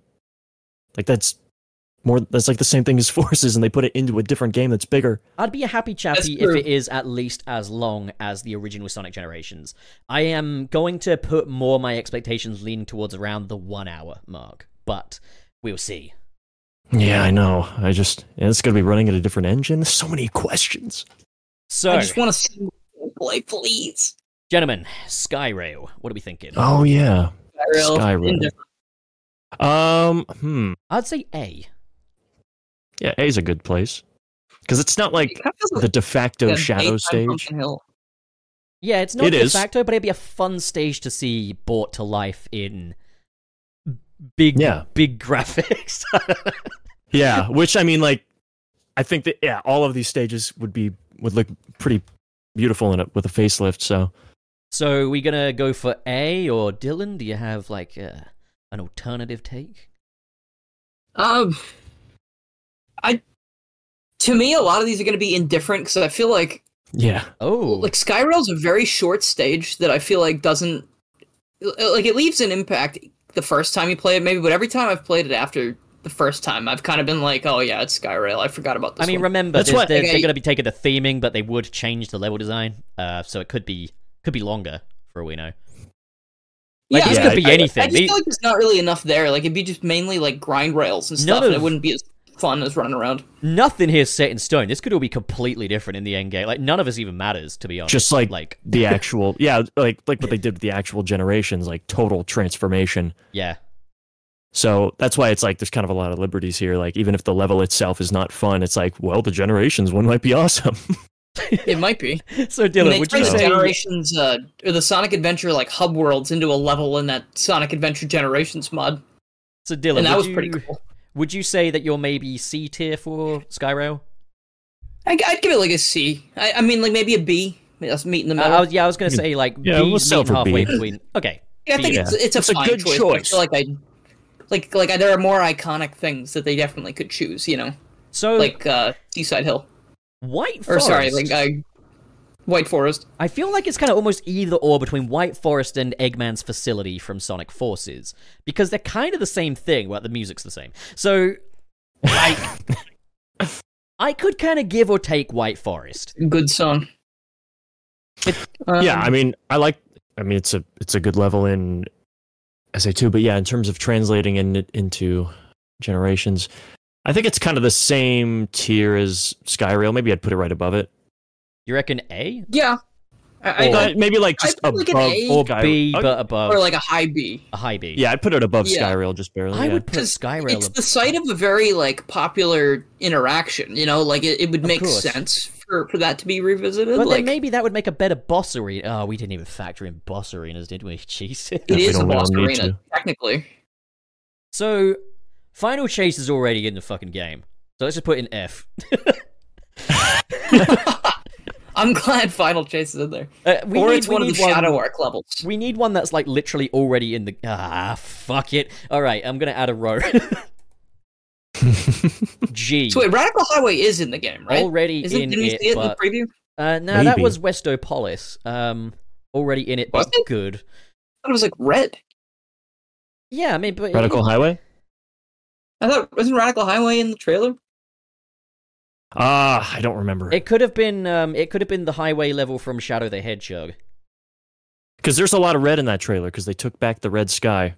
Like that's more. That's like the same thing as (laughs) forces, and they put it into a different game that's bigger. I'd be a happy chappy if true. it is at least as long as the original Sonic Generations. I am going to put more my expectations leaning towards around the one hour mark, but we'll see. Yeah, I know. I just and it's gonna be running at a different engine. There's so many questions. So, I just want to see more play, please. gentlemen, Skyrail, what are we thinking? Oh yeah. Skyrim. Skyrim. Indifferent. Um. Hmm. I'd say A. Yeah, A's a good place because it's not like That feels the de facto like a shadow daytime stage. Pumpkin Hill. Yeah, it's not It de is. facto, but it'd be a fun stage to see brought to life in big, Yeah. big (laughs) graphics. Yeah, which I mean, like, I think that yeah, all of these stages would be would look pretty beautiful in it with a facelift. So So we gonna go for A or Dylan? Do you have like uh, an alternative take? Um, I to me a lot of these are going to be indifferent because I feel like yeah, Oh, like Skyrail's a very short stage that I feel like doesn't uh, like it leaves an impact the first time you play it maybe, but every time I've played it after the first time I've kind of been like, oh yeah, it's Skyrail. I forgot about this. I mean, one. remember That's there's- what- they're, Okay. they're gonna be taking the theming, but they would change the level design. Uh, so it could be could be longer for all we know. Like yeah, this yeah, could I- be I- I anything. I just The- feel like there's not really enough there. Like it'd be just mainly like grind rails and stuff, None and of- it wouldn't be as fun as running around. nothing here is set in stone. This could all be completely different in the end game. Like none of us even matters, to be honest. just like like (laughs) the actual yeah, like like what they did with the actual generations, like total transformation. yeah, (laughs) So that's why it's like there's kind of a lot of liberties here. Like even if the level itself is not fun, it's like well the generations one might be awesome. (laughs) It might be. So I mean, Dylan, they would you turned the say? Generations uh, or the Sonic Adventure like hub worlds into a level in that Sonic Adventure Generations mod, So Dylan, and that would was you, pretty cool. Would you say that you're maybe C tier for Skyrail? I, I'd give it like a C. I, I mean, like maybe a B. I mean, That's meet in the Uh, middle. I was, yeah, I was gonna say like Yeah, B's we'll sell meet for halfway B. between. Okay, Yeah, I think B. it's it's a It's a fine good choice. but choice. I feel like I like like there are more iconic things that they definitely could choose. You know, so like uh, Seaside Hill White or Forest. sorry, like uh, White Forest. I feel like it's kind of almost either or between White Forest and Eggman's facility from Sonic Forces because they're kind of the same thing. Well, the music's the same. So, like, (laughs) I could kind of give or take White Forest. Good song. Um, yeah, I mean I like I mean it's a it's a good level in SA two, but yeah, in terms of translating in into generations, I think it's kind of the same tier as Skyrail. Maybe I'd put it right above it. You reckon A yeah. I, Or I, maybe like I'd just put, above like, an A. or Skyrail. B, Oh, but above or like a high B. a high B? yeah, I'd put it above Yeah. Skyrail just barely. I yeah. would put Because Skyrail. it's ab- the site of a very like popular interaction you know like it, it would Of make course. sense for, for that to be revisited But like then maybe that would make a better boss arena. Oh, we didn't even factor in boss arenas, did we? (laughs) Jesus. it we is a don't- we boss don't need arena to. technically (laughs) So, Final Chase is already in the fucking game. So let's just put in F. i'm glad final chase is in there Uh, we or need, it's we one of the need one, shadow arc levels We need one that's like literally already in the. Ah, fuck it. All right, I'm gonna add (laughs) a row. G so wait radical highway is in the game right already Isn't, in didn't we it, see it but in the preview uh, no, that Maybe. was Westopolis. Um, already in it, Was but it? good. i thought it was like red Yeah, I mean, but Radical Highway. i thought wasn't radical highway in the trailer (laughs) Ah, I don't remember It could have been. Um, it could have been the highway level from Shadow the Hedgehog. because there's a lot of red in that trailer because they took back the red sky.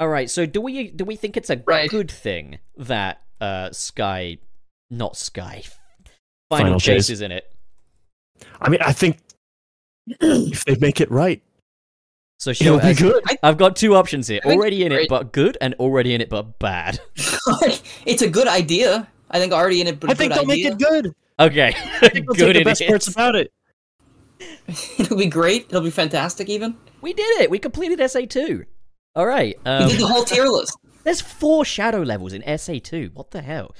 All right. So do we do we think it's a Right. good thing that uh Sky, not Sky, Final, Final Chase Chase. is in it? I mean, I think (clears throat) if they make it right, So uh, she it'll be good. I've got two options here: I think already in it great. but good, and already in it but bad. (laughs) it's a good idea i think already in it but I a think good they'll make idea it good. Okay, I think they'll good take the in best it. parts about it. (laughs) it'll be great it'll be fantastic even We did it. We completed SA two. All right. we Um, (laughs) did the whole tier list there's four shadow levels in SA two. What the hell?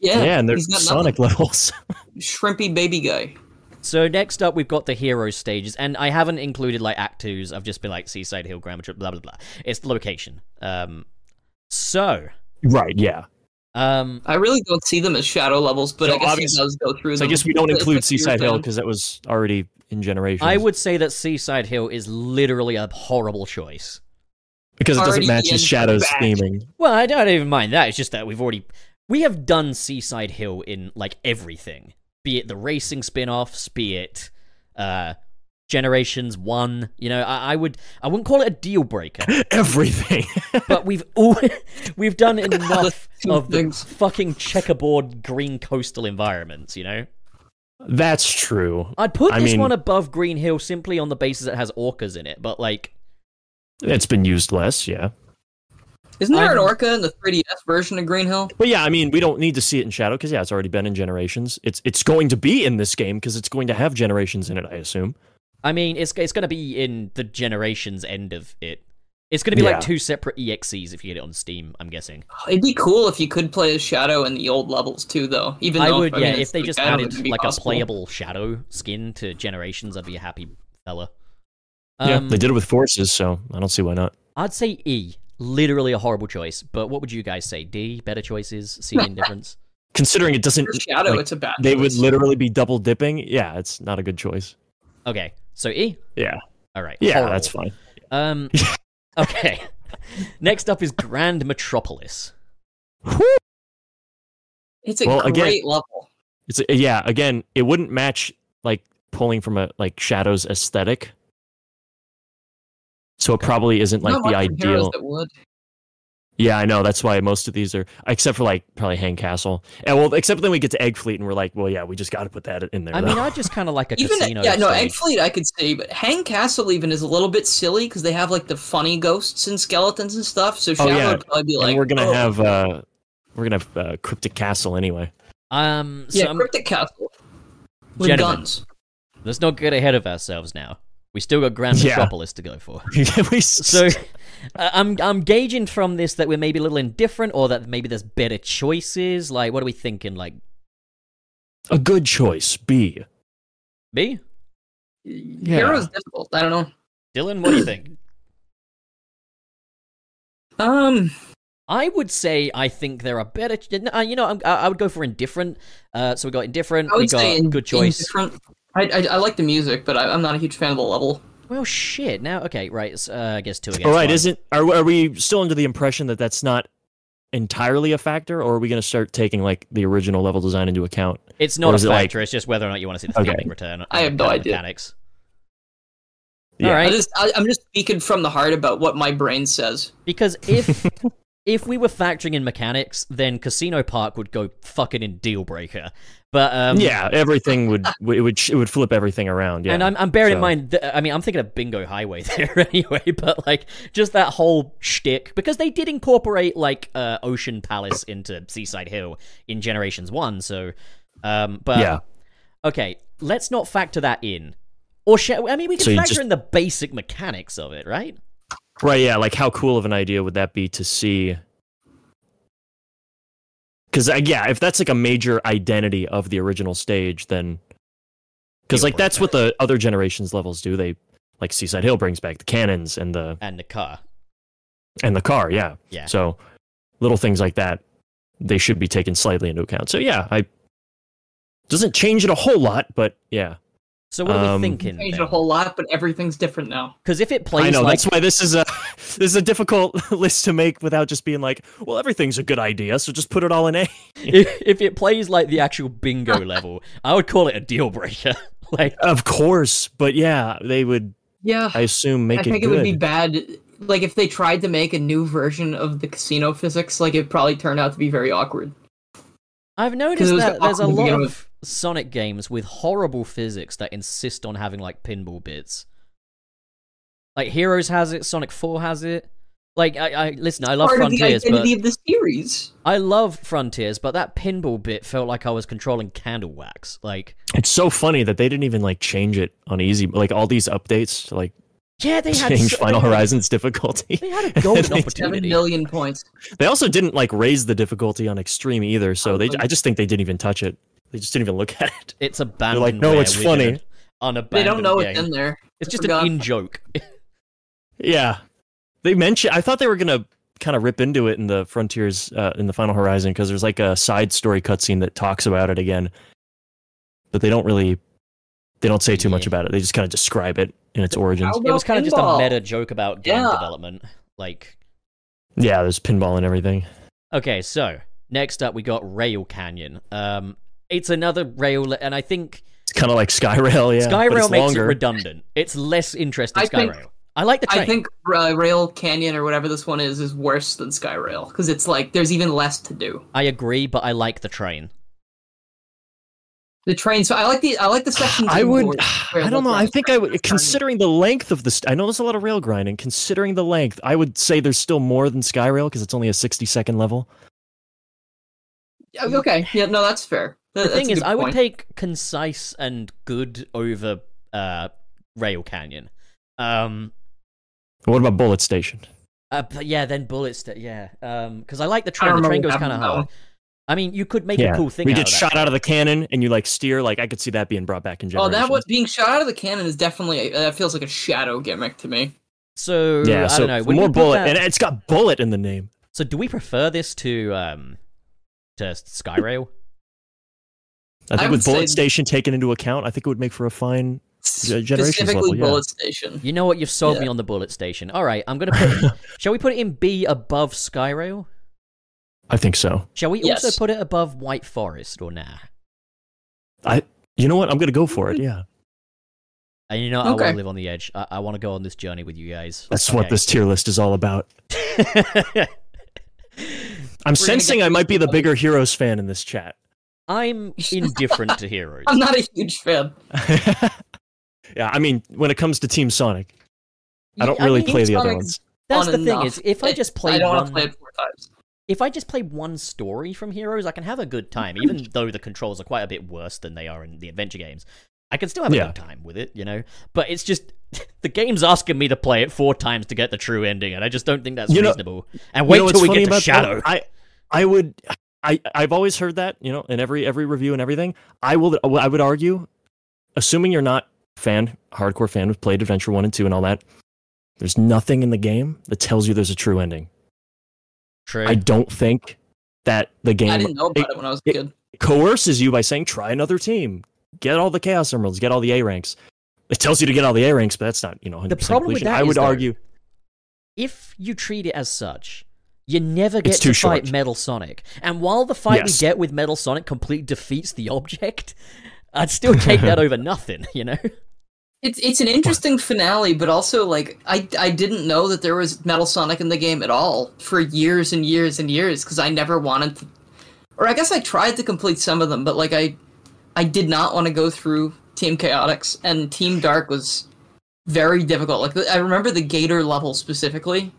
yeah, Yeah, and they're he's got nothing. Sonic levels. (laughs) shrimpy baby guy. So next up, we've got the hero stages, and I haven't included like Act Twos. I've just been like Seaside Hill, Grammar Trip, blah blah blah. It's the location. Um, so right? Yeah. um, I really don't see them as shadow levels, but No, I guess obvious- he does go through. So I them. guess we don't That's include what you were Seaside Hill saying. because that was already in generations. I would say that Seaside Hill is literally a horrible choice. because it already doesn't match in the Shadow's back. theming. Well, I don't even mind that. It's just that we've already we have done Seaside Hill in like everything, be it the racing spin-offs, be it uh Generations One. You know, I, I would I wouldn't call it a deal breaker, (laughs) (laughs) Everything. but we've all (laughs) we've done enough Two of the things. fucking checkerboard green coastal environments. You know, That's true. I'd put I this mean- one above Green Hill simply on the basis it has orcas in it, but like. It's been used less. Yeah. Isn't there an I'm- orca in the 3DS version of Green Hill? But yeah, I mean, we don't need to see it in Shadow because yeah, it's already been in Generations. It's it's going to be in this game because it's going to have Generations in it. I assume. I mean, it's it's going to be in the generations end of it. It's going to be Yeah. like two separate EXEs if you get it on Steam. I'm guessing. It'd be cool if you could play as Shadow in the old levels too, though. Even I though, would, yeah. mean, If they just I don't think added it'd be like possible. a playable shadow skin to Generations, I'd be a happy fella. yeah, Um, they did it with forces, so I don't see why not. I'd say E. Literally a horrible choice. But what would you guys say? D. Better choices. C. (laughs) Indifference. Considering it doesn't, For Shadow, like, it's a bad. they would choice. literally be double dipping. Yeah, it's not a good choice. Okay. So E. Yeah, All right. yeah, Horrible. that's fine. (laughs) Um. okay. (laughs) Next up is Grand Metropolis. It's a Well, great again- level. It's yeah. Again, it wouldn't match like pulling from a like Shadow's aesthetic. So it probably isn't like Not the much in Heroes ideal. That would. Yeah, I know. That's why most of these are, except for like probably Hang Castle. And well, except then we get to Egg Fleet and we're like, well, yeah, we just got to put that in there. I mean, though. I just kind of like a Even casino. yeah, no, stage. Egg Fleet I could see, but Hang Castle even is a little bit silly because they have like the funny ghosts and skeletons and stuff. So Shadow Oh, yeah, would probably be like, and we're gonna oh, have uh, we're gonna have uh, Cryptic Castle anyway. (laughs) Um. So yeah, I'm- Cryptic Castle with Gentlemen. guns. let's not get ahead of ourselves now. We still got Grand Yeah. Metropolis to go for. (laughs) We- (laughs) So uh, I'm I'm gauging from this that we're maybe a little indifferent, or that maybe there's better choices. Like, what are we thinking? Like a good choice, B. B, Heroes difficult. I don't know. Dylan, what do (clears throat) you think? Um, I would say I think there are better. ch- no, uh, You know, I'm- I, I would go for indifferent. Uh, so we got indifferent. I We would got say in, good choice. indifferent. I, I I like the music, but I, I'm not a huge fan of the level. well, shit. Now, okay, right. it's, Uh, I guess two against. All right, one. isn't are are we still under the impression that that's not entirely a factor, or are we gonna start taking like the original level design into account? It's or not a is it like- factor. It's just whether or not you want to see the Okay. theming return. I have no uh, idea. Mechanics. Yeah. All I right. just I, I'm just speaking from the heart about what my brain says. Because if (laughs) if we were factoring in mechanics, then Casino Park would go fucking in deal breaker. But um, yeah, everything would it would it would flip everything around. Yeah, And I'm, I'm bearing in so- mind, th- I mean, I'm thinking of Bingo Highway (laughs) there anyway, but like just that whole shtick because they did incorporate like uh, Ocean Palace into Seaside Hill in Generations One. So, um, but yeah, okay, let's not factor that in. Or sh- I mean, we can So you factor just- in the basic mechanics of it, right? right. Yeah, like how cool of an idea would that be to see? Because yeah, if that's like a major identity of the original stage, then because Deal like that's what the other generations levels do. They like Seaside Hill brings back the cannons and the And the car. and the car. Yeah, Yeah. So little things like that, they should be taken slightly into account. So yeah, I doesn't change it a whole lot, but yeah, So what are Um, we thinking? Changed a whole lot, but everything's different now. Because if it plays I know like that's why this is a (laughs) this is a difficult (laughs) list to make without just being like, well, everything's a good idea, so just put it all in A. (laughs) if, if it plays like the (laughs) actual bingo level, I would call it a deal breaker. (laughs) like Of course, but yeah, they would, Yeah, I assume, make I it think it, good. would be bad. Like if they tried to make a new version of the casino physics, like it probably turned out to be very awkward. I've Because noticed it was that there's a awkward to lot begin of Sonic games with horrible physics that insist on having like pinball bits. Like Heroes has it, Sonic Four has it. Like I, I listen, I love Part of the Frontiers, but identity of the series. I love Frontiers, but that pinball bit felt like I was controlling candle wax. Like It's so funny that they didn't even like change it on easy, like all these updates, to, like yeah, they had change so- (laughs) Final they had- Horizons difficulty. They had (laughs) a golden They- Seven opportunity. million points. They also didn't like raise the difficulty on extreme either, Oh, so they. Um, I just think they didn't even touch it. They just didn't even look (laughs) at it. It's They're abandoned. like, no, it's funny. On a They don't know it's in there. It's I just forgot. an in joke. Yeah, they mentioned. I thought they were gonna kind of rip into it in the frontiers uh, in the Final Horizon because there's like a side story cutscene that talks about it again, but they don't really. They don't say too much Yeah. about it. They just kind of describe it in its origins. How it was about kind of just a pinball? meta joke about game Yeah. development. Like, Yeah, there's pinball and everything. okay, so next up we got Rail Canyon. Um, it's another rail, le- and I think It's kind of like Skyrail. Yeah, but Skyrail it's makes longer. it redundant. It's less interesting. I think- Skyrail. I like the train. I think uh, Rail Canyon or whatever this one is is worse than Skyrail because it's like there's even less to do. I agree, but I like the train. The train. So I like the I like the sections. I in (laughs) would. (sighs) Lord- I Rail don't know. I Canyon. think I would, considering the length of this. I know there's a lot of rail grinding. Considering the length, I would say there's still more than Skyrail because it's only a 60 second level. Okay. Yeah. No, that's fair. The thing is, I would take concise and good over uh, Rail Canyon. Um, What about Bullet Station? Uh, but yeah, then bullets. To, yeah, because I like the I train. don't The train remember goes what kind of happened to that hard. I mean, you could make Yeah. a cool thing. we out get of that. shot out of the cannon and you like steer. Like I could see that being brought back in Oh, generation. that was being shot out of the cannon is definitely uh, that feels like a shadow gimmick to me. So yeah. I So don't know. When more you put bullet, that- and it's got bullet in the name. So do we prefer this to um to Skyrail? I think I with would bullet say- station taken into account, I think it would make for a fine. Yeah, Generations Specifically, level, yeah. Bullet Station. (laughs) You know what? You've sold Yeah. me on the bullet station. All right, I'm (laughs) gonna put. shall we put it in B above Skyrail? I think so. Shall we Yes. also put it above White Forest or nah? I. You know what? I'm gonna go for it. Yeah. And you know I want Okay. to live on the edge. I, I want to go on this journey with you guys. That's Okay. what this tier list is all about. I'm gonna sensing get I might be the these- bigger Heroes fan in this chat. (laughs) (laughs) I'm indifferent to heroes. I'm not a huge fan. yeah, I mean, when it comes to Team Sonic, I don't I really mean, play the other Sonic- ones. That's Fun the thing enough. is, if I It- just play I don't want one, to play it four times. if I just play one story from Heroes, I can have a good time, (laughs) even though the controls are quite a bit worse than they are in the adventure games. I can still have a Yeah. good time with it, you know. But it's just (laughs) the game's asking me to play it four times to get the true ending, and I just don't think that's You know- reasonable. And wait You know till what's we funny get to about Shadow. that? I, I would, I, I've always heard that, you know, in every every review and everything. I will, I would argue, assuming you're not fan, hardcore fan, who've played Adventure One and Two and all that. There's nothing in the game that tells you there's a true ending. True. I don't think that the game I didn't know about it when I was a it- kid. coerces you by saying try another team get all the chaos emeralds get all the a ranks it tells you to get all the a ranks but that's not you know 100% problem with completion. that i is, would though, argue if you treat it as such, you never get It's too to fight short. Metal Sonic. And while the fight Yes. we get with Metal Sonic completely defeats the object, I'd still take (laughs) that over nothing, you know? It's it's an interesting finale, but also like I I didn't know that there was Metal Sonic in the game at all for years and years and years because I never wanted to, or I guess I tried to complete some of them, but like I I did not want to go through Team Chaotix and Team Dark was very difficult. Like I remember the Gator level specifically,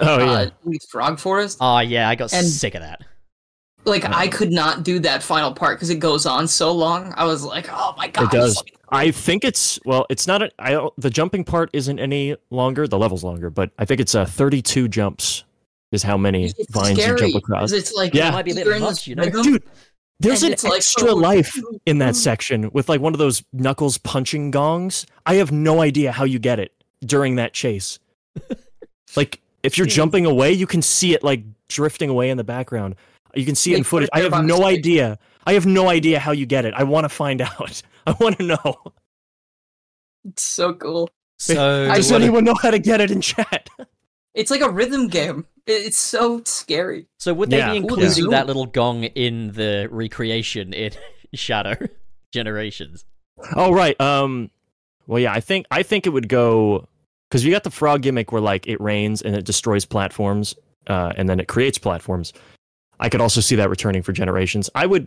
oh yeah uh, with Frog Forest. Oh, yeah, I got And- sick of that. Like Uh-huh. I could not do that final part because it goes on so long. I was like, oh my god, it does i think it's well it's not a, I don't, the jumping part isn't any longer the level's longer but i think it's uh, 32 jumps is how many It's vines scary. you jump across 'cause It's like Yeah. It might be a bit you're in much, this you know? rhythm. dude there's And an it's like- oh, extra life in that section with like one of those knuckles punching gongs i have no idea how you get it during that chase like if you're jumping away you can see it like drifting away in the background you can see it They in put footage it i there by have no mistake. idea i have no idea how you get it i want to find (laughs) out i want to know It's so cool. So, I does wanna- anyone know how to get it in chat It's like a rhythm game. It- It's so scary. so would they Yeah. be Ooh, including yeah. that little gong in the recreation in (laughs) Shadow Generations? Oh right. Um. Well, yeah. I think I think it would go because you got the frog gimmick where like it rains and it destroys platforms, uh, and then it creates platforms. I could also see that returning for generations. I would.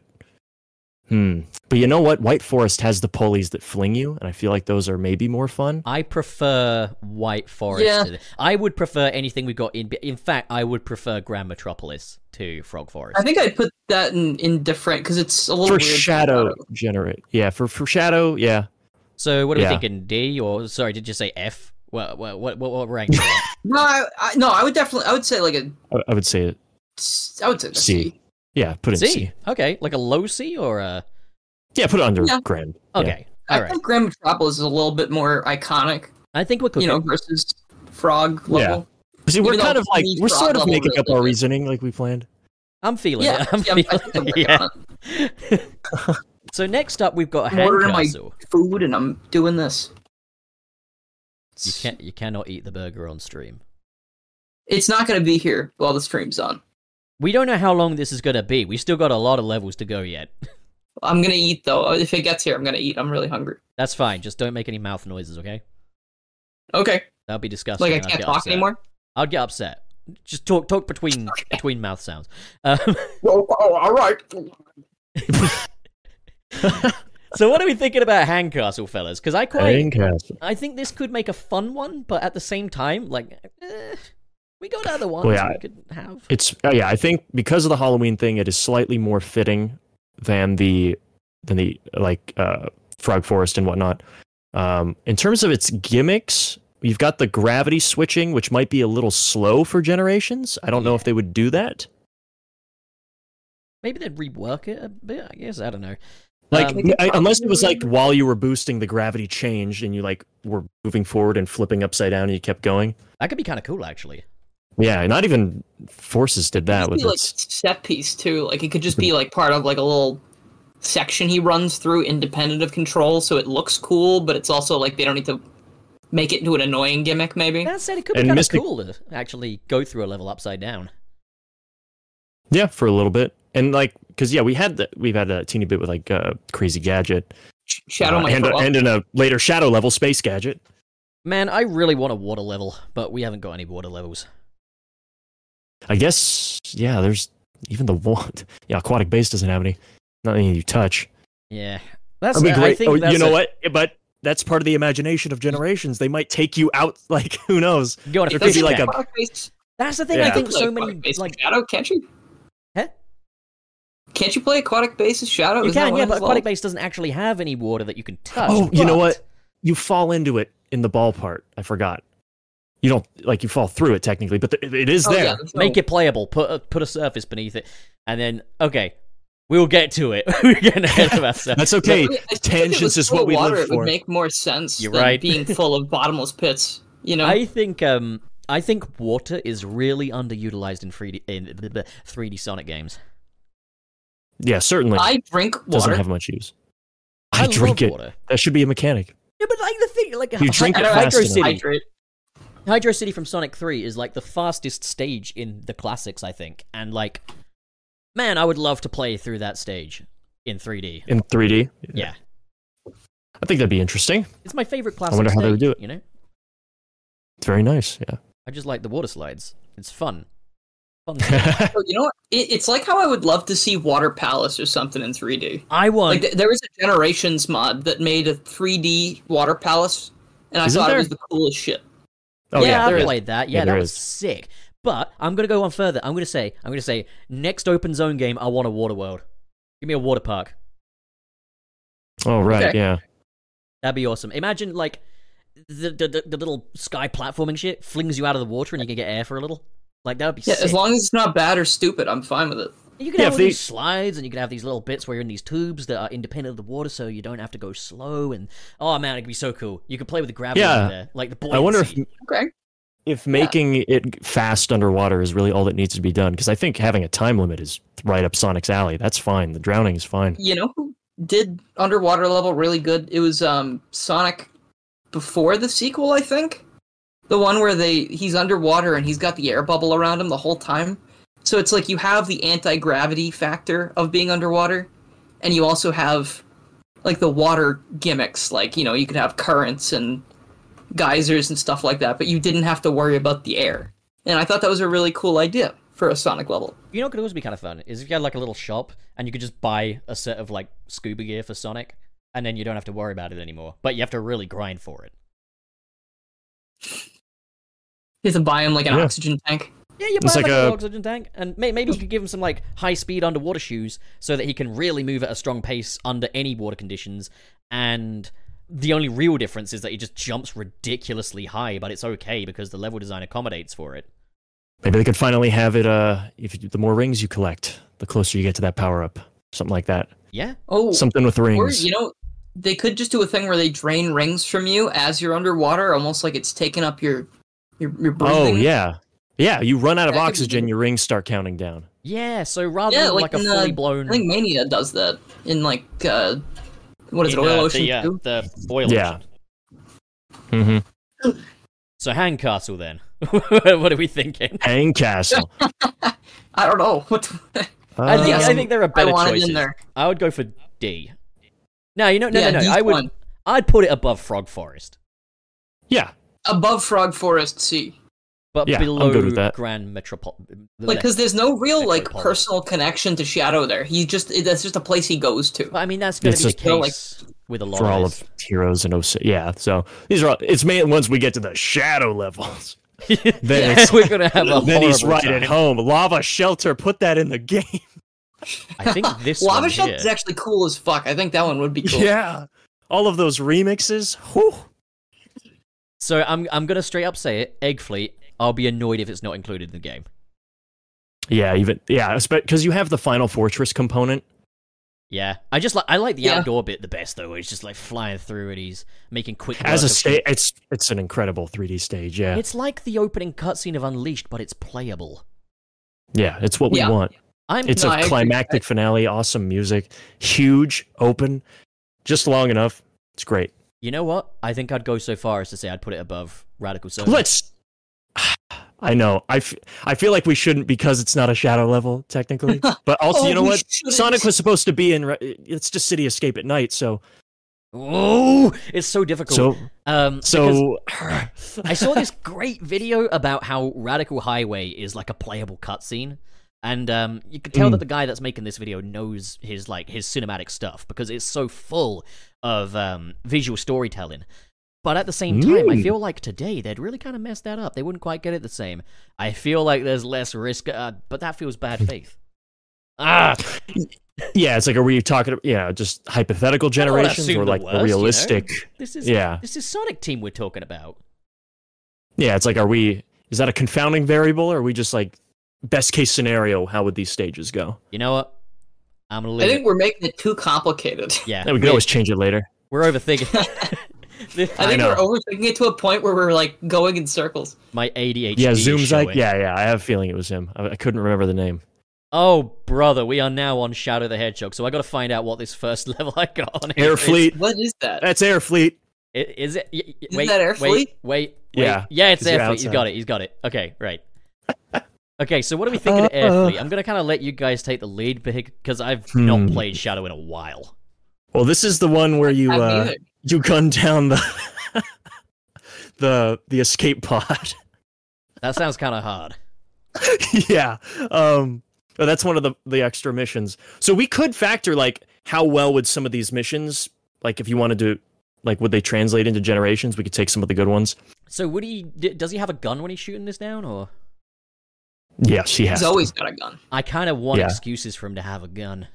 Hmm. But you know what? White Forest has the pulleys that fling you, and I feel like those are maybe more fun. I prefer White Forest. Yeah. to- I would prefer anything we got in. In fact, I would prefer Grand Metropolis to Frog Forest. I think I'd put that in, in different because it's a little For weird. shadow generate, yeah. For for shadow, yeah. So, what are Yeah. we thinking? D or sorry, did you say F? What what what what, what rank? is that? No, I, I, no, I would definitely. I would say like a. I, I would say it. s- I would say a C. C. Yeah, put it in C. C. Okay, like a low C or a Yeah, put it under Yeah. grand. Yeah. okay. I All right. think Grand Metropolis is a little bit more iconic, I think we're cooking. you know, versus Frog level. See, we're Even though kind of like Chinese we're frog sort of level making really up our good. reasoning like we planned. I'm feeling Yeah, it. I'm yeah, I think I'm feeling working (laughs) yeah. on So next up, we've got a I'm ordering my- handcastle. it. Food and I'm doing this. You can't. You cannot eat the burger on stream. It's not going to be here while the stream's on. We don't know how long this is gonna be. We still got a lot of levels to go yet. (laughs) I'm going to eat though. If it gets here, I'm going to eat. I'm really hungry. That's fine. Just don't make any mouth noises, okay? Okay. That'll be disgusting. Like I and I'd can't get talk upset. anymore. I'd get upset. Just talk talk between (laughs) between mouth sounds. Um, (laughs) Well, oh, all right. so what are we thinking about Handcastle, fellas? Because I quite Handcastle. I think this could make a fun one, but at the same time, like eh, we got other ones yeah. we could have. It's oh yeah, I think because of the Halloween thing, it is slightly more fitting than the than the like uh, Frog Forest and whatnot. Um, in terms of its gimmicks, You've got the gravity switching, which might be a little slow for generations. I don't know if they would do that. Maybe they'd rework it a bit. I guess I don't know. Like, Um, I, unless it was like while you were boosting, the gravity changed and you like were moving forward and flipping upside down and you kept going. That could be kind of cool, actually. Yeah, not even forces did that It'd with be, like this. set piece too. Like it could just be like part of like a little section he runs through independent of control, so it looks cool, but it's also like they don't need to make it into an annoying gimmick. Maybe That said, it could be And kind of Mystic- cool to actually go through a level upside down. Yeah, for a little bit, and like, cause yeah, we had the we've had a teeny bit with like uh, crazy gadget, Sh- Shadow uh, might and, throw up. and in a later shadow level space gadget. Man, I really want a water level, but we haven't got any water levels. I guess yeah, there's even the one. (laughs) Yeah, aquatic base doesn't have any. Not any you touch. Yeah, that's. That'd be I great. think Oh, that's you know a- what? But that's part of the imagination of generations. They might take you out. (laughs) Like who knows? Go on a There If could be fishing like a- trip. product based- That's the thing. I Yeah. think so like, many product based like shadow can't you? Huh? Can't you play aquatic bases shadow? you Isn't that can, one yeah, of but his aquatic levels? base doesn't actually have any water that you can touch. Oh, you know but- what? You fall into it in the ball part. I forgot. You don't like you fall through it technically, but th- it is Oh, there. yeah, there's no- Make it playable. Put a, put a surface beneath it, and then okay, we'll get to it. (laughs) We're getting (laughs) ahead of ourselves. That's okay. I think if it Tangents was is what full we water, live It for. would make more sense You're than right. being full of bottomless pits. You know, (laughs) I think um I think water is really underutilized in 3D in the- the 3D Sonic games. yeah, certainly. I drink doesn't water. have much use. I I, drink love it. water. That should be a mechanic. Yeah, but like the thing, like You drink I it don't fast Hydro enough. City, hydrate. Hydro City from Sonic 3 is like the fastest stage in the classics, I think. And like, man, I would love to play through that stage in 3D. in 3D. Yeah. I think that'd be interesting. It's my favorite classic wonder how they stage, would do it. You know? It's very nice. I just like the water slides. It's fun. (laughs) Fun. Yeah. Oh, you know, what? It, it's like how I would love to see Water Palace or something in 3D. I Like want. th- there was a Generations mod that made a 3D Water Palace, and I Isn't thought there- it was the coolest shit. oh yeah, there I is. played that. Yeah, Yeah, there that was is. sick. But I'm gonna go one further. I'm gonna say, I'm gonna say, next open zone game, I want a water world. Give me a water park. Oh right. Okay. Yeah. That'd be awesome. Imagine like the the, the, the little sky platforming shit flings you out of the water and you can get air for a little. Like that would be Yeah, sick. as long as it's not bad or stupid, I'm fine with it. you can Yeah, have if all they- these slides and you can have these little bits where you're in these tubes that are independent of the water, so you don't have to go slow. And oh man, it'd be so cool. You could play with the gravity Yeah. in there, like the buoyancy. I wonder if Okay. if making it fast underwater is really all that needs to be done because I think having a time limit is right up Sonic's alley. That's fine. The drowning is fine. You know who did underwater level really good? It was um Sonic before the sequel, I think. The one where they he's underwater and he's got the air bubble around him the whole time. So it's like you have the anti-gravity factor of being underwater and you also have like the water gimmicks like, you know, you could have currents and geysers and stuff like that, but you didn't have to worry about the air. And I thought that was a really cool idea for a Sonic level. You know what could always be kind of fun is if you had like a little shop and you could just buy a set of like scuba gear for Sonic, and then you don't have to worry about it anymore. But you have to really grind for it. You have to buy him like an Yeah. oxygen tank. Yeah, you buy It's like, like a little a- oxygen tank, and may- maybe you could give him some like high speed underwater shoes so that he can really move at a strong pace under any water conditions. And the only real difference is that he just jumps ridiculously high, but it's okay because the level design accommodates for it. Maybe they could finally have it. Uh, if you, the more rings you collect, the closer you get to that power up. Something like that. Yeah, Oh, Something with Or rings. you know, they could just do a thing where they drain rings from you as you're underwater, almost like it's taking up your your, your oh breathing. yeah, yeah. You run out of That could be oxygen, good. your rings start counting down. yeah. So rather Yeah, than like like, a in, uh, fully blown, I think Mania does that in like uh, what is in, it, Oil uh, Ocean the, uh, 2? the oil Yeah. ocean. Mm-hmm. So Handcastle then. (laughs) what are we thinking? Hang castle. Uh, I don't know. (laughs) What the- (laughs) I think yes, I think there are I better wanted choices. in there. I would go for D. No, you know, no, Yeah, no, no. D's I would. fine. I'd put it above Frog Forest, yeah. Above Frog Forest C. but Yeah, I'm below good with that. Grand Metropolitan. Like, because there's no real like Metropolitan. personal connection to Shadow there. He just it- that's just a place he goes to. I mean, that's going to It's be the just- No, like, case with a lot for all this. of heroes and OC. Yeah, so these are all, it's mainly once we get to the shadow levels. then (laughs) Yeah, it's, we're going to have a then he's horrible right time. at home. Lava shelter, put that in (laughs) the game. I think this Lava one Shelter is here- actually cool as fuck. I think that one would be cool. Yeah, all of those remixes. Whew. So I'm I'm gonna straight up say it, Egg Fleet. I'll be annoyed if it's not included in the game. Yeah, even yeah, because you have the Final Fortress component. Yeah, I just like I like the Yeah. outdoor bit the best though. Where he's just like flying through and he's making quick. As work a of stage, shit. it's it's an incredible 3D stage. Yeah, It's like the opening cutscene of Unleashed, but it's playable. yeah, it's what we Yeah. want. I'm It's No, I a agree. climactic finale, awesome music, huge, open, just long enough. It's great. You know what? I think I'd go so far as to say I'd put it above Radical Soul. Let's. (sighs) I know. I, f- I feel like we shouldn't because it's not a shadow level technically. But also, Oh, you know we what? shouldn't. Sonic was supposed to be in. Re- it's just City Escape at night. So Oh, it's so difficult. so um, because so. (sighs) I saw this great video about how Radical Highway is like a playable cutscene, and um, you could tell Hmm. that the guy that's making this video knows his like his cinematic stuff because it's so full of um, visual storytelling. But at the same time, I Mm. feel like today they'd really kind of messed that up. They wouldn't quite get it the same. I feel like there's less risk, uh, but that feels (laughs) bad faith. Ah, Yeah, it's like are we talking? Yeah, just hypothetical don't wanna generations assume or the like worst, you know? realistic? this is Yeah, this is Sonic Team we're talking about. yeah. It's like are we? Is that a confounding variable? or Are we just like best case scenario? How would these stages go? You know what? I'm gonna I leave think it. we're making it too complicated. (laughs) Yeah, And we could always change it later. we're (laughs) overthinking. This- I I think know. we're overthinking it to a point where we're like going in circles. (laughs) My ADHD. Yeah, is Zoom's like, showing. yeah, yeah. I have a feeling it was him. I, I couldn't remember the name. Oh, brother, we are now on Shadow the Hedgehog, so I gotta find out what this first (laughs) level I got on here Air is. Fleet. What is that? That's Air Fleet. I- Is it? y- y- Isn't wait, that Air wait, Fleet? Wait, wait. Yeah, Yeah, it's 'cause you're Air Fleet. He's outside. got it. He's got it. Okay, right. Okay, so what are we thinking of Air Uh, Fleet? I'm gonna kind of let you guys take the lead because I've not Hmm. played Shadow in a while. Well, this is the one where you I've uh, neither. you gun down the (laughs) the the escape pod. (laughs) That sounds kind of hard. yeah. Um but that's one of the the extra missions. So we could factor like how well would some of these missions like if you wanted to like would they translate into generations? We could take some of the good ones. So, would he? d- Does he have a gun when he's shooting this down, or? Yes, he has. He's to. always got a gun. I kind of want Yeah. excuses for him to have a gun.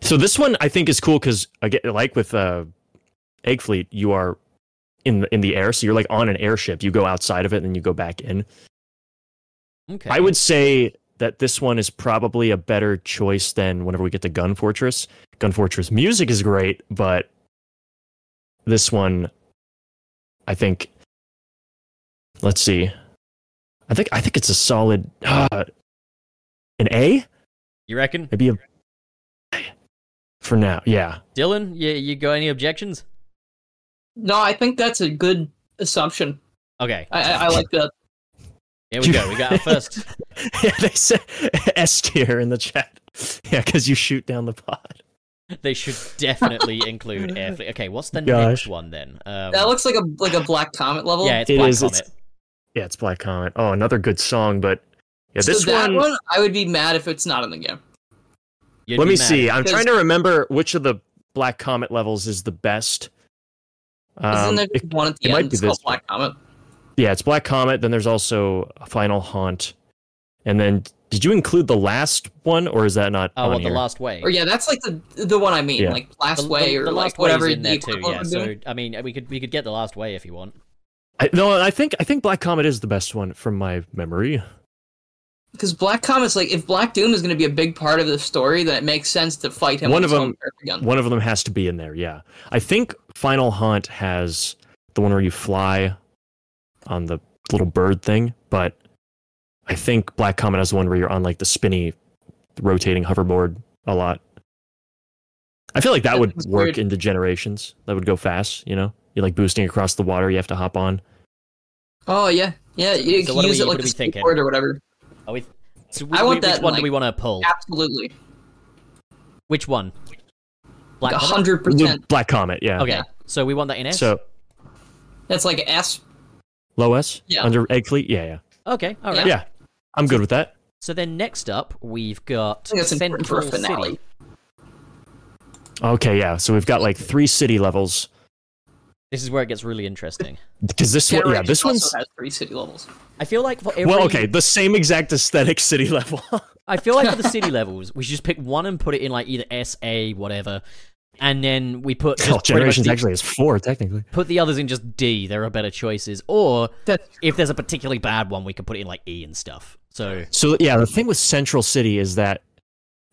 So this one I think is cool because again, like with uh, Egg Fleet, you are in the, in the air, so you're like on an airship. You go outside of it, and then you go back in. Okay. I would say that this one is probably a better choice than whenever we get to Gun Fortress. Gun Fortress music is great, but this one, I think. Let's see. I think I think it's a solid uh, an A, You reckon, maybe a for now. Yeah. Dylan? You you got any objections? No, I think that's a good assumption. Okay. I, I, I like that. Here (laughs) we go. We got our first. yeah, they said (laughs) S tier in the chat. (laughs) Yeah, because you shoot down the pod. They should definitely include air fleet. Okay, what's the next Gosh. one then? Um, That looks like a like a black comet level. yeah, it's It Black is, Comet. it's- Yeah, it's Black Comet. Oh, another good song, but yeah, so this that one. one, I would be mad if it's not in the game. You'd let be me mad. see. I'm Because- trying to remember which of the Black Comet levels is the best. Isn't Um, there it- just one at the it might end? be It's called this Black Comet. yeah, it's Black Comet. Then there's also Final Haunt, and then did you include the last one, or is that not? Oh, on what, the here? last way. Or yeah, that's like the the one I mean, Yeah. like The- last the- way or the like last whatever way in the there too. Yeah. equivalent would So be. I mean, we could we could get the last way if you want. I, no, I think I think Black Comet is the best one from my memory. Because Black Comet's like if Black Doom is going to be a big part of the story, then it makes sense to fight him. One with of his 'em- own perfect gun. One of them has to be in there. Yeah, I think Final Haunt has the one where you fly on the little bird thing, but I think Black Comet has the one where you're on like the spinny, rotating hoverboard a lot. I feel like that That would sounds work weird. into generations. That would go fast. You know, you're like boosting across the water. You have to hop on. Oh yeah, yeah. You So can what are use we- it what like are a we thinking? skateboard or whatever. Are we? So we, I want we- that which in, one do like- we want to pull? Absolutely, Which one? Black like Comet? hundred percent. Black Comet. Yeah. Okay, yeah. so we want that in S. So That's like S. low S Yeah. under Egg Fleet. Yeah. Yeah. okay, all Yeah. right. Yeah. I'm good with that. So then next up we've I got think that's important for Central a finale. City. Okay. Yeah. So we've got like three city levels. This is where it gets really interesting. Because this one, yeah, Generations this also one's has three city levels. I feel like for every, Well, okay, the same exact aesthetic city (laughs) level. (laughs) I feel like for the city levels, we should just pick one and put it in like either S A whatever, and then we put just Oh, pretty much generations the- actually is four technically. put the others in just D. There are better choices, or That's if there's a particularly bad one, we could put it in like E and stuff. So So yeah, the thing with Central City is that,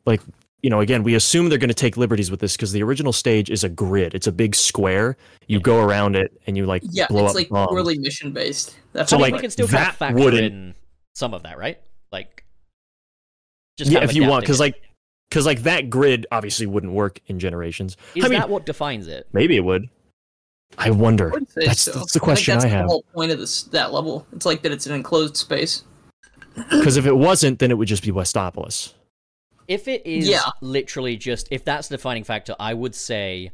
like, you know, again, we assume they're going to take liberties with this because the original stage is a grid. It's a big square. You go around it and you like yeah, blow it's up like bombs. poorly mission based. That's So, I what mean, like, we can still kind of that factor wouldn't- in some of that, right? Like, just yeah, kind of if you adapting want, because it. like, because like that grid obviously wouldn't work in generations. is I mean, that what defines it? maybe it would. I wonder. I would say That's, so. that's I the think question that's I the have. whole point of this that level. It's like that it's an enclosed space. Because if it wasn't, then it would just be Westopolis. If it is Yeah. literally just if that's the defining factor, I would say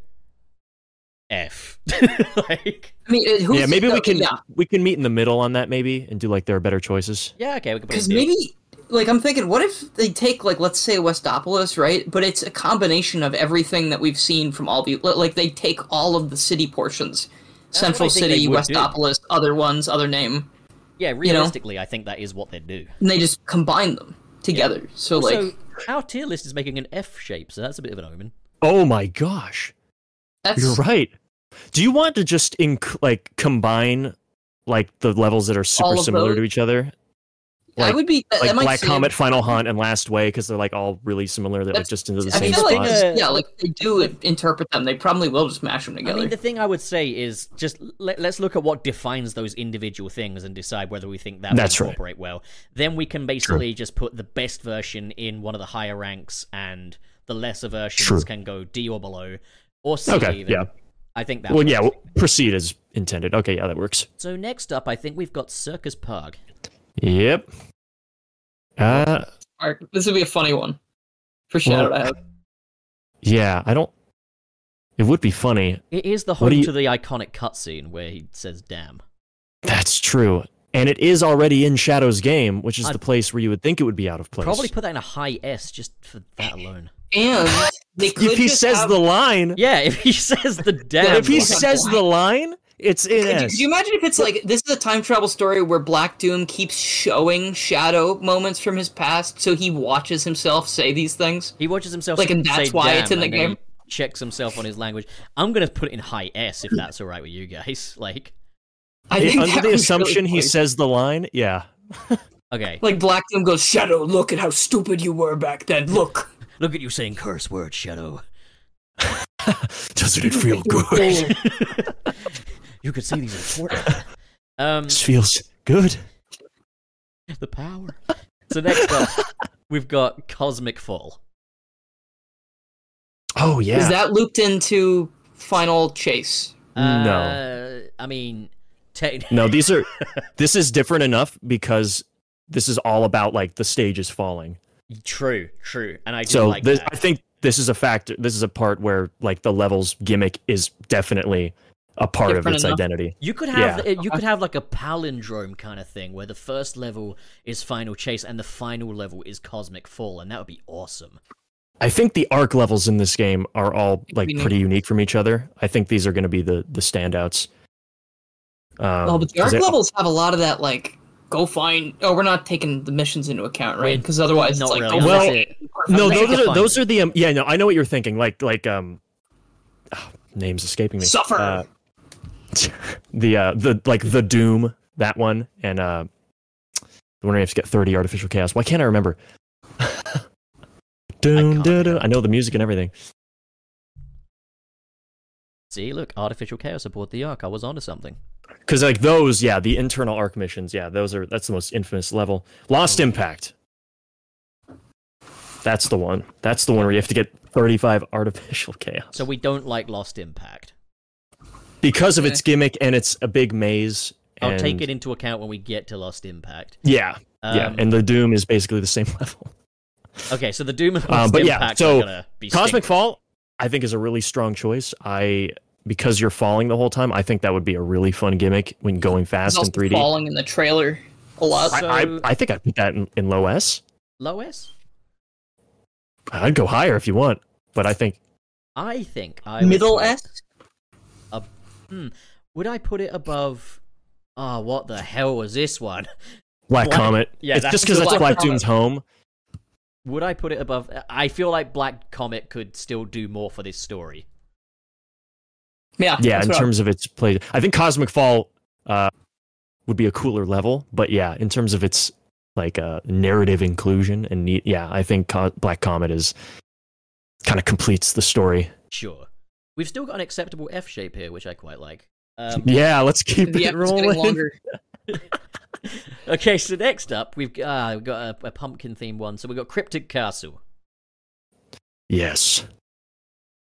F. (laughs) like, I mean, it, who's, yeah, maybe we no, can Yeah, we can meet in the middle on that maybe and do like there are better choices. yeah, okay, we can put it because in D. maybe like I'm thinking, what if they take like let's say Westopolis, right? But it's a combination of everything that we've seen from all the li- like they take all of the city portions, That's what I Central think they City, would do. Westopolis, other ones, other name, Yeah, realistically, I think that is what they do. and they just combine them together. So Also, like our tier list is making an F shape, so that's a bit of an omen. Oh my gosh. that's You're right. Do you want to just inc- like combine like the levels that are All super of similar those? to each other? I Like- would be that, Like that might Black seem- Comet, Final Hunt, and Last Way, because they're like all really similar. They're like That's- just into the I same feel spot. like spots. this- yeah, like they do interpret them. They probably will just mash them I together. mean, the thing I would say is just let, let's look at what defines those individual things and decide whether we think that That's will right. incorporate well. Then we can basically just put the best version in one of the higher ranks, and the lesser versions True. can go D or below or C. Okay, even. yeah. I think that. well, works. yeah, well, proceed as intended. Okay, yeah, that works. So next up, I think we've got Circus Park. Yep. Uh, Alright, this would be a funny one for Shadow to have. yeah, I don't. It would be funny. It is the What do home you- to the iconic cutscene where he says "damn." That's true. And it is already in Shadow's game, which is I- the place where you would think it would be out of place. Probably put that in a high S just for that alone. (laughs) And they could if he just says have- the line, Yeah, (laughs) if he (laughs) says the damn. if he Black- line- says the line, it's in Could you, S. could you imagine if it's like this is a time travel story where Black Doom keeps showing Shadow moments from his past, so he watches himself say these things? He watches himself Like, and say that's why damn, it's in the and then game. he Checks himself on his language. I'm gonna put it in high S if that's all right with you guys. (laughs) Like, I If- think that under the was assumption really funny. he says the line, yeah. okay, like Black Doom goes, Shadow, look at how stupid you were back then. (laughs) Look, look at you saying curse word shadow. Doesn't it feel good? You could see these in Fortnite. (laughs) Um, this feels good. the power. So (laughs) next up, we've got Cosmic Fall. Oh yeah. is that looped into Final Chase? Uh, No. I mean, technically, no, these are. This is different enough because this is all about like the stage is falling. (laughs) true, true, and I do So like this, that. I think this is a factor. This is a part where like the levels gimmick is definitely a part Different of its enough. identity. You could have uh, you could have like a palindrome kind of thing where the first level is Final Chase and the final level is Cosmic Fall, and that would be awesome. I think the arc levels in this game are all like we need- pretty unique from each other. I think these are going to be the the standouts. Um, Well, Oh, but the arc 'cause they- levels have a lot of that, like, go find. Oh, we're not taking the missions into account, right? We're Because otherwise, not it's like, really. go Well, find- That's no, I'm those trying are to those find are the um, yeah. No, I know what you're thinking. Like like um, ah, names escaping me. suffer. Uh, (laughs) the uh the like the Doom that one and uh, the one where you have to get thirty artificial chaos. Why can't I remember? (laughs) Doom, Iconic. da, da. I know the music and everything. See, look, artificial chaos aboard the Ark. I was onto something. Because like those, yeah, the internal arc missions, yeah, those are that's the most infamous level. Oh, Lost Impact. That's the one. That's the one where you have to get 35 artificial (laughs) chaos. So we don't like Lost Impact. because of its gimmick and it's a big maze. I'll and- take it into account when we get to Lost Impact. Yeah, yeah, Um, and the Doom is basically the same (laughs) level. okay, so the Doom and Um, Lost but yeah, Impact so are gonna be Cosmic stink- Fall, I think, is a really strong choice. I because you're falling the whole time, I think that would be a really fun gimmick when going It's fast in also 3D. falling in the trailer a lot. I, I, So- I think I put that in, in low S. low S. I'd go higher if you want, but I think I think I would Middle put- S? ab- hmm, would I put it above? Ah, what the hell was this one? (laughs) Black Black- Comet. yeah, it's that's- just because Black that's Black Comet. Doom's home. Would I put it above? I feel like Black Comet could still do more for this story. Yeah. yeah that's in what I- terms of its play i think cosmic fall uh, would be a cooler level but yeah in terms of its like uh, narrative inclusion and neat yeah i think Co- black comet is kind of completes the story Sure. We've still got an acceptable F shape here, which I quite like. Um, yeah let's keep the (laughs) it episode's getting rolling longer. okay, so next up, we've uh, we've got a, a pumpkin themed one. So we've got Cryptic Castle. yes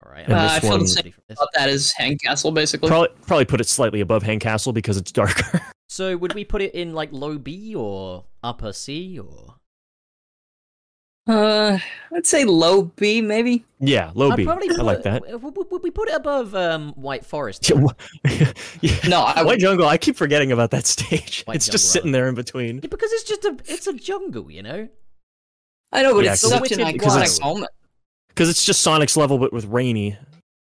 All right. And Uh, this I feel one- the same about that as Hank Castle, basically. probably probably put it slightly above Hank Castle because it's darker (laughs) So would we put it in like low B or upper C or? Uh, I'd say low B, maybe. yeah low I'd B. I probably put- like that w- w- Would we put it above um, White Forest? (laughs) Yeah, wha- yeah. No, I White Jungle. I keep forgetting about that stage. White it's just Jungle, sitting uh, there in between. Yeah, because it's just a it's a jungle, you know. I know, but Yeah, it's 'cause such an it's- 'cause iconic it's- moment. Because it's just Sonic's level, but with rainy.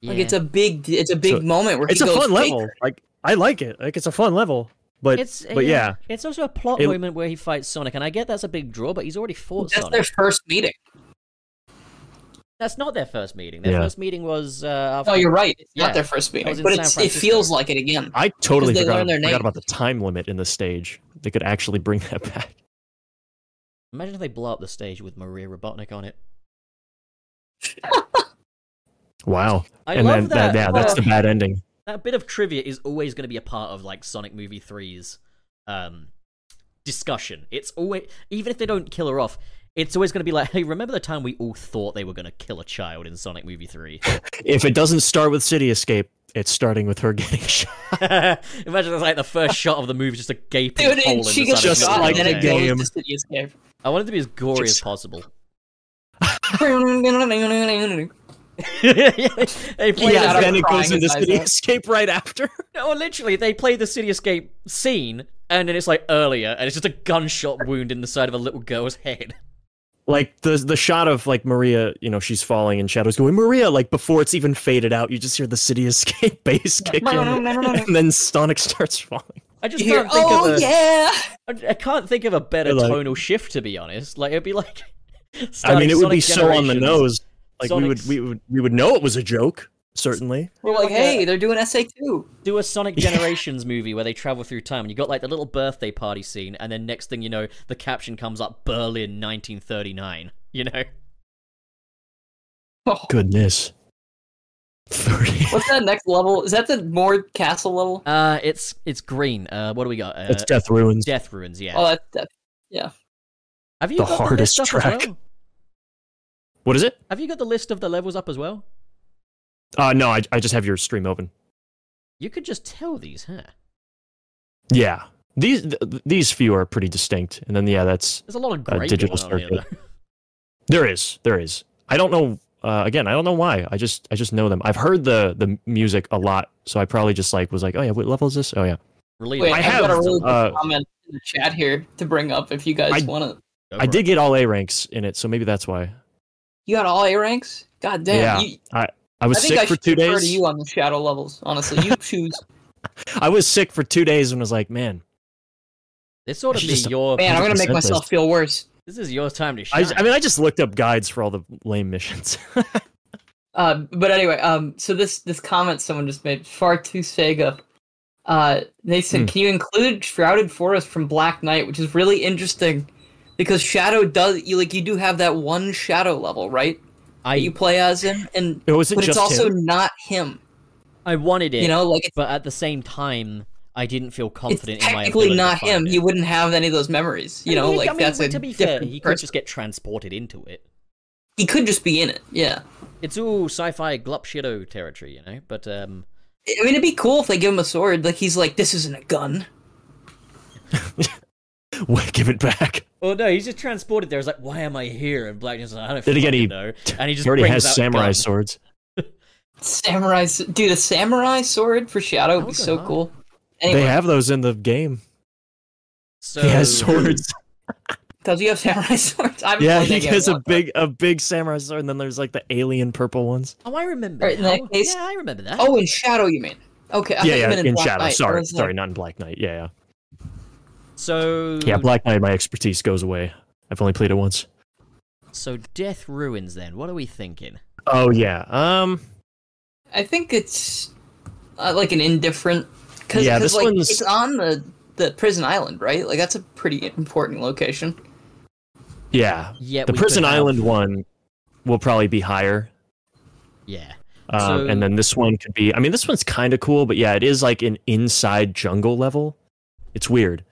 Like Yeah. it's a big, it's a big So, moment where It's he a goes fun fake. level. Like I like it. Like it's a fun level. But It's- but yeah. it's also a plot It- moment where he fights Sonic, and I get that's a big draw, but he's already fought That's Sonic. their first meeting. That's not their first meeting. Their Yeah. first meeting was uh, after No, Oh, you're right. It's Yeah. not their first That was meeting, in but San it's, it Francisco. feels like it again. I totally 'Cause they forgot, learn their forgot names. about the time limit in the stage. They could actually bring that (laughs) back. Imagine if they blow up the stage with Maria Robotnik on it. Wow. I and love then that. that. yeah, that's the bad ending. That bit of trivia is always going to be a part of like Sonic Movie 3's um, discussion. It's always even if they don't kill her off, it's always going to be like, hey, remember the time we all thought they were going to kill a child in Sonic Movie 3? If it doesn't start with City Escape, it's starting with her (laughs) getting shot. (laughs) Imagine that's like the first shot of the movie, is just a gaping Dude, hole in and the she gets Sonic Just shot, like and then the it game. game. goes to City Escape. I want it to be as gory as Just- possible. (laughs) they play Yeah, the- I don't- then it crying goes into as I City said. Escape right after. (laughs) No, literally, they play the City Escape scene, and then it's like earlier, and it's just a gunshot wound in the side of a little girl's head. like the the shot of like Maria, you know, she's falling and Shadow's going Maria. Like before it's even faded out, you just hear the city escape (laughs) bass kicking, (laughs) and then Sonic starts falling. I just You hear, can't think oh of a, yeah! I- I can't think of a better Like- tonal shift to be honest. Like it'd be (laughs) like I mean, it would Sonic be so on the Generations. nose. Like we would Sonic's- we would we would know it was a joke. Certainly, We're like, hey, they're doing SA two. Do a (laughs) Sonic Generations movie where they travel through time, and you got like the little birthday party scene, and then next thing you know, the caption comes up Berlin 1939. (laughs) You know, goodness. (laughs) Thirty. Oh, What's that next level? Is that the more castle level? uh, it's it's green. Uh, what do we got? Uh, It's Death Ruins. Death ruins. Yeah. Oh, that, that Have you the got the hardest list up as track. well? What is it? Have you got the list of the levels up as well? Uh no, I I just have your stream open. You could just tell these, huh? Yeah, these th- th- these few are pretty distinct, and then yeah, that's There's a lot of Uh, great digital going on here, circuit. though. There is, there is. I don't know. Uh, again, I don't know why. I just, I just know them. I've heard the the music a lot, so I probably just like was like, oh yeah, what level is this? Oh yeah. Really, wait, I I have, have got a really good uh, comment in the chat here to bring up if you guys I- want to. Go I for did get all A ranks in it, so maybe that's why. You got all A ranks? God damn! Yeah. you, I I was think sick I for should two refer to days. you on the shadow levels. Honestly, (laughs) you choose. I was sick for two days and was like, man, it. This sort of (laughs) It's be just a- your. Man, I'm gonna 100% make myself feel worse. This is your time to I, shine. j- I mean, I just looked up guides for all the lame missions. (laughs) Uh, but anyway, um, so this this comment someone just made far too Sega. Uh, they said, Hmm. "Can you include Shrouded Forest from Black Knight?" Which is really interesting because Shadow does you like you do have that one Shadow level, right? I, That you play as him, and it wasn't but it's just also him. not him. I wanted it, You know, like but at the same time, I didn't feel it's, confident it's in my technically ability to not find him. It. You wouldn't have any of those memories. You I know, mean, like I mean, that's a to be fair, different he could person. just get transported into it. He could just be in it. Yeah. It's all sci-fi glup shadow territory, you know. But um, I mean, it'd be cool if they give him a sword. Like he's like, this isn't a gun. Give it back. well, oh, no, he's just transported there. It's like, why am I here? And Black just like, I don't Then again, fucking he- know. And he just He already brings has out a samurai gun. swords. Samurai, s- dude, a samurai sword for Shadow would That be would so go hard. cool. Anyway, They have those in the game. So He has swords. (laughs) does he have samurai (laughs) swords? I haven't yeah, played he that game has in a long time. big, a big samurai sword, and then there's like the alien purple ones. Oh, I remember. Alright, in that now. case- yeah, I remember that. Oh, in Shadow, you mean? Okay, I yeah, thought you yeah, meant in, in, Black Shadow. Knight. uh, Where Sorry, is that? sorry, not in Black Knight. Yeah, yeah. so Hmm. Yeah, Black Knight, my expertise goes away. I've only played it once. So death ruins. Then what are we thinking? Oh yeah. Um I think it's uh, like an indifferent because Yeah, this like one's- it's on the the prison island, right? Like that's a pretty important location. Yeah. Yeah, the we Prison could have- Island one will probably be higher. Yeah. Um, So- and then this one could be. I mean, this one's kind of cool, but yeah, it is like an inside jungle level. It's weird.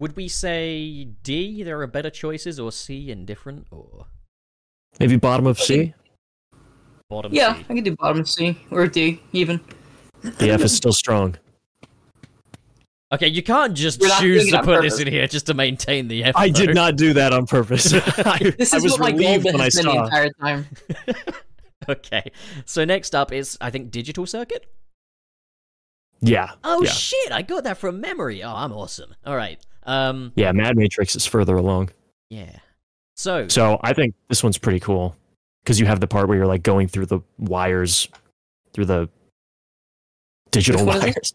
Would we say D? There are better choices, or C? Indifferent, or Maybe bottom (laughs) of C. bottom? Yeah, C? I could do bottom C or D even. The F is still strong. Okay, you can't just We're not choose doing it to on put this purpose. in here just to maintain the F. I though. did not do that on purpose. (laughs) I, This I is was what my goal has relieved been when I the saw. entire time. (laughs) Okay. So next up is I think digital circuit. Yeah. Oh yeah. shit! I got that from memory. Oh, I'm awesome. All right. Um. yeah. Mad Matrix is further along. Yeah. So, So I think this one's pretty cool because you have the part where you're like going through the wires, through the digital Which one is wires.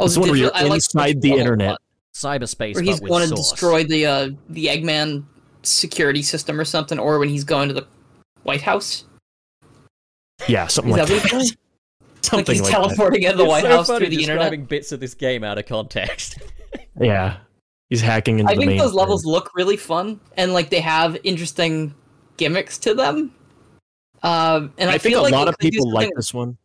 Oh, This one where digital- you're I like oh, inside the digital a lot, internet. cyberspace, where he's but with going to source. destroy the uh, the Eggman security system or something, or when he's going to the White House. Yeah, something like that what that. it is? Like (laughs) Something he's like, that. teleporting out of the It's White so House funny through the describing internet. bits of this game out of context. (laughs) Yeah. He's hacking into I the think main. those levels thing. look really fun, and like they have interesting gimmicks to them. Um, and I, I, think feel a like lot they of could do people like something- this one.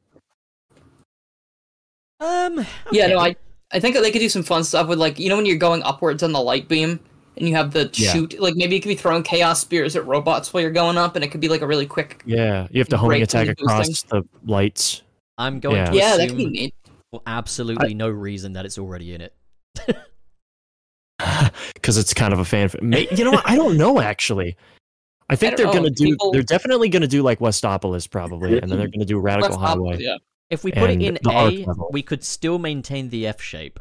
um. Yeah, no, okay. I I think they could do some fun stuff with like you know when you're going upwards on the light beam and you have the Yeah. shoot like maybe you could be throwing chaos spears at robots while you're going up, and it could be like a really quick. Yeah, you have to homing Break attack through those across the lights. I'm going Yeah. to Yeah, that could assume be neat. for absolutely no reason that it's already in it. because it's kind of a fan. ma- You know what? I don't know actually. I think I they're don't know. gonna do. People- They're definitely gonna do like Westopolis probably, and then they're gonna do Radical Let's not- Highway. yeah. If we put it And in the arc A, level. we could still maintain the F shape.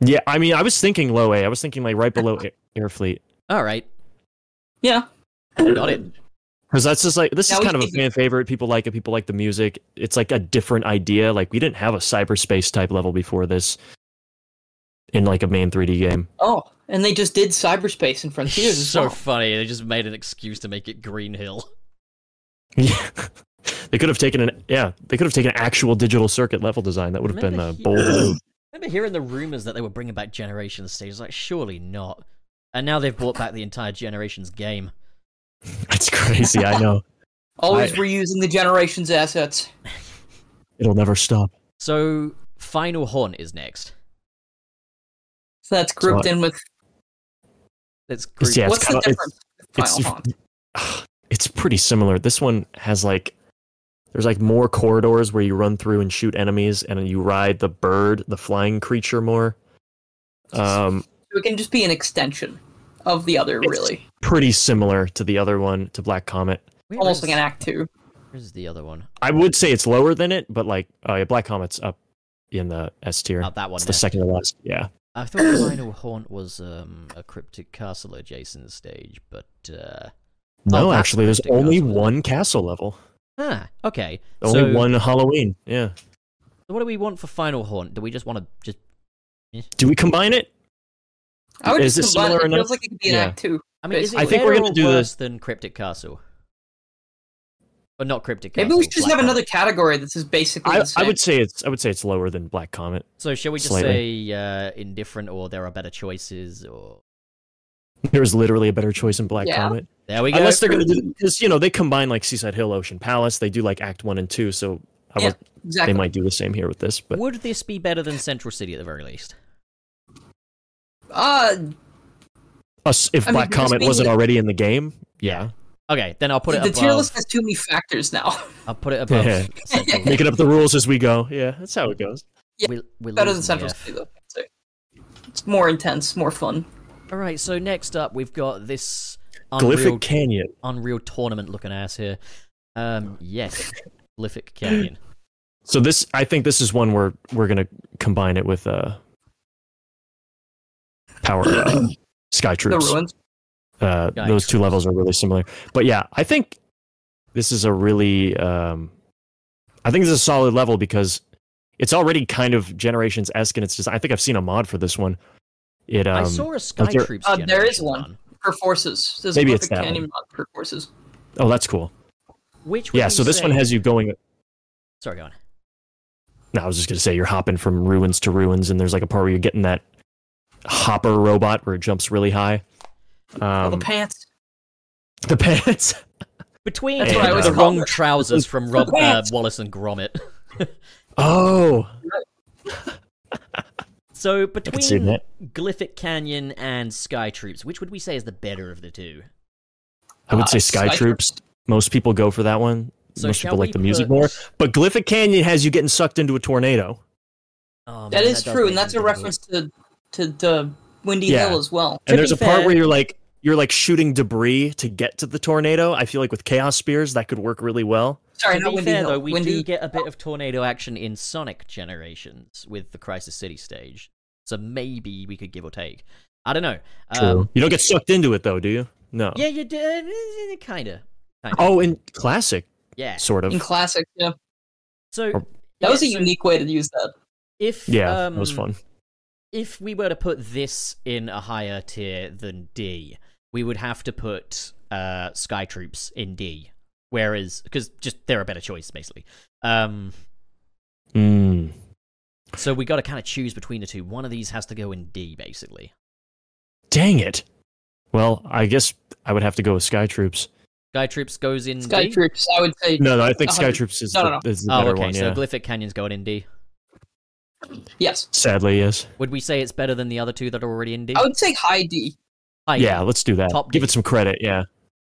Yeah, I mean, I was thinking low A. I was thinking like right (laughs) below Air- Airfleet All (clears throat) right, Yeah. got it. because that's just like this Now is we kind of a can- fan favorite. People like it. People like the music. It's like a different idea. Like we didn't have a cyberspace type level before this in like a main 3D game. Oh, and they just did cyberspace in (laughs) Frontiers as so well. funny. They just made an excuse to make it Green Hill. (laughs) Yeah. They could have taken an yeah. They could have taken an actual digital circuit level design. That would have been Remember a he- bold move. (clears throat) remember hearing the rumors that they were bringing back Generations stage. Like, surely not. And now they've brought back the entire Generations game. (laughs) That's crazy. I know. Always I- reusing the generation's assets. It'll never stop. So, Final Horn is next. So that's grouped So- in with Let's group. yeah, it's what's the kinda- it's- difference? with it's- Final Hunt? (sighs) It's pretty similar. This one has like there's like more corridors where you run through and shoot enemies and you ride the bird, the flying creature more. Um So it can just be an extension of the other, It's- really. pretty similar to the other one, to Black Comet. Where Almost is- like an Act Two. Where's the other one? I would say it's lower than it, but like oh yeah, Black Comet's up in the S tier. Oh, that one. it's the there. second to last. Yeah. I thought (coughs) Final Haunt was um, a cryptic castle adjacent stage, but uh, No, Oh, that's actually there's pretty only awesome. one castle level. ah, okay. Only so, one Halloween. Yeah. What do we want for Final Haunt? Do we just want to just? Do we combine it? I would Is just it combine similar it enough? feels like it could be an Yeah. Act Two. I mean, is it I think we're better gonna or do the- worse than Cryptic Castle, but not Cryptic Castle. Maybe we should just Black have another Comet. category that's just basically I, the same. I would say it's I would say it's lower than Black Comet. So, shall we just Slightly. say uh, indifferent, or there are better choices, or There is literally a better choice in Black Yeah. Comet. there we go. Unless they're going to do because you know they combine like Seaside Hill, Ocean Palace. They do like Act One and Two, so I Yeah, would, they exactly. might do the same here with this. But Would this be better than Central City at the very least? Uh, us, if I mean, Black because Comet being wasn't the- already in the game, yeah, Okay, then I'll put it the tier above. list has too many factors now. (laughs) I'll put it above. Central. making up the rules as we go. Yeah, that's how it goes. Yeah, We're- we're Better losing than the Central F. City, though. I'd say. It's more intense, more fun. All right, so next up we've got this Unreal, Glyphic Canyon. Unreal tournament looking ass here. Um, (laughs) yes, Glyphic Canyon. So this, I think this is one where we're going to combine it with uh, Power (clears throat) uh, Sky Troops. The ruins. uh, Guy those two Troops. levels are really similar. But yeah, I think this is a really, um, I think this is a solid level because it's already kind of generations esque in its design. I think I've seen a mod for this one. It I um, saw a Sky there- Troops. Uh, there is Generation one. Per forces. There's Maybe a it's perfect that canyon mod per forces. oh, that's cool. Which would Yeah, you so this one say- has you going. Sorry, go on. No, I was just gonna say you're hopping from ruins to ruins, and there's like a part where you're getting that hopper robot where it jumps really high. All Um, Oh, the pants. the pants. (laughs) Between That's what I always the call wrong her. (laughs) trousers from Rob uh, pants. Wallace and Gromit. Oh, So I can see between that. Glyphic Canyon and Sky Troops, which would we say is the better of the two? I would Uh, say Sky, Sky Troops. Most people go for that one. So Most shall people we like the music put- more. But Glyphic Canyon has you getting sucked into a tornado. Oh, man, That is does true, make and that's a things reference to to, to Windy Yeah. Hill as well. To and there's be a part fair- where you're like you're like shooting debris to get to the tornado. I feel like with chaos spears that could work really well. Sorry, difficult. not To be Windy fair, Hill. though, we Windy. do get a bit of tornado action in Sonic Generations with the Crisis City stage, so maybe we could give or take. I don't know. Um, you don't get sucked into it though, do you? No. yeah, you did, kind of. Oh, in classic, Yeah. sort of. in classic, yeah. So Or- That was a yeah, so Mm, unique way to use that. If yeah, um, that was fun. if we were to put this in a higher tier than D, we would have to put uh, Sky Troops in D. Whereas, because just they're a better choice, basically. Um, Mm. so we got to kind of choose between the two. One of these has to go in D, basically. Dang it. Well, I guess I would have to go with Sky Troops. Sky Troops goes in Sky D. Troops, I would say. No, no, I think Sky 100 Troops is No, the, no, Is the Oh, better okay. one. so Yeah. Glyphic Canyon's going in D. Yes, Sadly, yes. Would we say it's better than the other two that are already in D? I would say high D. Hi. yeah, let's do that. Top Give D. it some credit. Yeah.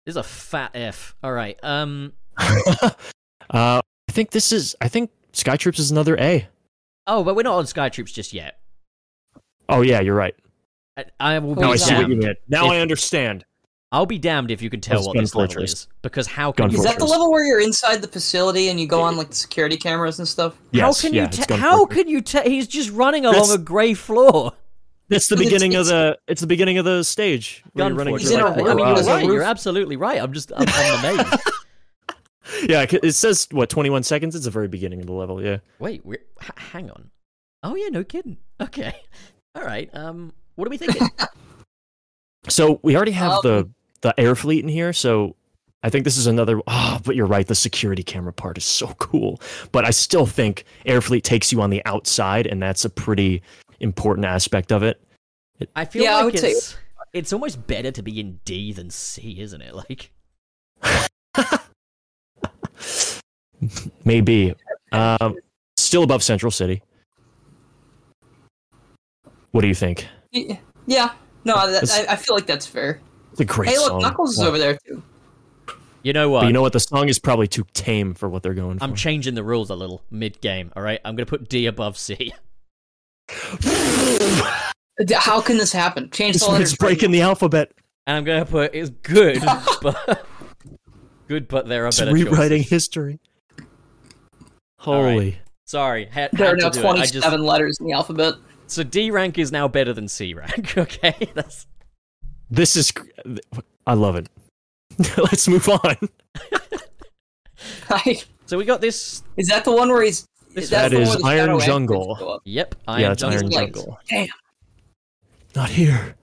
This is a fat F. All right. Um. uh, I think this is. I think Sky Troops is another A. Oh, but we're not on Sky Troops just yet. Oh yeah, you're right. I, I will be No, Now I see what damned. you meant. Now If- I understand. I'll be damned if you can tell It's what Gun this level Fortress. is. Because how Gun can you Is that the Fortress. level where you're inside the facility and you go on like the security cameras and stuff? Yes, how can yeah, you it's tell? Gun How Fortress. can you tell? He's just running That's- along a grey floor. That's the But it's- beginning of it's- the. It's the beginning of the stage. where Gun you're running Fortress. He's through, in a like, the room. I mean, Wow. you're garage. right. You're Roof. absolutely right. I'm just I'm, I'm amazed. (laughs) Yeah, c- it says what 21 seconds. It's the very beginning of the level. Yeah. Wait, we're, h- hang on. Oh yeah, no kidding. Okay, (laughs) all right. Um, what are we (laughs) thinking? So we already have Um, the the air fleet in here. So I think this is another. Ah, but you're right. The security camera part is (laughs) so cool. But I still think air fleet takes you on the outside, and that's a pretty important aspect of it. I feel Yeah, I like would say- it's it's almost better to be in D than C, isn't it? Like, Maybe. Um, still above Central City. What do you think? Y- Yeah. No, that, It's- I, I feel like that's fair. It's a great Hey, look, song. Knuckles is Yeah. over there too. you know what? But you know what? The song is probably too tame for what they're going for. I'm changing the rules a little mid game. All right, I'm gonna put D above C. (laughs) D- How can this happen? Change This the letters. one's breaking the alphabet. And I'm gonna put it's (laughs) good, but good, but there are It's better rewriting choices. history. right. Holy. Sorry, had, There are had now to do it. I 27 just letters in the alphabet. (laughs) so D rank is now better than C rank. (laughs) Okay, that's This is. cr- I love it. (laughs) Let's move on. Like, so we got this. is that the one where he's? This that's That the one is where the Iron shadow actors Jungle. go up? Yep, Iron yeah, it's Jungle. Iron Lights. Jungle. Damn, Not here.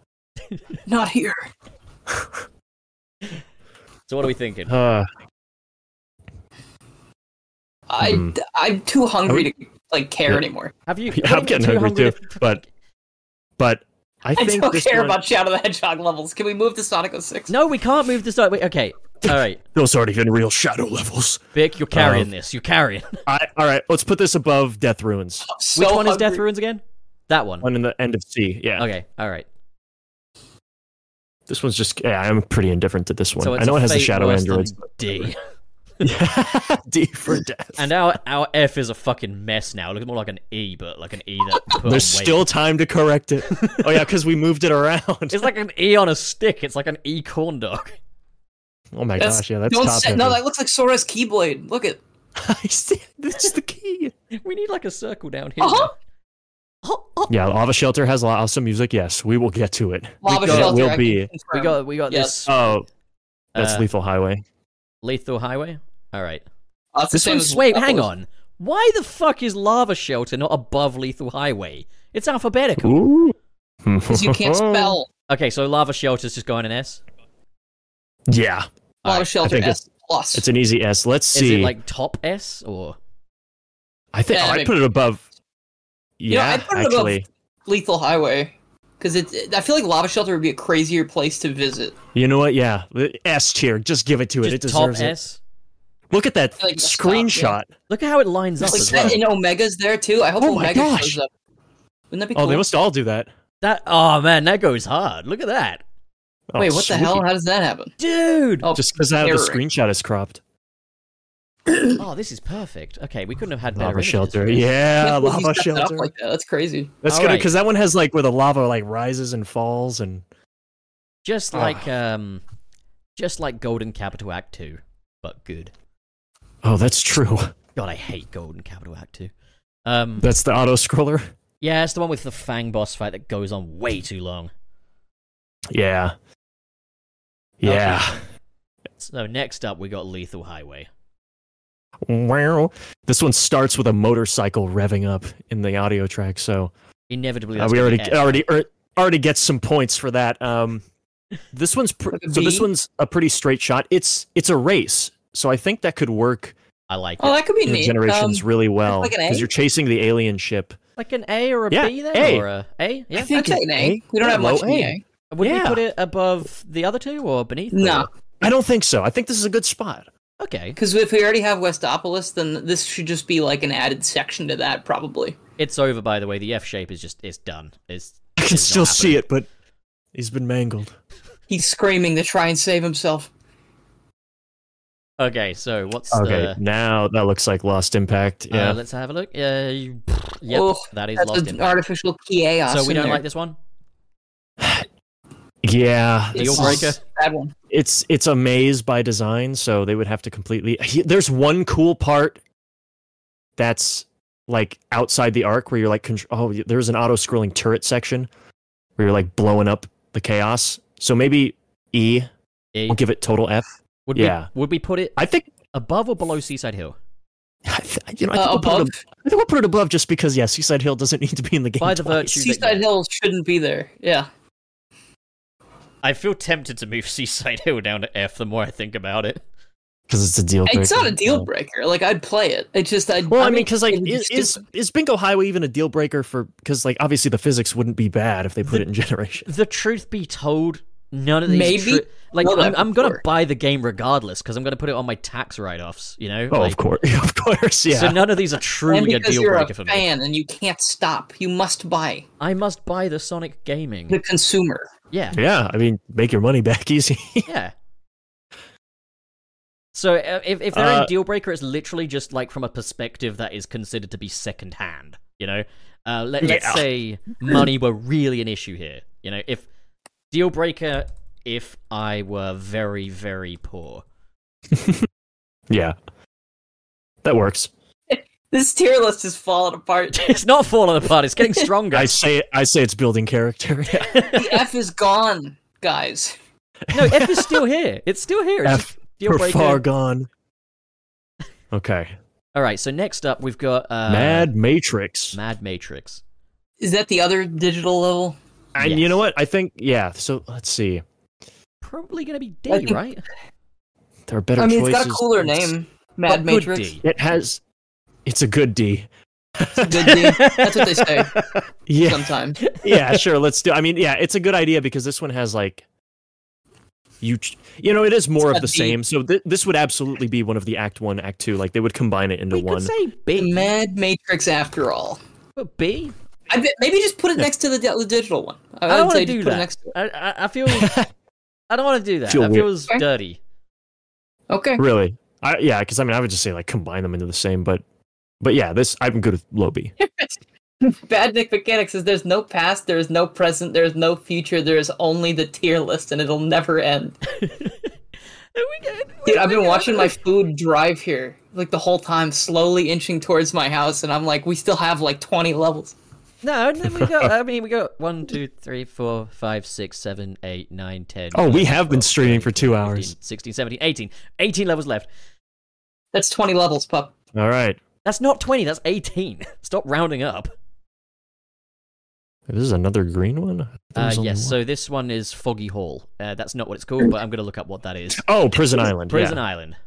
not here. So what are we thinking? Uh, I Hmm. I'm too hungry to like care anymore. Have you? (laughs) Yeah, I'm getting hungry too, but but I I, think don't this care one- about Shadow the Hedgehog levels. Can we move to Sonic 06? no, we can't move this. Wait, okay, all right, those aren't even real shadow levels. Vic, you're carrying Um, this. (laughs) You're carrying. (laughs) I, all right, let's put this above Death Ruins. I'm so Which one is Death hungry. Ruins again? That one. One in the end of C. Yeah, Okay, all right. this one's just. Yeah, I'm pretty indifferent to this one. So it's I know a it has the fate shadow worse than androids. D, (laughs) Yeah, D for death. and our our F is a fucking mess now. Look more like an E, but like an E that put on weight. There's still time to correct it. oh yeah, because we moved it around. It's like an E on a stick. It's like an E corn dog. (laughs) (laughs) Oh my That's- gosh, yeah, that's Don't top say, heavy. no, that looks like Sora's Keyblade. Look at (laughs) I see. This is the key. We need like a circle down here. Uh-huh. Oh, oh. Yeah, Lava Shelter has lots of awesome music. Yes, we will get to it. Lava got- Shelter. will I can be- confirm. We got we got Yes. this Oh, that's uh, Lethal Highway. lethal highway. All right. Oh, it's the This same one's as wait, Knuckles. hang on. Why the fuck is lava shelter not above lethal highway? It's alphabetical. Ooh. Because you (laughs) Oh. can't spell Okay, so lava shelter's just going an S. Yeah, All Lava right, Shelter think S plus. it's an easy S. Let's Is see. it like top S or I think Yeah, oh, I I'd mean- put it above. You know, Yeah, I'd put it above- actually, Lethal Highway, because it. I feel like Lava Shelter would be a crazier place to visit. you know what? Yeah, S tier. Just give it to it. It Just top deserves it. S. Look at that Like, stop, yeah. screenshot. Look at how it lines up Like as that, well. (laughs) and Omega's there too. I hope Oh my Omega gosh. shows up. Wouldn't that be cool? Oh, they must all do that. That oh man, that goes hard. Look at that, Oh, Wait, what the sweet. hell? How does that happen? dude. Oh, Just because the error. screenshot is cropped. Oh, this is perfect. Okay, we couldn't have had better. Lava images shelter. for (laughs) this. Yeah, Can't believe he Uh, lava set that up shelter. Like that. That's crazy. That's All good right. because that one has like where the lava like rises and falls and Just Ah. like um, just like Golden Capital Act Two, but good. oh, that's true. God, I hate Golden Capital Act Two. Um, That's the auto scroller. yeah, it's the one with the Fang boss fight that goes on way too long. Yeah. Yeah. So next up, we got Lethal Highway. Wow. This one starts with a motorcycle revving up in the audio track, so Inevitably, uh, that's we gonna be already S. already er, already get some points for that. Um, this one's pr- Like a so this V? one's a pretty straight shot. It's it's a race, so I think that could work I like Oh, it. that could be in neat. generations Um, really well like an A? you're chasing the alien ship. Like an A or a B Yeah, then, A. or a A. Yeah. I think think it's an it's A. A. We don't Yeah, have much low in the A. A. Would we Yeah. put it above the other two or beneath? No, I don't think so. I think this is a good spot. Or... Okay. because if we already have Westopolis, then this should just be like an added section to that, probably. It's over, by the way. The F shape is just it's done. It's I can still see it, but he's been mangled. He's screaming to try and save himself. Okay, so what's Okay, the? now that looks like Lost Impact. Yeah. Yeah. let's have a look. Uh, you- yep, Oh, that is That's lost an in. artificial chaos. So we in don't there. like this one. yeah. This Deal is breaker. Bad one. It's it's a maze by design, so they would have to completely he- There's one cool part that's like outside the arc where you're like contr- oh, y- there's an auto-scrolling turret section where you're like blowing up the chaos. So maybe E, E. I'll give it total F. Would yeah. we would we put it I think above or below Seaside Hill? I th- you know, I think, Uh, we'll put it above ab- I think we'll put it above just because, yeah, Seaside Hill doesn't need to be in the game. By the twice. virtue- that- Seaside Hills shouldn't be there. Yeah. I feel tempted to move (laughs) Seaside Hill down to F the more I think about it. because it's a deal. It's not a breaker. deal breaker. Like I'd play it. It's just I. Well, I mean, because like, it would be is, is stupid. is Bingo Highway even a deal breaker for? Because like, obviously, the physics wouldn't be bad if they put The- it in Generation. The truth be told, none of these Maybe tru- like not I'm, that I'm gonna before. because I'm gonna put it on my tax write-offs. You know. (laughs) Oh, Like, of course, of course, (laughs) yeah. So none of these are and truly a because deal you're breaker a for me. fan and you can't stop, you must buy I must buy the Sonic Gaming. the consumer. Yeah. yeah, I mean, make your money back (laughs) easy. Yeah. So uh, if if they're Uh, in deal breaker, it's literally just like from a perspective that is considered to be second hand. You know, uh, let, let's Yeah. say money were really an issue here. You know, if deal breaker, if I were very very poor. yeah, that works. This tier list is falling apart. It's not falling apart. It's (laughs) getting stronger. I say, I say, it's building character. (laughs) Yeah. The F is gone, guys. no, F is still here. It's still here. It's F just deal We're breaker. far (laughs) gone. Okay, All right. So next up, we've got uh, Mad Matrix. Mad Matrix. Is that the other digital level? And you know Yes. what? I think yeah. So let's see. Probably gonna be I D, think- right? There are better. I mean, choices. it's got a cooler name. Mad But good Matrix. D. It has. It's a good D. Good D. That's what they say (laughs) Yeah, sometimes. yeah, sure. Let's do. I mean, yeah, it's a good idea because this one has like you. ch- You know, it is more It's got of the D. same. So th- this would absolutely be one of the Act One, Act Two. Like they would combine it into We one. could say B. Mad Matrix after all. But B. I bet, maybe just put it next to the, di- the digital one. I, I would don't want say to just do put it that. next to it. I, I, I feel. (laughs) I don't want to do that. Feel that weird. feels Okay. dirty. Okay. really, I, yeah. Because I mean, I would just say like combine them into the same. But but yeah, this I'm good with low (laughs) B. Bad Nick Mechanics is there's no past, there's no present, there's no future, there's only the tier list, and it'll never end. Dude, I've (laughs) been watching my food drive here like the whole time, slowly inching towards my house, and I'm like, we still have like 20 levels. No, and then we (laughs) got. I mean, we got one, two, three, four, five, six, seven, eight, nine, ten. Oh, we 11, have been 12, streaming for 13, two 14, hours. 16, 17, 18. 18 levels left. That's 20 levels, pup. All right, That's not 20, that's 18. (laughs) Stop rounding up. this is another green one. I thought there Uh, was only yes, one. so this one is Foggy (laughs) Hall. Uh, that's not what it's called, but I'm going to look up what that is. Oh, Prison Island. Prison yeah. Island.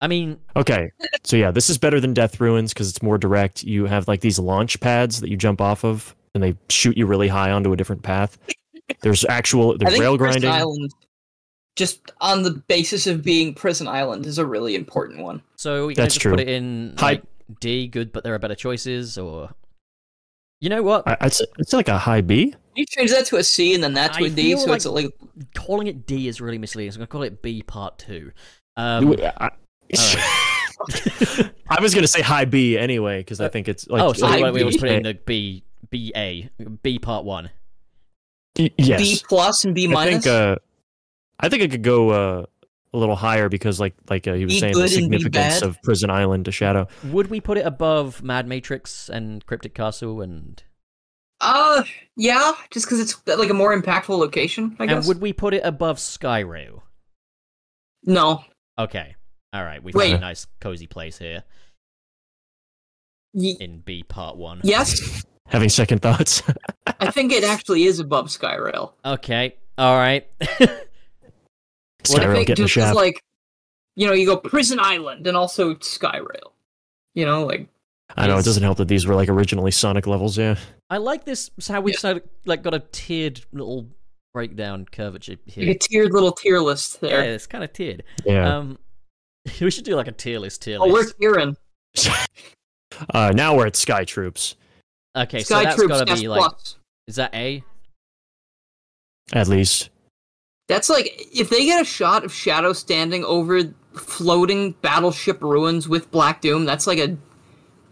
I mean, Okay. So yeah, this is better than Death Ruins because it's more direct. You have like these launch pads that you jump off of, and they shoot you really high onto a (laughs) different path. There's actual I there's think rail Prison grinding. Island, just on the basis of being Prison Island, is a really important one. so we That's just put true. it in Hi- like, D, good, but there are better choices, or you know what? I, it's it's like a high B. You change that to a C and then that to I a D, feel so like- it's like Calling it D is really misleading. So I'm gonna call it B Part Two. Um, I, (laughs) I was gonna say high B anyway because I think it's like oh, so I- we always put in the B, B A, B Part One. Y- yes. B plus and B I minus. think uh, I think it could go uh, a little higher because like like uh, he was Be saying the good and be significance bad. of Prison Island to Shadow. Would we put it above Mad Matrix and Cryptic Castle and Uh, yeah, just because it's uh, like a more impactful location, I and guess. would we put it above Skyrail? No, Okay. All right, we Wait. found a nice cozy place here Y- in B Part One. yes, Having second thoughts. (laughs) I think it actually is above Skyrail. Okay. All right. (laughs) I Skyrim think getting a just 'cause, shaft. like, you know, you go Prison Island and also Skyrail. You know, like I know it Yes. doesn't help that these were like originally Sonic levels. Yeah, I like this. it's How we Yeah. sort of like got a tiered little breakdown curvature like a here. tiered little tier list Yeah, there. it's kind of tiered. Uh, yeah. Um, (laughs) we should do like a tier list. Tier oh, we're list. tiering. uh, now we're at Sky Troops. Okay, so Sky that's Troops gotta S be like, plus. is that A? At least That's like if they get a shot of Shadow standing over floating battleship ruins with Black Doom. That's like a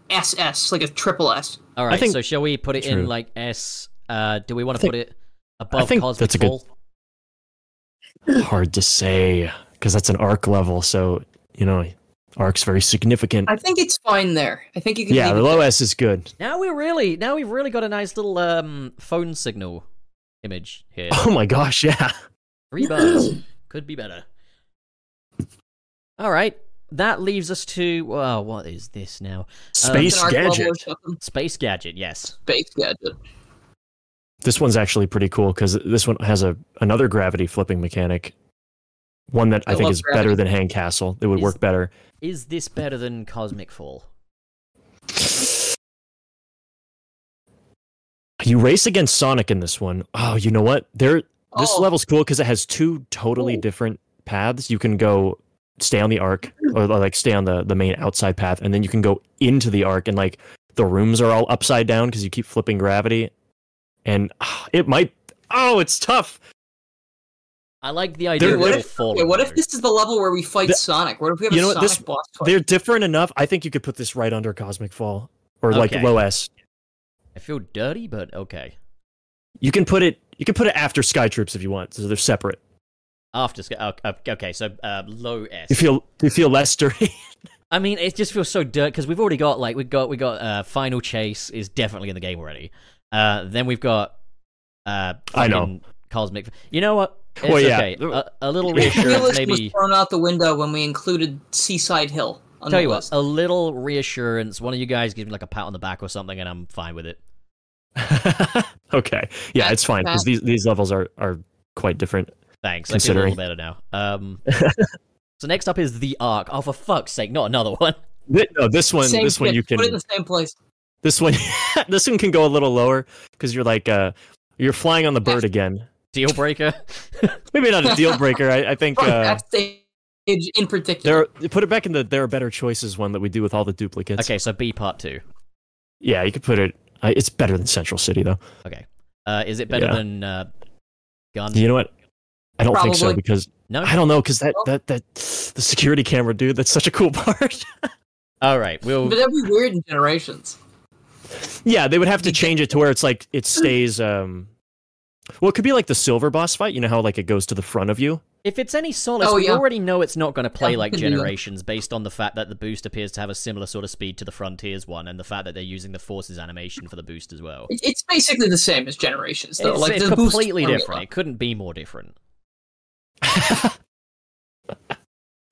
SS, like a triple S. All right. think- so shall we put it True. in like S? Uh, do we want to think- put it above think Cosmic that's a good- Fall? hard to say because that's an arc level. So you know, arc's very significant. I think it's fine there. I think you can. yeah, leave the it low S is good. Now we really, now we've really got a nice little um phone signal image here. (laughs) Oh my gosh, Uh, yeah. Three bars could be better. All right, that leaves us to uh, what is this now? It's Space an arc level or gadget. something. Space gadget. Yes. Space gadget. This one's actually pretty cool because this one has a another gravity flipping mechanic. One that I, I think love is gravity. better than Hang Castle. It would Is- work better. Is this better than Cosmic Fall? You race against Sonic in this one. Oh, you know what? There this Oh. level's cool because it has two totally Ooh. different paths. You can go stay on (laughs) the arc or like stay on the, the main outside path, and then you can go into the arc and like the rooms are all upside down because you keep flipping gravity. And ah, it might oh, it's tough. I like the idea Dude, of what little if- fall. Okay, what if this is the level where we fight The- Sonic? What if we have You a know what, Sonic this- boss fight? They're different enough. I think you could put this right under Cosmic Fall. Or like Okay. low S. I feel dirty, but okay. You can put it you can put it after Sky Troops if you want, so they're separate. After Sky- oh, oh, okay, so uh, low S. You feel you feel less dirty. I mean, it just feels so dirty because we've already got like we got we got uh, Final Chase is definitely in the game already. Uh, then we've got uh, I know. fucking Cosmic. You know what? It's Well, yeah. okay. A, a little Yeah. reassurance, Realist was maybe. thrown out the window when we included Seaside Hill. On Tell the you what, list. a little reassurance. One of you guys gives me like a pat on the back or something, and I'm fine with it. (laughs) okay. Yeah, That's it's fine because fast. these these levels are are quite different. Thanks. I feel a Considering. little better now. (laughs) Um, so next up is the Ark. Oh, for fuck's sake, not another one. (laughs) Th- No, this one Same this one shit, you can put it in the same place. this one (laughs) this one can go a little lower because you're like uh you're flying on the bird again. Deal breaker. Maybe not a deal breaker. I, I (laughs) think Fuck uh, that stage in particular. there are- put it back in the there are better choices one that we do with all the duplicates. okay, so B part two. Yeah, you could put it. Uh, it's better than Central City though. Okay. Uh, is it better Yeah. than uh, Gun? You know what? I don't think so Probably. because No. I don't know because that that that the security camera dude. That's such a cool (laughs) part. All right. We'll but that'd be weird in generations. Yeah, they would have to change it to where it's like Mm. it stays. Um, well, it could be like the silver boss fight. You know how like it goes to the front of you. If it's any solace, Oh, we yeah. already know it's not going (laughs) to play Yeah, like we can do that. Generations based on the fact that the boost appears to have a similar sort of speed to the Frontiers one and the fact that they're using the Forces animation for the boost as well. It- It's basically the same as generations, though. it's like it's the boost completely formula. different. It couldn't be more different.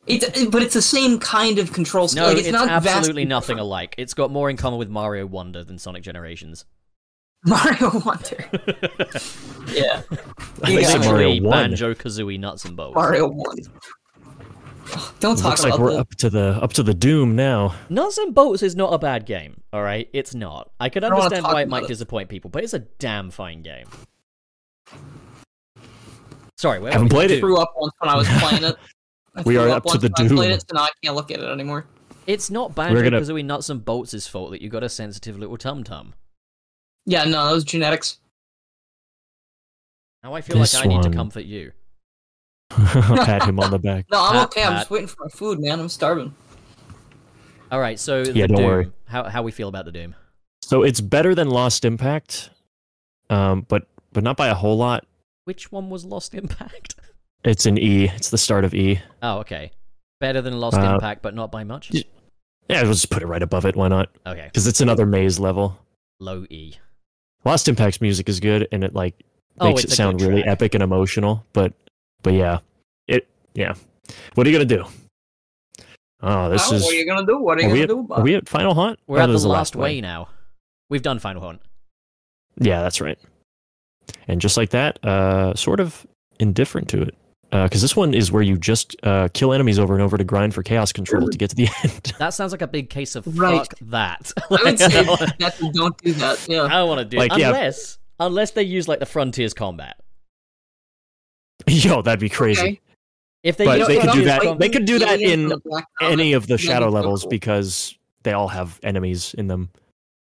It, it- but it's the same kind of control. scheme. No, like, it's, it's, not absolutely vastly nothing different. alike. It's got more in common with Mario Wonder than Sonic Generations. (laughs) Mario (laughs) Wonder. yeah. You got think it's it. Mario Literally one. Banjo Kazooie nuts and bolts. Mario One. Don't talk Looks like about we're that. up to the up to the doom now. (laughs) Nuts and Bolts is not a bad game, all right? It's not. I can don't wanna understand talk why it about might it. disappoint people, but it's a damn fine game. Sorry, where Haven't were we? played I it. threw up once when I was playing (laughs) it. I We threw are up to once the when I played doom. it, so now I can't look at it anymore. It's not We're bad gonna- because it was Nuts and Bolts' fault that you got a sensitive little tum tum. Yeah, no, that was genetics. Now I feel This like I need to one. comfort you. Pat him on the back. No, I'm Pat, okay. I'm just Pat. waiting for my food, man. I'm starving. All right, so Yeah, the don't Doom. worry. How how we feel about the Doom? So it's better than Lost Impact, um, but but not by a whole lot. Which one was Lost Impact? (laughs) It's an E. It's the start of E. Oh, okay. Better than Lost Uh, Impact, but not by much. y- Yeah, we'll just put it right above it. Why not? Okay, Because it's another maze level. low E. Lost Impact's music is good, and it like Oh, makes it's it a sound good really track. epic and emotional. But but yeah, it yeah. What are you gonna do? Oh, this Oh, is. what are you gonna do? What are you are gonna we, at, do? are About it? we at Final Hunt? We're Oh, at this the is last, one. way now. We've done Final Hunt. Yeah, that's right. And just like that, uh, sort of indifferent to it. Because this one is where you just uh, kill enemies over and over to grind for chaos control to get to the (laughs) end. That sounds like a big case of Right. fuck that. (laughs) I (laughs) would say don't wanna- that you don't do that. (laughs) I Yeah, don't want to do Like, it. yeah. unless unless they use like the frontiers combat. Yo, that'd be crazy. Okay. If they, But use they could do Frontiers that- Combat- they could do that Alien from in the Black Comet. Any of the That'd be shadow so levels cool. because they all have enemies in them.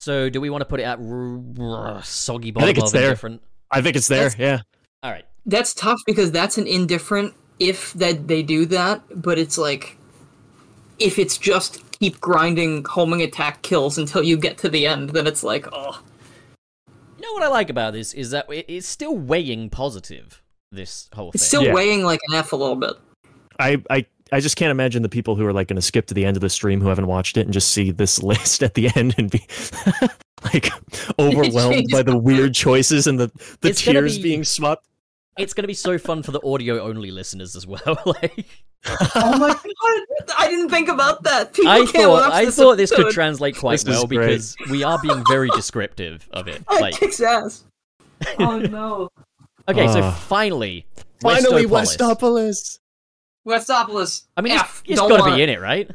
So do we want to put it at r- r- soggy I bottom think it's of there. different? I think it's there. That's- yeah. All right. That's tough because that's an indifferent if that they do that, but it's like if it's just keep grinding homing attack kills until you get to the end, then it's like, oh, You know what I like about this is that it- it's still weighing positive. This whole thing. it's still Yeah. weighing like an F a little bit. I, I, I just can't imagine the people who are like going to skip to the end of the stream who haven't watched it and just see this (laughs) list at the end and be (laughs) (laughs) like overwhelmed by the weird choices and the, the It's gonna tears be- being swept. it's going to be so fun for the audio only listeners as well. (laughs) like (laughs) oh my god, I didn't think about that. People I can't thought watch I this thought this could episode. translate quite This is well great. because we are being very descriptive (laughs) of it. That Like kicks (laughs) ass. Oh no, okay, so Ah. finally, Finally, Westopolis. Westopolis. Westopolis. I mean, Ah, F. it's, it's Don't got to want be in it, right?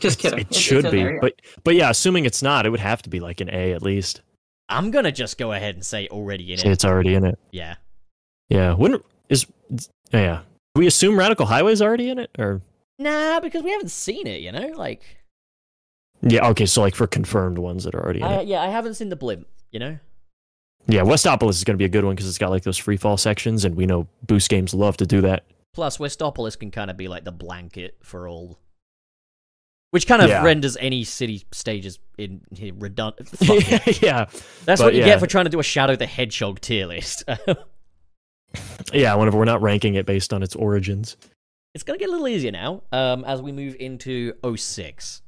Just kidding. It It's- should it's in be, there, yeah. but but yeah, assuming it's not, it would have to be like an A at least. I'm gonna just go ahead and say already in Say it. it's already in it. Yeah. Yeah, wouldn't is oh, yeah. We assume Radical Highway's already in it, or Nah, because we haven't seen it. You know, like yeah, okay. So like for confirmed ones that are already in I, it. yeah, I haven't seen the blimp. You know, Yeah, Westopolis is going to be a good one because it's got like those free fall sections, and we know Boost games love to do that. plus Westopolis can kind of be like the blanket for all, which kind of Yeah. renders any city stages in here redundant. Fuck it. (laughs) yeah, That's But what you yeah. get for trying to do a Shadow the Hedgehog tier list. (laughs) yeah. Whenever we're not ranking it based on its origins, it's gonna get a little easier now um, as we move into 06.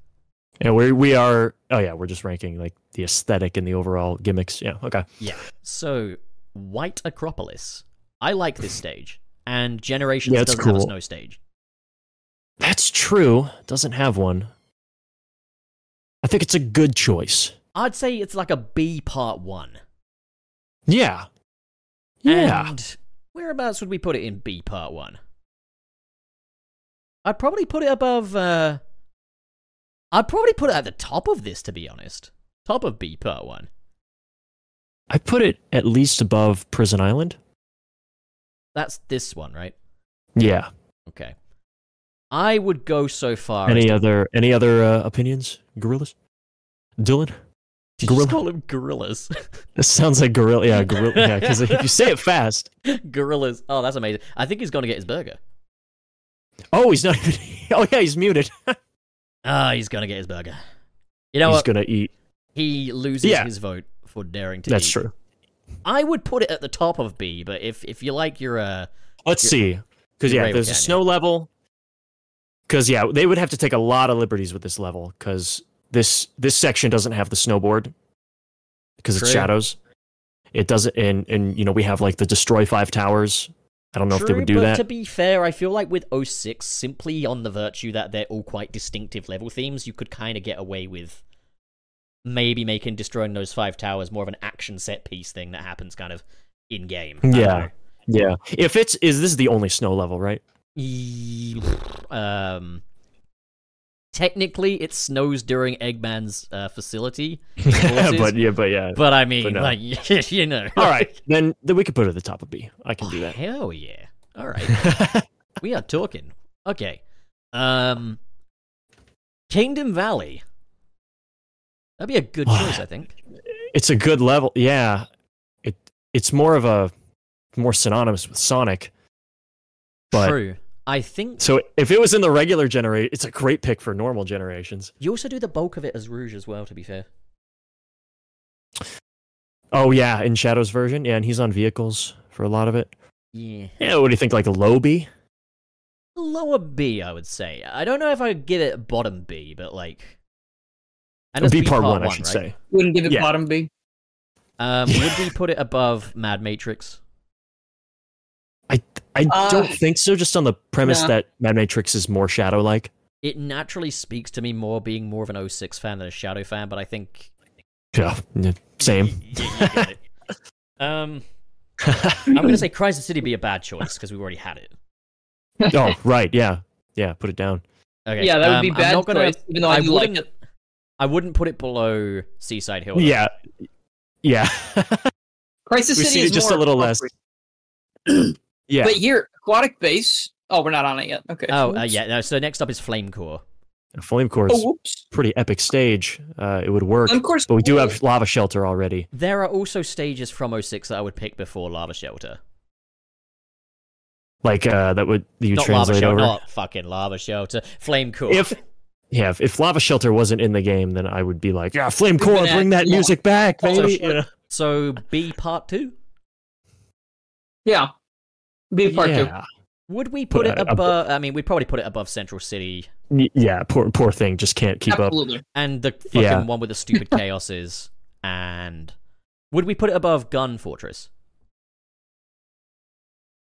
and we we are oh yeah, we're just ranking like the aesthetic and the overall gimmicks. Yeah, okay. Yeah. So White Acropolis. I like this stage, and Generations Yeah, it's doesn't have a cool. snow stage. That's true. Doesn't have one. I think it's a good choice. I'd say it's like a B part one. Yeah. Yeah. And whereabouts would we put it in B part one? I'd probably put it above. Uh, I'd probably put it at the top of this, to be honest. Top of B part one. I put it at least above Prison Island. That's this one, right? Yeah. Okay. I would go so far. as Any to- other any other uh, opinions? Gorillas? Dylan? Did you (laughs) just gorilla- call them gorillas? (laughs) This sounds like gorilla. Yeah, gorilla. Yeah, because if you say it fast, gorillas. Oh, that's amazing. I think he's gonna get his burger. oh, he's not even. (laughs) Oh yeah, he's muted. (laughs) Ah, he's gonna get his burger. You know he's what? gonna eat. He loses Yeah. his vote for daring to. That's eat. true. I would put it at the top of B, but if if you like your uh, Let's You're- see. Because you're yeah, right there's with a that, snow level. Because yeah, they would have to take a lot of liberties with this level because this this section doesn't have the snowboard because it's True. shadows. It doesn't, and and you know we have like the destroy five towers. I don't know if they True, would do but that. To be fair, I feel like with 06, simply on the virtue that they're all quite distinctive level themes, you could kind of get away with maybe making destroying those five towers more of an action set piece thing that happens kind of in game. (laughs) Yeah. Yeah. If it's is this the only snow level, right? (laughs) Ye- Um, technically, it snows during Eggman's uh, (laughs) facility, Forces? but yeah, (laughs) but yeah. but I mean, no. like, you know. All right, then then we could put it at the top of B. I can do that. Hell yeah! All right, (laughs) we are talking. Okay, um, Kingdom Valley. That'd be a good choice, I think. it's a good level. Yeah, it it's more of a more synonymous with Sonic. But True. I think so if it was in the regular generation, it's a great pick for normal generations. you also do the bulk of it as Rouge as well. To be fair, Oh yeah, in Shadow's version, yeah, and he's on vehicles for a lot of it. yeah. Yeah, what do you think? Like a low B? Lower B, I would say. I don't know if I would give it bottom B, but like, and Or it's B part, one, I should right? say. Wouldn't give it Yeah. bottom B. Um, would (laughs) we put it above Mad Matrix? I I Uh, don't think so. Just on the premise nah. that Mad Matrix is more Shadow like. It naturally speaks to me more being more of an 06 fan than a Shadow fan, but I think Yeah, yeah, (laughs) same. Yeah, you get it. um, I'm gonna say Crisis City be a bad choice because we've already had it. oh right, yeah, yeah. Put it down. Okay, Yeah, that would um, be I'm bad not gonna- choice, even though I do like wouldn't. I wouldn't put it below Seaside Hill. though. Yeah, yeah. (laughs) Crisis City we see is it just a more little less. appropriate. yeah. Wait, here, aquatic base. Oh, we're not on it yet. Okay. Oh, uh, Oops. yeah. No, so next up is Flame Core. Flame Core Oh, is whoops. pretty epic stage. Uh, it would work. Of course. But we do have Lava Shelter already. There are also stages from 06 that I would pick before Lava Shelter. Like uh, that would you not Lava translate Shelter. over. Not fucking Lava Shelter. Flame Core. If yeah, if, if Lava Shelter wasn't in the game, then I would be like, yeah, Flame Core, Bring that- bring that yeah. music back, Also baby. sure. Yeah. So B part two. Yeah. B part two. yeah. Would we put Put it it above? I mean, we'd probably put it above Central City Y- yeah, poor poor thing, just can't keep up. Absolutely. and the fucking Yeah. one with the (laughs) stupid chaoses. And would we put it above Gun Fortress?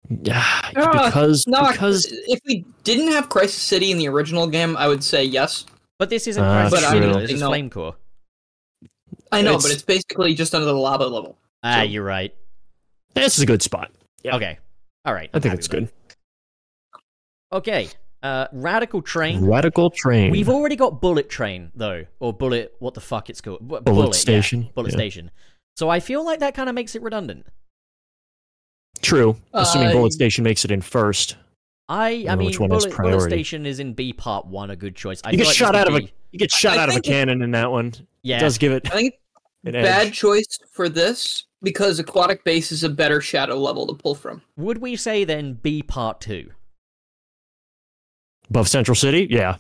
Yeah, Ah, because No, because if we didn't have Crisis City in the original game, I would say yes. But this isn't Ah, Crisis But I City. don't This is know. Flame Core. I know, but It's- it's basically just under the lava level. Ah, True. you're right. this is a good spot. Yeah. Okay, all right. I I'm think happy it's with good. that. Okay, uh, Radical Train. Radical Train. We've already got Bullet Train though, or Bullet. What the fuck it's called? Bu- Bullet, yeah. Station, Bullet yeah. Station. So I feel like that kind of makes it redundant. True. Assuming Uh, Bullet Station makes it in first. I, I Well, mean, which one has Bullet, Bullet priority? Station is in B part one, a good choice. I you feel get like shot this out of would a be- you get shot I out of a think it- cannon in that one. yeah. It does give it I think an it's bad edge. choice for this because aquatic base is a better shadow level to pull from. Would we say then B part two? above Central City. Yeah,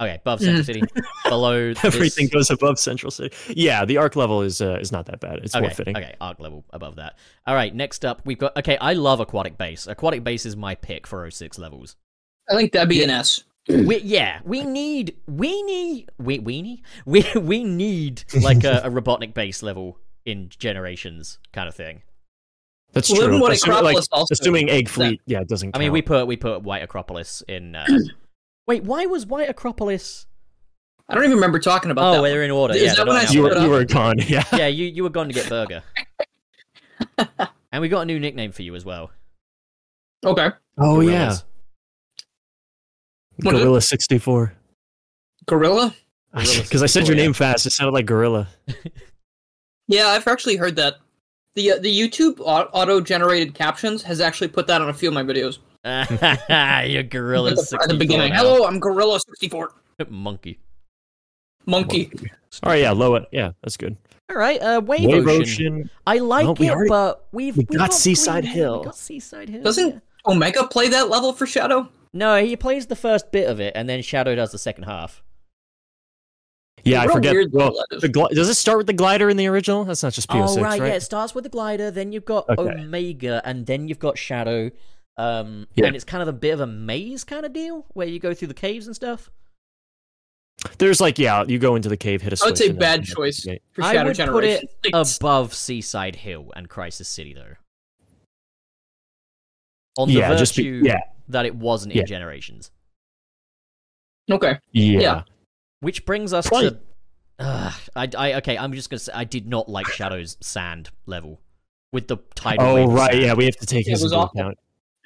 Okay, above Central Mm. (laughs) City, below this- everything goes above Central City. Yeah, the arc level is uh, is not that bad. It's okay, more fitting. Okay, arc level above that. All right, next up we've got. Okay, I love aquatic base. Aquatic base is my pick for 06 (clears throat) levels. I think that'd be an S. We, yeah, we need we need (laughs) we weenie we we need like a, a robotic base level in generations kind of thing. That's Well, true. then what Assuming, Acropolis also- assuming Egg Fleet, yeah, it doesn't. I Count. mean, we put we put White Acropolis in. (clears throat) Uh, wait, why was White Acropolis? I don't even remember talking about that. Oh, one. they're in order. Is yeah, that they're not when I in said you order. it were you up. were gone. (laughs) Yeah, yeah, you you were gone to get (laughs) burger. and we got a new nickname for you as well. Okay. Oh Gorillas. yeah, What is it? Gorilla sixty four. (laughs) Gorilla? Gorilla Because I said 64, your yeah. name fast, it sounded like Gorilla. Yeah, I've actually heard that. The uh, the YouTube auto generated captions has actually put that on a few of my videos. (laughs) Your gorilla at, the, at the beginning. Hello, I'm Gorilla 64. monkey. Monkey. All right, yeah, low it. Yeah, that's good. All right, uh, Wave, Wave Ocean. Ocean. I like No, we it, already- but we've we we've got got Seaside Green- Hill. We got Seaside Hill. yeah. Doesn't Omega play that level for Shadow? No, he plays the first bit of it, and then Shadow does the second half. Yeah, I What a forget. weird Well, letter. the gli- does it start with the glider in the original? That's not just PO6, oh right, yeah. It starts with the glider, then you've got Okay. Omega, and then you've got Shadow. Um, Yeah. and it's kind of a bit of a maze kind of deal where you go through the caves and stuff. There's like, yeah, you go into the cave, hit a switch. I would say and then- bad choice Yeah. for I Shadow would put Generation. it It's- above Seaside Hill and Crisis City, though. On the Yeah, virtue just be- yeah. that it wasn't Yeah. in Generations, okay. Yeah. Yeah. which brings us Right. to. Ugh, I, I okay. I'm just gonna say I did not like Shadow's sand level with the tidal. Oh wave right, sand. yeah, we have to take It his was into awful.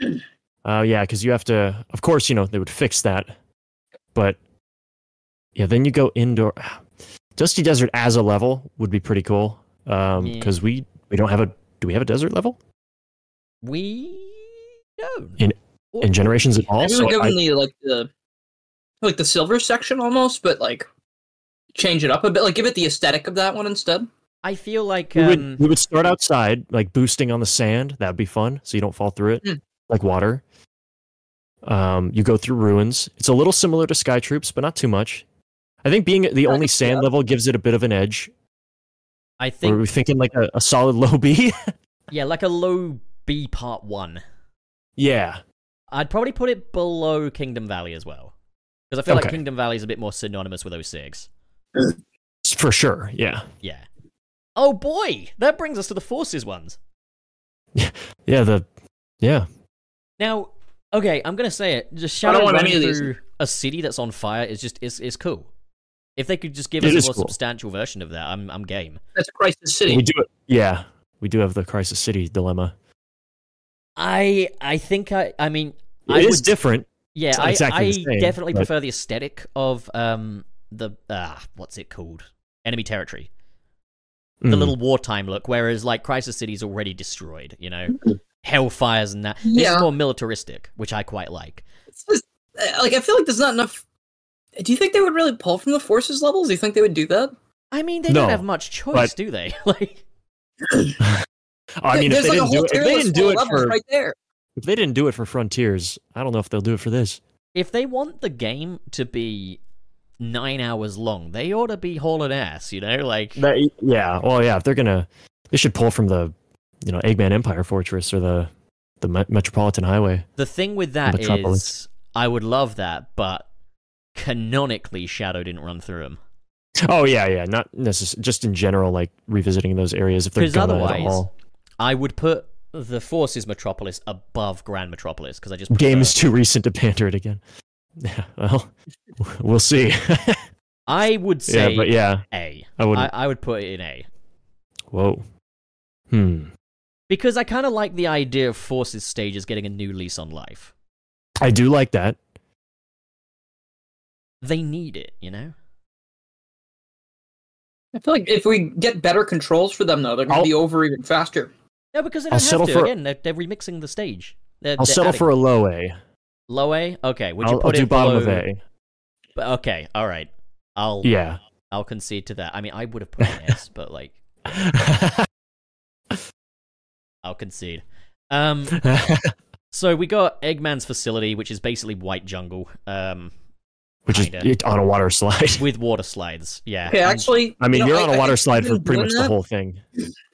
account. Uh, yeah, because you have to. Of course, you know they would fix that, but yeah, then you go indoor. (sighs) Dusty Desert as a level would be pretty cool. Um, Yeah. because we we don't have a do we have a desert level We don't. In- in Generations at all? Maybe we Also, give I- them the like the like the silver section almost, but like change it up a bit. Like give it the aesthetic of that one instead. I feel like we um, would we would start outside like boosting on the sand. That'd be fun, so you don't fall through it Hmm. Mm. like water. Um, you go through ruins. It's a little similar to Sky Troops, but not too much. I think being the I only can see that. sand level gives it a bit of an edge. I Were we think thinking like a, a solid low B? (laughs) yeah, like a low B part one. yeah, I'd probably put it below Kingdom Valley as well. Because I feel like Okay. Kingdom Valley is a bit more synonymous with 06. s- for sure. Yeah, Yeah. Oh boy! That brings us to the Forces ones. yeah. The yeah. Now, okay, I'm gonna say it. Just shadow don't want running any of these. through a city that's on fire is just is is cool. If they could just give It us a is more cool. substantial version of that, I'm I'm game. That's Crisis We City. do it. Yeah, we do have the Crisis City dilemma. I I think I I mean It I is would, different. yeah it's not I exactly I the same, definitely but- prefer the aesthetic of um the ah what's it called enemy territory the Mm. little wartime look whereas like Crisis City's already destroyed you know hellfires and that this Yeah. is more militaristic which I quite like It's just, uh, like I feel like there's not enough. Do you think they would really pull from the forces levels? Do you think they would do that? I mean they No, don't have much choice but- do they (laughs) like I mean, if there's like a they, didn't whole do it, tier if they list didn't do full of it levels for right there. if they didn't do it for Frontiers, I don't know if they'll do it for this. if they want the game to be nine hours long, they ought to be hauling ass, you know? Like, That, yeah. Well, yeah. If they're gonna, they should pull from the, you know, Eggman Empire Fortress or the, the Me- Metropolitan Highway. the thing with that Metropolis. is, I would love that, but canonically, Shadow didn't run through them. Oh yeah, yeah. Not necessarily just in general, like revisiting those areas if they're Because gonna otherwise, at all. I would put the Forces Metropolis above Grand Metropolis because I just. Game is prefer- too recent to pander it again. (laughs) Yeah. Well, (laughs) we'll see. I would say (laughs) yeah, but yeah, A. I would. I, not I would put it in A. Whoa. Hmm. Because I kind of like the idea of Forces stages getting a new lease on life. I do like that. They need it, you know? I feel like if we get better controls for them, though, they're going I'll- to be over even faster. No, because they I'll don't have settle to. for- Again, they're, they're remixing the stage. They're, I'll they're settle adding- for a low A. Low A? Okay. Would you I'll, I'll put it do bottom below... of A. B- Okay. All right. I'll Yeah. (laughs) I'll concede to that. I mean, I would have put an S, but like I'll concede. Um. So we got Eggman's facility, which is basically white jungle, um, Which is Kinda. it, on a water slide. (laughs) with water slides. (laughs) Yeah. Okay, and- actually, I mean, you know, you're on I- a I water think slide for even pretty doing much that- the whole thing.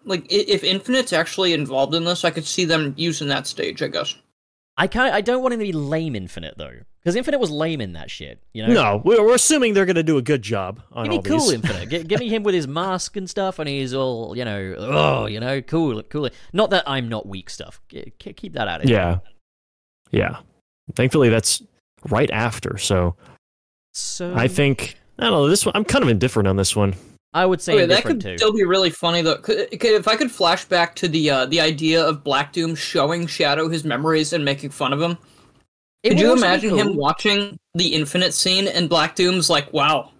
Like i- if Infinite's actually involved in this, I could see them using that stage. I guess. I can't. I don't want it to be lame Infinite though, because Infinite was lame in that shit. You know. No, we're, we're assuming they're going to do a good job on Give me all cool these. Infinite. Gi- give me him with his mask and stuff, and he's all you know, oh, you know, cool, cool. Not that I'm not weak stuff. G- k- keep that out of it. (laughs) Yeah, yeah. Thankfully, that's right after. So So I think I don't know this one. I'm kind of indifferent on this one. I would say Okay, that indifferent could too. still be really funny though. C- c- If I could flash back to the uh, the idea of Black Doom showing Shadow his memories and making fun of him, It could would you also be imagine him cool. watching the Infinite scene and Black Doom's like, "Wow,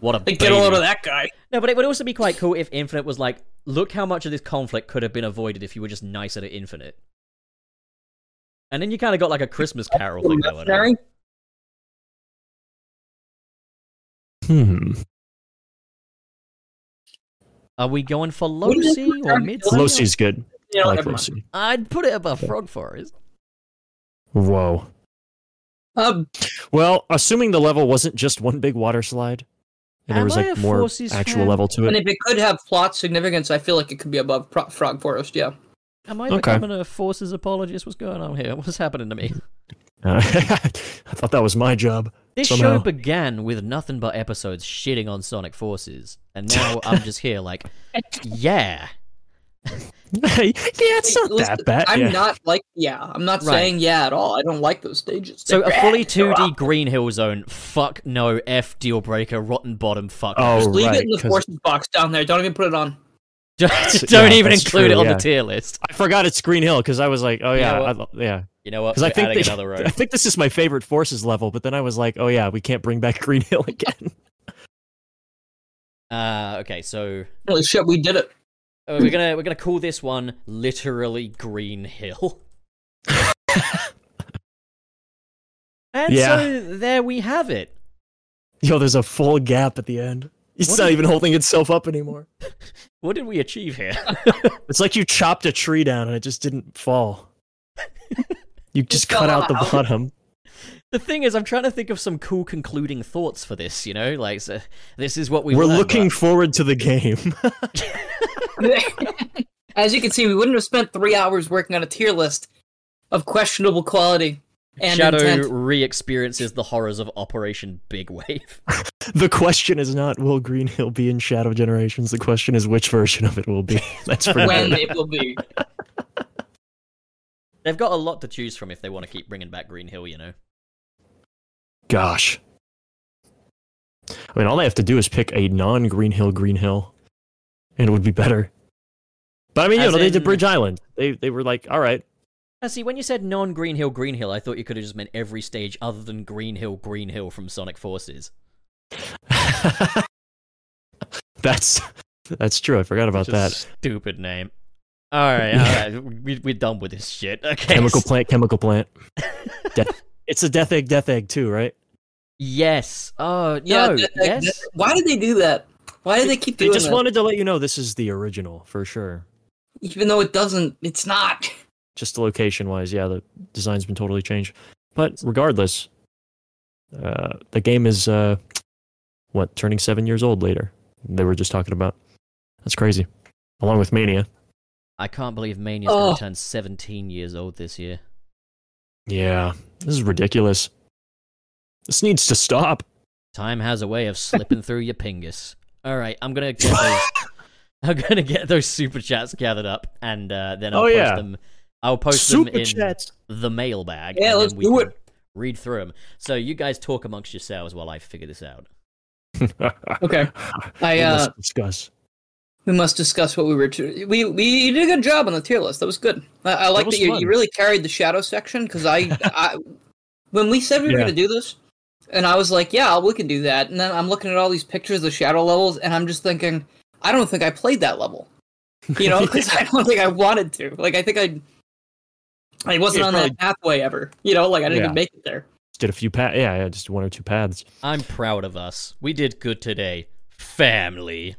What a like, get a baby. load of that guy." No, but it would also be quite cool if Infinite was like, look how much of this conflict could have been avoided if you were just nicer to Infinite. And then you kind of got like a Christmas Carol thing going on. Mercenary? Hmm. Are we going for Wouldn't it Losi be or Frog Mid? Losi's good. You know, I like never mind. Losi. I'd put it above Frog Forest. Whoa. Uh, Well, assuming the level wasn't just one big water slide, and there Am was I like a more Forces actual fan? level to and it. (laughs) if it could have plot significance, I feel like it could be above Pro- Frog Forest. Yeah. Am I Okay. becoming a Forces apologist? What's going on here? What's happening to me? Uh, I thought that was my job. This show Somehow. began with nothing but episodes shitting on Sonic Forces, and now (laughs) I'm just here like, yeah. (laughs) yeah, it's Hey, not listen, that bad. I'm yeah. not like yeah. I'm not Right. saying yeah at all. I don't like those stages. So a They're fully bad. 2D Green Hill Zone, fuck no, F deal breaker, rotten bottom, fuck. no. oh, Just leave right, it in the 'cause- forces box down there. Don't even put it on. (laughs) Don't, Yeah, don't even that's include true, it on yeah. the tier list. I forgot it's Green Hill because I was like, oh You yeah, know I what? lo- yeah. You know what? Because I We're think adding they, another (laughs) row. I think this is my favorite forces level, but then I was like, oh yeah, we can't bring back (laughs) Green Hill again. Uh, okay, so Holy shit, we did (laughs) it. uh, we're gonna we're gonna call this one literally Green (laughs) Hill. and Yeah. so there we have it. Yo, there's a full gap at the end. It's What not is- even holding itself up anymore. What did we achieve here? It's like you chopped a tree down and it just didn't fall. you just fell cut out the out. bottom. the thing is, I'm trying to think of some cool concluding thoughts for this. You know, like so, this is what (laughs) we We're learned, looking but- forward to the game. (laughs) As you can see, we wouldn't have spent three hours working on a tier list of questionable quality and Shadow (laughs) intent. re-experiences the horrors of Operation Big Wave. (laughs) the question is not will Green Hill be in Shadow Generations. The question is which version of it will be. (laughs) That's for When when. it will be. They've got a lot to choose from if they want to keep bringing back Green Hill. You know. Gosh. I mean, all they have to do is pick a non-Green Hill Green Hill, and it would be better. But I mean, you As know, they did in- Bridge Island. They they were like, all right, Now, see, when you said non Green Hill, Green Hill, I thought you could have just meant every stage other than Green Hill, Green Hill from Sonic Forces. that's (laughs) that's true. I forgot about Just that. Stupid name. All (laughs) right, all right. We, we're done with this shit. (laughs) Okay. Chemical plant, (laughs) chemical plant. Death- It's a death egg, death egg too, right? Yes. Oh, Yeah, no. that- that- yes. that- why did they do that? Why did they keep They doing just that? wanted to let you know this is the original for sure. Even though it doesn't, it's (laughs) not. Just the location wise, yeah, the design's been totally changed. But regardless, uh, the game is uh, what turning seven years old later. They were just talking about. That's crazy. Along with Mania. I can't believe Mania's going Oh. to turn 17 years old this year. Yeah, this is ridiculous. This needs to stop. Time has a way of slipping through your pingus. All right, I'm gonna get those. (laughs) I'm gonna get those super chats gathered up, and uh, then I'll Oh, post yeah. them. I'll post Super them in chats. the mailbag. Yeah, and let's then we do can Read through them. So you guys talk amongst yourselves while I figure this out. Okay. I We uh must discuss. we must discuss what we were to we we you did a good job on the tier list. That was good. I, I like that, was you, fun. you really carried the shadow section because (laughs) I I when we said we were Yeah. gonna do this and I was like, yeah, we can do that. And then I'm looking at all these pictures of the shadow levels and I'm just thinking, I don't think I played that level. You know, (laughs) because I don't think I wanted to. Like I think I I wasn't Yeah, on probably- that pathway ever. You know, like I didn't Yeah. even make it there. Did a few paths. Yeah, yeah, just one or two paths. (laughs) I'm proud of us. We did good today, family.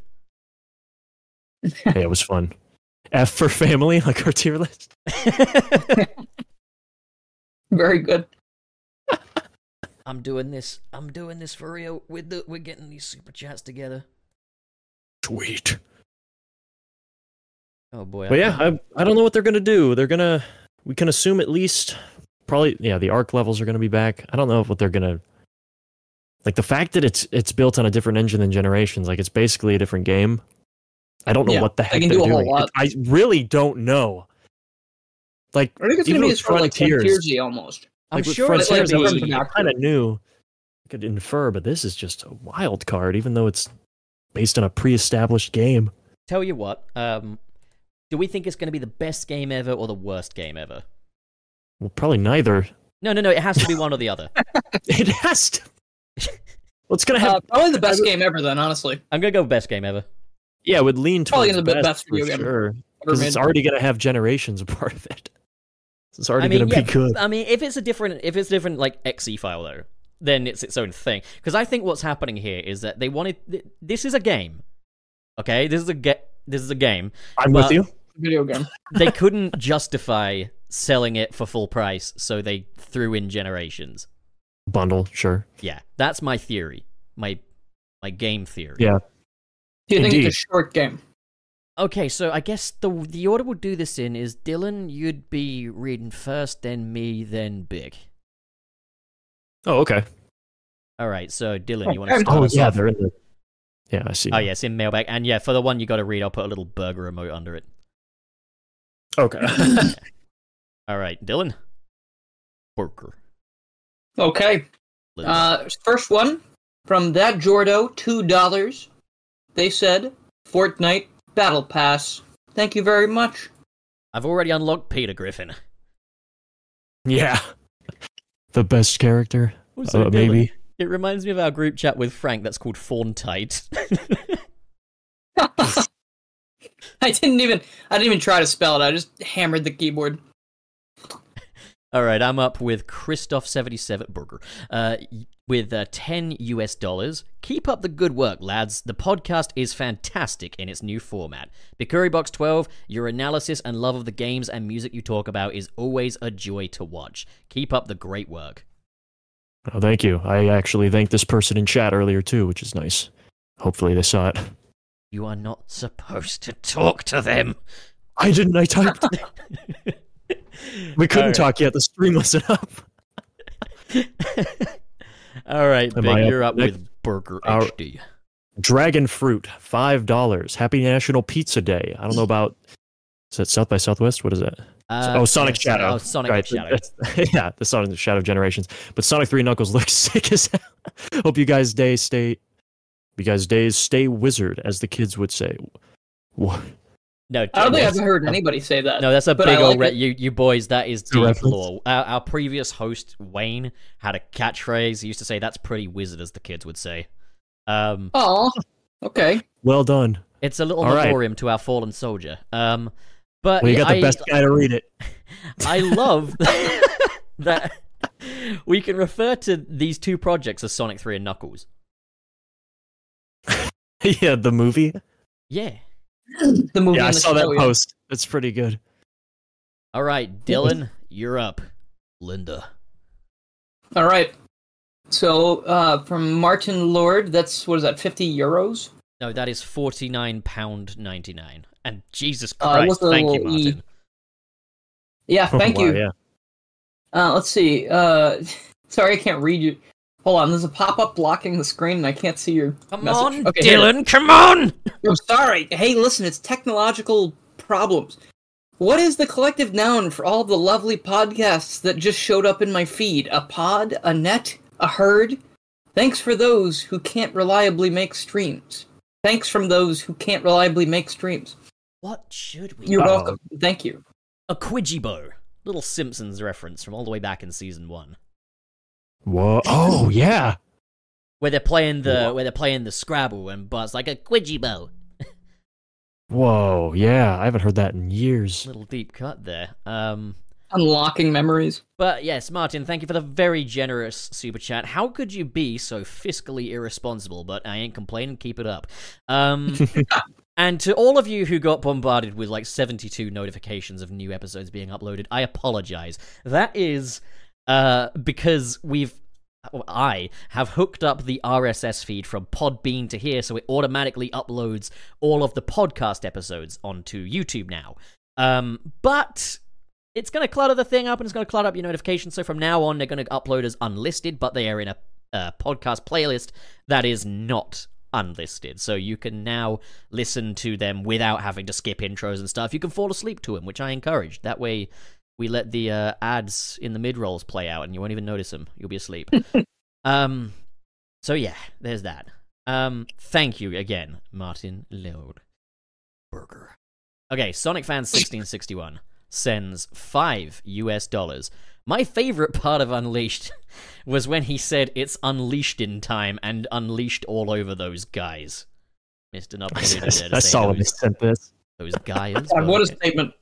(laughs) yeah, it was fun. F for family, like our tier list. Very good. I'm doing this. I'm doing this for real. We're do- we're getting these super chats together. Sweet. Oh boy. But yeah, I, I don't know what they're gonna do. They're gonna we can assume at least probably yeah the arc levels are gonna be back. I don't know what they're gonna like the fact that it's it's built on a different engine than Generations. Like it's basically a different game. I don't know Yeah, what the they heck can they're do a whole doing. lot. I really don't know. Like I think it's Even gonna be with as far like Frontiers- frontiersy almost. I'm like with sure it's Frontiers, Frontiers, gonna I be. was I was kind of knew. I could infer, but this is just a wild card, even though it's based on a pre-established game. Tell you what, um, do we think it's going to be the best game ever or the worst game ever? Well, probably neither. (laughs) No, no, no. It has to be one or the other. It has to. Well, it's gonna have. Uh, probably the (laughs) best game ever then, honestly. I'm going to go with best game ever. yeah, it would lean probably gonna towards be the best best, for video game sure. Ever Because it's made. already gonna have generations a part of it. (laughs) So It's already I mean, gonna yeah, be good. I mean, if it's a different, if it's different like exe file though, then it's its own thing. Because I think what's happening here is that they wanted. th- This is a game, okay? This is a ge- This is a game. I'm but- with you. video game. (laughs) They couldn't justify selling it for full price, so they threw in generations. Bundle, sure. Yeah, that's my theory. My my game theory. Yeah. Do you think Indeed. it's a short game? Okay, so I guess the the order we'll do this in is Dylan, you'd be reading first, then me, then Big. Oh, okay. All right, so Dylan, you want to Okay. start Oh us yeah, off? they're in the. Yeah, I see. Oh yes, in mailbag, and yeah, for the one you got to read, I'll put a little burger emote under it. Okay. (laughs) All right, Dylan. Burger. Okay. Uh, first one from that Jordo, two dollars. They said Fortnite Battle Pass. Thank you very much. (laughs) I've already unlocked Peter Griffin. Yeah. The best character. What's Uh, that doing? maybe. It reminds me of our group chat with Frank that's called (laughs) Fauntite. I didn't even I didn't even try to spell it. I just hammered the keyboard. All right, I'm up with Christoph seventy seven Burger uh, with uh, ten US dollars. Keep up the good work, lads. The podcast is fantastic in its new format. Bikuri Box twelve, your analysis and love of the games and music you talk about is always a joy to watch. Keep up the great work. Oh, thank you. I actually thanked this person in chat earlier too, which is nice. Hopefully they saw it. (laughs) You are not supposed to talk to them. I didn't. I (laughs) typed. we couldn't Alright. talk yet. The stream wasn't up. All right, Am Big, I up you're up next? with Burger Our- HD. Dragon fruit, five dollars. Happy National Pizza Day. I don't know about. Is that South by Southwest? What is that? Uh, oh, Sonic yeah, Shadow. Oh, Sonic Right, (laughs) Shadow. that's- yeah, the Sonic Shadow generations. But Sonic Three Knuckles (laughs) looks sick as hell. Hope you guys day stay. You guys days stay wizard, as the kids would say. What? No, I don't think James. I've heard anybody say that. No, that's a But big I old like re- it. you, you boys. That is a deep reference. lore. Our, our previous host Wayne had a catchphrase. He used to say, "That's pretty wizard," as the kids would say. Um, Aw. Okay. Well done. it's a little All right. memoriam to our fallen soldier. Um, but Well, you got the I, best guy to read it. (laughs) I love (laughs) that we can refer to these two projects as Sonic Three and Knuckles. yeah, the movie. Yeah. The movie. Yeah, I and the saw that show, yeah. post. It's pretty good. All right, Dylan, you're up. Linda. All right. So uh, from Martin Lord, that's what is that? Fifty euros. No, that is forty nine pound ninety nine. And Jesus Uh, Christ, what's the thank you, little E? Martin. Yeah. Thank Wow, you. Yeah. Uh, let's see. Uh, (laughs) sorry, I can't read you. Hold on. There's a pop up blocking the screen, and I can't see your. Come message. on, Okay, here. Dylan, come on! I'm sorry. Hey, listen, it's technological problems. What is the collective noun for all the lovely podcasts that just showed up in my feed? A pod, a net, a herd? Thanks for those who can't reliably make streams. Thanks from those who can't reliably make streams. What should we You're Oh. welcome. Thank you. A Quidgibo. Little Simpsons reference from all the way back in season one. Whoa. Oh yeah. Where they're playing the where they're playing the Scrabble and Buzz like a Quidgibo. Whoa. Yeah. I haven't heard that in years. Little deep cut there. Um Unlocking memories. but yes, Martin, thank you for the very generous super chat. How could you be so fiscally irresponsible? But I ain't complaining, keep it up. Um And to all of you who got bombarded with like 72 notifications of new episodes being uploaded, I apologize. That is uh, because we've. well, I have hooked up the RSS feed from Podbean to here, so it automatically uploads all of the podcast episodes onto YouTube now. Um, but it's going to clutter the thing up and it's going to clutter up your notifications. So from now on, they're going to upload as unlisted, but they are in a uh, podcast playlist that is not unlisted. So you can now listen to them without having to skip intros and stuff. You can fall asleep to them, which I encourage. That way, we let the uh, ads in the mid rolls play out and you won't even notice them. You'll be asleep. um, so yeah, there's that. Um, thank you again, Martin Lord. Burger. Okay, Sonic Fan 1661 sends five US dollars. My favorite part of Unleashed (laughs) was when he said it's unleashed in time and unleashed all over those guys. Mr. I Nobody did there (laughs) to say saw when they those, sent this. those (laughs) guys. God, but what a okay. statement.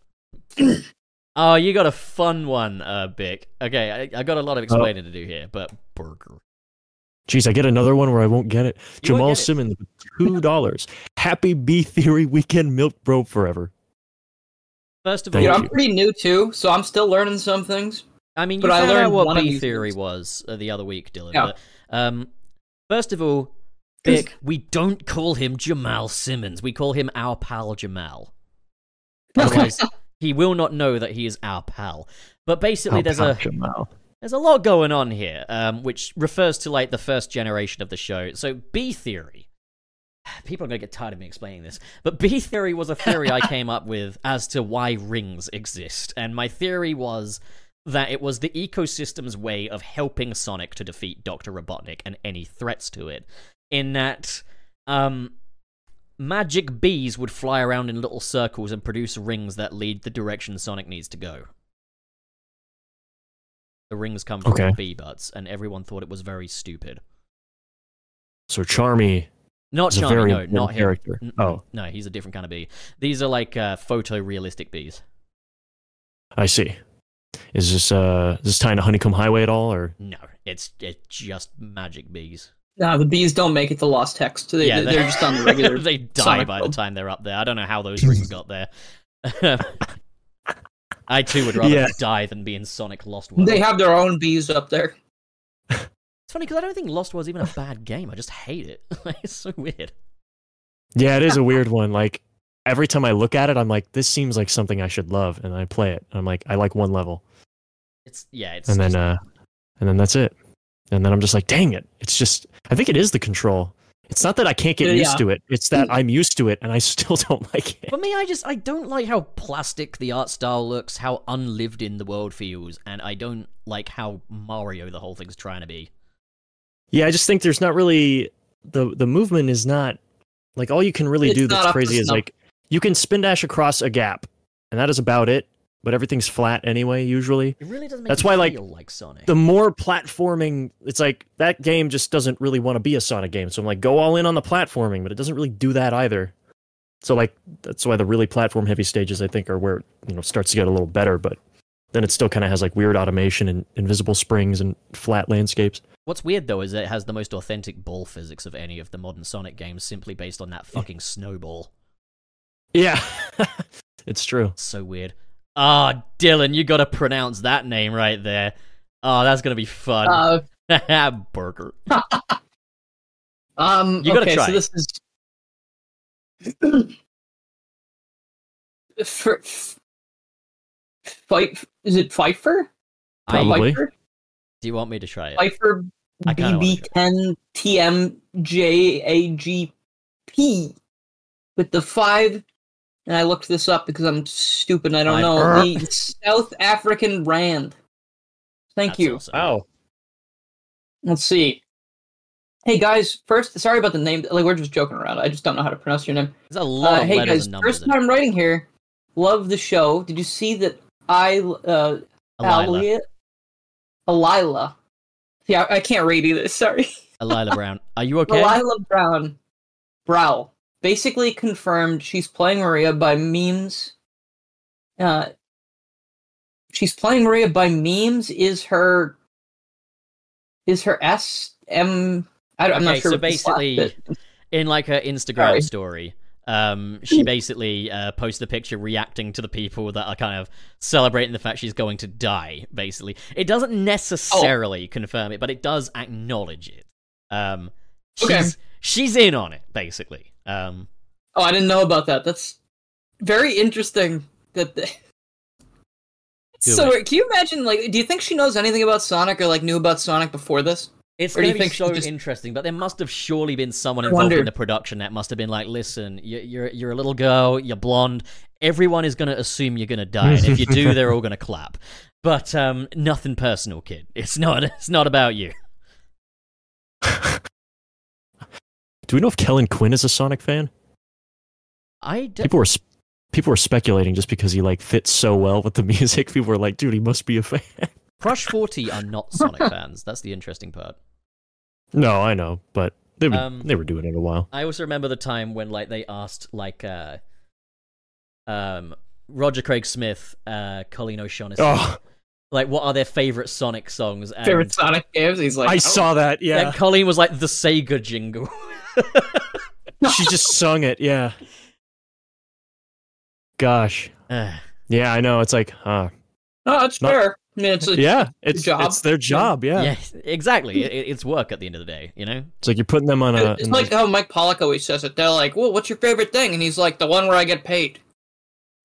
Oh, you got a fun one, uh, Bick. Okay, I, I got a Oh. lot of explaining to do here, but burger. Jeez, I get another one where I won't get it. You won't Jamal get it. Simmons, two dollars. Happy B Theory Weekend Milk Bro forever. First of all, Thank You know, you. I'm pretty new too, so I'm still learning some things. I mean, you But I found out learned what one of B these theory things. was uh, the other week, Dylan. Yeah. But, um, first of all, Is- Bick, we don't call him Jamal Simmons. We call him our (laughs) pal Jamal. Otherwise, he will not know that he is our pal. But basically, there's a There's a lot going on here, um, which refers to like the first generation of the show. So B theory. People are going to get tired of me explaining this, but B theory was a theory I came up with as to why rings exist, and my theory was that it was the ecosystem's way of helping Sonic to defeat Doctor Robotnik and any threats to it. In that, um, magic bees would fly around in little circles and produce rings that lead the direction Sonic needs to go. The rings come from Okay. the bee butts, and everyone thought it was very stupid. So Charmy Not is a Charmy, very no, important not him. character. Mm-mm. Oh, No, he's a different kind of bee. These are like uh, photorealistic bees. I see. Is this uh is this tying to Honeycomb Highway at all, or No, it's it's just magic bees. Nah, the bees don't make it to Lost Text. They, yeah, they're, just on the regular. (laughs) they die Sonic by Boom. the time they're up there. I don't know how those rings got there. (laughs) I too would rather Yeah. die than be in Sonic Lost World. they have their own bees up there. It's funny because I don't think Lost World's even a bad game. I just hate it. (laughs) it's so weird. Yeah, it is a weird one. Like every time I look at it, I'm like, this seems like something I should love, and I play it. I'm like, I like one level, It's yeah. It's and then just- uh, and then that's it. And then I'm just like, dang it! It's just, I think it is the control. It's not that I can't get Yeah. used to it. It's Mm. that I'm used to it, and I (laughs) still don't like it. For me, I just I don't like how plastic the art style looks, how unlived in the world feels, and I don't like how Mario the whole thing's trying to be. Yeah, I just think there's not really the the movement is not like all you can really It's do not up that's to crazy is snuff. like you can spin dash across a gap, and that is about it. But everything's flat anyway, usually. It really doesn't make That's me why, like, feel like Sonic. the more platforming it's like that game just doesn't really want to be a sonic game so i'm like go all in on the platforming but it doesn't really do that either so like that's why the really platform heavy stages i think are where it, you know starts to get a little better but then it still kind of has like weird automation and invisible springs and flat landscapes What's weird though is that it has the most authentic ball physics of any of the modern Sonic games, simply based on that fucking snowball. yeah (laughs) it's true So weird. Ah, Dylan, you gotta pronounce that name right there. Oh, that's gonna be fun. Uh, (laughs) Burger. um, You gotta okay, try it. so this is. Fr- f- Fife, is it Pfeiffer? I, Probably. Pfeiffer, do you want me to try it? Pfeiffer I kinda wanna BB10 TMJAGP with the five. And I looked this up because I'm stupid. and I don't Five. know. The South African Rand. Thank That's you. awesome. Let's see. Hey guys, first, sorry about the name. Like we're just joking around. I just don't know how to pronounce your name. There's a lot Uh, of hey letters guys, and numbers. first in it. time writing here. Love the show. Did you see that I uh, Alila, Alia, Alila? Yeah, I I can't read either. (laughs) Sorry. Alila Brown. Are (laughs) you okay? Delilah Brown, Brow, basically confirmed she's playing Maria by memes. Uh, she's playing Maria by memes. Is her is her S M? I don't, I'm not Okay, sure. so what this last basically- bit- in like her Instagram Sorry. story, um, she basically uh, posted a picture reacting to the people that are kind of celebrating the fact she's going to die. Basically, it Oh. doesn't necessarily confirm it, but it does acknowledge it. Um, she's Okay. she's in on it basically. Um, oh, I didn't know about that. That's very interesting. That the... (laughs) Do so it. weird. can you imagine? Like, do you think she knows anything about Sonic or like knew about Sonic before this? it's Or do going you to be think she so just- interesting, but there must have surely been someone I involved in wonder- the production that must have been like, "Listen, you- you're you're a little girl, you're blonde. Everyone is going to assume you're going to die, and if (laughs) you do, they're all going to clap." But um, nothing personal, kid. It's not (laughs) it's not about you. do we know if kellen quinn is a sonic fan I d- people were sp- people were speculating just because he like fits so well with the (laughs) music people were like dude he must be a fan (laughs) Crush Forty are not Sonic fans. That's the interesting part. no i know but they were, Um, they were doing it a while I also remember the time when like they asked like uh, um, Roger Craig Smith, uh, Colleen O'Shaughnessy, oh like what are their favorite Sonic songs? And, Favorite Sonic games? He's like, i saw that yeah and Colleen was like the (laughs) Sega jingle. she just sung it. Yeah. Gosh. Ah, Yeah, I know. It's like, huh? Oh, it's Not- fair. I mean, it's a- Yeah, it's job. it's their job. Yeah. yeah. exactly. It, it's work at the end of the day, you know. it's like you're putting them on Uh, a. it's like how Mike Pollock always says it. They're like, "Well, what's your favorite thing?" And he's like, "The one where I get paid."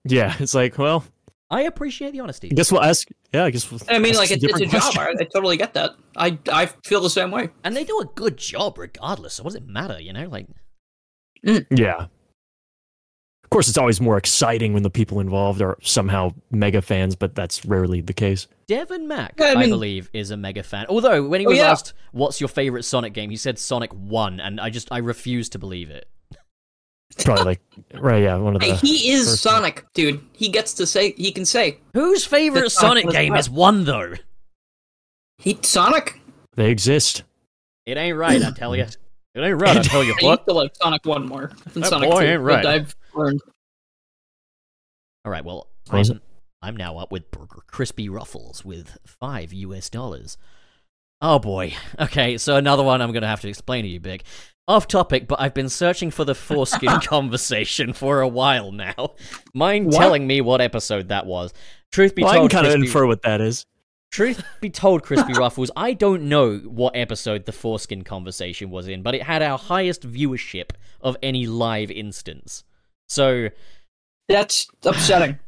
yeah, it's like, well, I appreciate the honesty. I guess we'll ask. Yeah, I guess. We'll I mean, ask like it's, it's a different job. question. I, I totally get that. I I feel the same way. And they do a good job regardless. So what does it matter, you know? Like Yeah. Of course, it's always more exciting when the people involved are somehow mega fans, but that's rarely the case. Devin Mack, Yeah, I I, mean- believe, is a mega fan. Although when he Oh, was yeah. asked what's your favorite Sonic game, he said Sonic One, and I just I refuse to believe it. Probably like (laughs) right, yeah, one of the. uh, Hey, he is first one. Sonic, dude. He gets to say he can say Whose favorite (laughs) Good time Sonic for the game prep. is one though? he Sonic. They exist. It ain't right, I tell (laughs) you. It ain't right, I tell you I what. used to like Sonic One more than That Sonic boy Two. ain't right. but I've learned. All right, well, Close I'm, I'm now up with Burger Crispy Ruffles with five US dollars. Oh boy. (laughs) Okay, so another one I'm going to have to explain to you, Big. Off topic, but I've been searching for the (laughs) foreskin conversation for a while now. Mind What? telling me what episode that was? Truth be Well, I can told, kind of Crispy- infer what that is. (laughs) Truth be told, Crispy (laughs) Ruffles, I don't know what episode the foreskin conversation was in, but it had our highest viewership of any live instance. So That's (laughs) upsetting.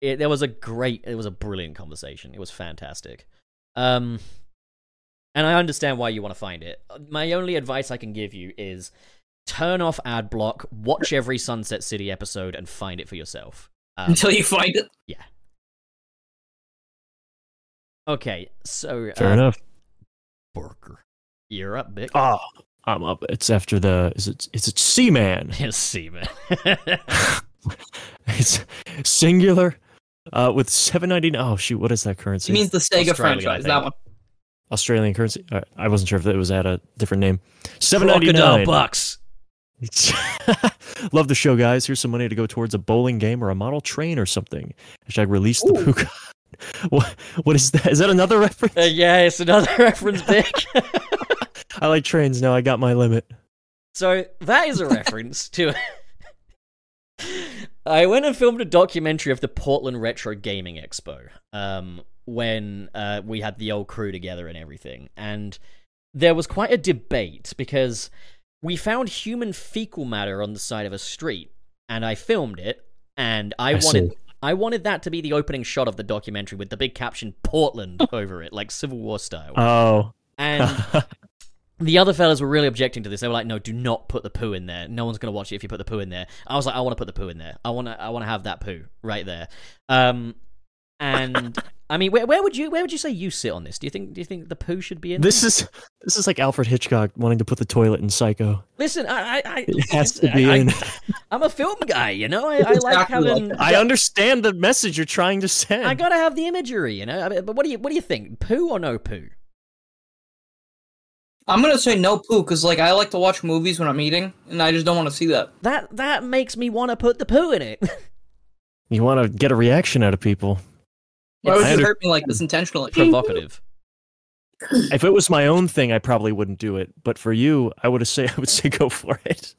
it, there was a great, it was a brilliant conversation. It was fantastic. Um, and I understand why you want to find it. Uh, My only advice I can give you is turn off ad block, watch every Sunset City episode, and find it for yourself. Um, Until you find it. okay, so Fair uh, enough. Barker, you're up, Bick. Oh, I'm up. It's after the. Is it? Is it Seaman? (laughs) (laughs) Yes, see, man. It's singular. Uh, with seven ninety nine. Oh shoot, what is that currency? It means the Sega Australian, I franchise. think. That one. Australian currency. Uh, I wasn't sure if it was at a different name. Seven ninety Crocodile nine. bucks. (laughs) Love the show, guys. Here's some money to go towards a bowling game or a model train or something. Hashtag release the puka. (laughs) What, what is that? Is that another (laughs) reference? Uh, yeah, it's another (laughs) reference, Dick. I like trains now. I got my limit. so that is a (laughs) reference to. I went and filmed a documentary of the Portland Retro Gaming Expo um, when uh, we had the old crew together and everything, and there was quite a debate because we found human fecal matter on the side of a street, and I filmed it, and I, I wanted see. I wanted that to be the opening shot of the documentary with the big caption "Portland" over it, like Civil War style, Oh, and. the other fellas were really objecting to this. They were like, "No, do not put the poo in there. No one's gonna watch it if you put the poo in there." I was like, "I want to put the poo in there. I want to. I want to have that poo right there." Um, (laughs) and I mean, where, where would you where would you say you sit on this? Do you think do you think the poo should be in? this is this is like Alfred Hitchcock wanting to put the toilet in Psycho. there? listen, I, I, I It has to be I, (laughs) in. am a film guy, you know. I, It's I like exactly like having. I understand the message you're trying to send. I gotta have the imagery, you know. I mean, but what do you what do you think? Poo or no poo? I'm gonna say no poo because like I like to watch movies when I'm eating, and I just don't want to see that. That that makes me want to put the poo in it. (laughs) you want to get a reaction out of people. Why would I you under- hurt me like this intentionally? Provocative. If it was my own thing, I probably wouldn't do it. But for you, I would say (laughs) I would say go for it.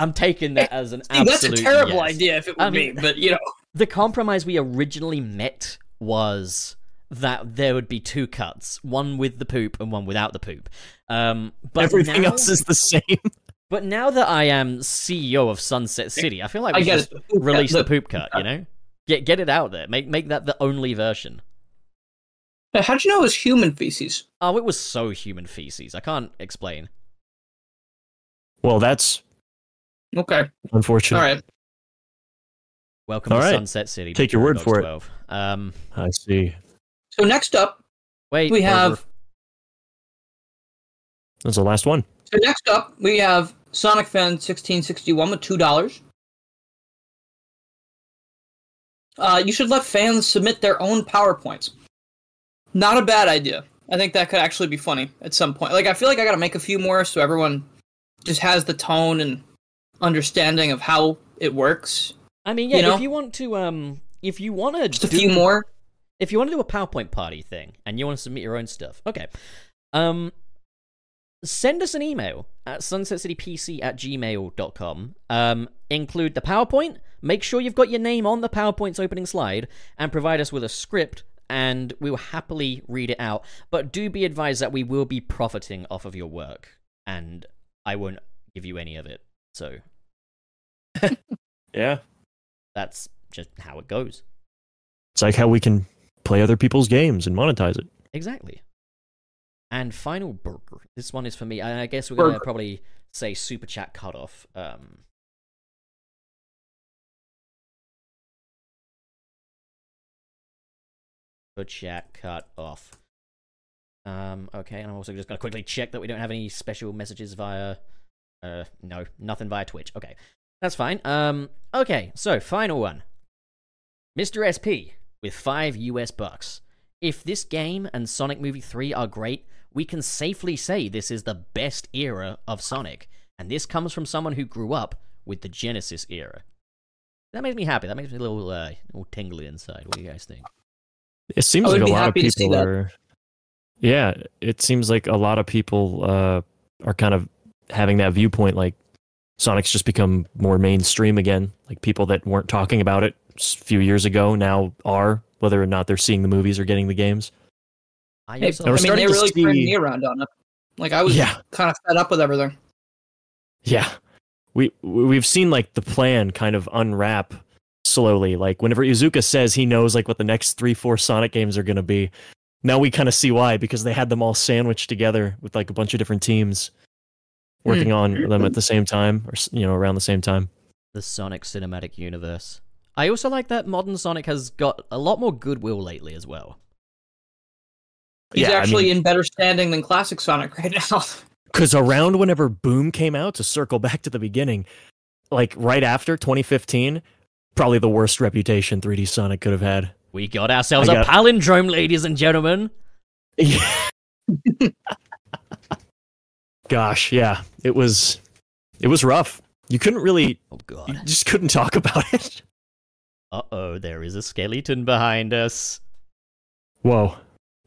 I'm taking that as an See, that's a absolute terrible yes. idea if it were I mean- me, but you know, the compromise we originally met was that there would be two cuts, one with the poop and one without the poop. Um, but Everything now, else is the same. But now that I am CEO of Sunset City, I feel like I we should get just it. release Yeah, the poop cut. You know, get get it out there. Make make that the only version. look, How'd you know it was human feces? Oh, it was so human feces. I can't explain. Well, that's Okay, unfortunate. all right. Welcome All to right. Sunset City. Take your word for it. it. Um, I see. So next up, wait. We we're- have- we're- That's the last one. so next up we have Sonic Fan 1661 with two dollars. Uh, you should let fans submit their own powerpoints. Not a bad idea. I think that could actually be funny at some point. Like I feel like I got to make a few more so everyone just has the tone and understanding of how it works. I mean, yeah. You know? If you want to, um, if you want to, Just a few more. if you want to do a PowerPoint party thing and you want to submit your own stuff, okay. Um, send us an email at sunsetcitypc at gmail.com. Um, include the PowerPoint. Make sure you've got your name on the PowerPoint's opening slide and provide us with a script and we will happily read it out. But do be advised that we will be profiting off of your work and I won't give you any of it. So Yeah. that's just how it goes. It's like how we can play other people's games and monetize it. Exactly. And final burger. This one is for me. I I guess we're gonna Burger. probably say super chat cutoff. Um, super chat cut off. Um, okay, and I'm also just gonna quickly check that we don't have any special messages via Uh, no, nothing via Twitch. Okay, that's fine. Um, okay, so final one, Mr. SP with five US bucks. If this game and Sonic Movie 3 are great, we can safely say this is the best era of Sonic, and this comes from someone who grew up with the Genesis era. That makes me happy. That makes me a little, uh, little tingly inside. What do you guys think? It seems I would like a be lot of happy to see people that. are. Yeah, it seems like a lot of people uh, are kind of having that viewpoint. Like Sonic's just become more mainstream again. Like people that weren't talking about it s- a few years ago now are, whether or not they're seeing the movies or getting the games. I Hey, also- I we're mean, they starting to really turned see- me around on it. Like I was Yeah. kind of fed up with everything. Yeah. We we- we've seen like the plan kind of unwrap slowly. Like whenever Izuka says he knows like what the next 3-4 Sonic games are going to be. Now we kind of see why because they had them all sandwiched together with like a bunch of different teams working on them at the same time or s- you know around the same time. the Sonic cinematic universe. I also like that modern Sonic has got a lot more goodwill lately as well. He's Yeah, I actually mean- in better standing than classic Sonic right now. (laughs) Cuz around whenever Boom came out to circle back to the beginning, like right after 2015, probably the worst reputation 3D Sonic could have had. We got ourselves I a got- palindrome, ladies and gentlemen. Yeah. Gosh, yeah. It was it was rough. You couldn't really Oh you god. just couldn't talk about it. Uh oh, there is a skeleton behind us. Whoa.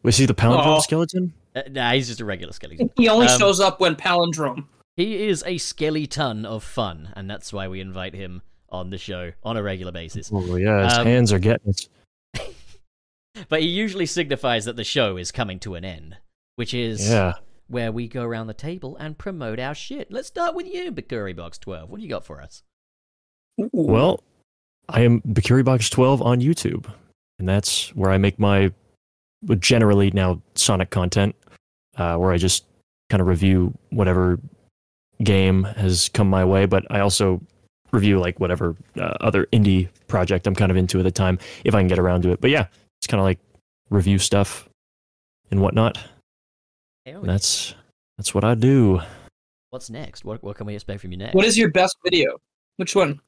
Was he the palindrome Oh. skeleton? Uh, nah, he's just a (laughs) regular skeleton. he only Um, shows up when palindrome. He is a skeleton of fun, and that's why we invite him on the show on a regular basis. Oh yeah, his Um, hands are getting it. But he usually signifies that the show is coming to an end, which is where we go around the table and promote our shit. Let's start with you, Bakuri Box 12. What do you got for us? Well, I am Bakuri Box 12 on YouTube, and that's where I make my but generally now Sonic content, uh, where I just kind of review whatever game has come my way, but I also review like whatever uh, other indie project I'm kind of into at the time if I can get around to it. But yeah, it's kind of like review stuff and whatnot. Hell And Oh, yeah. that's that's what I do. What's next? What, what can we expect from you next? What is your best video? Which one?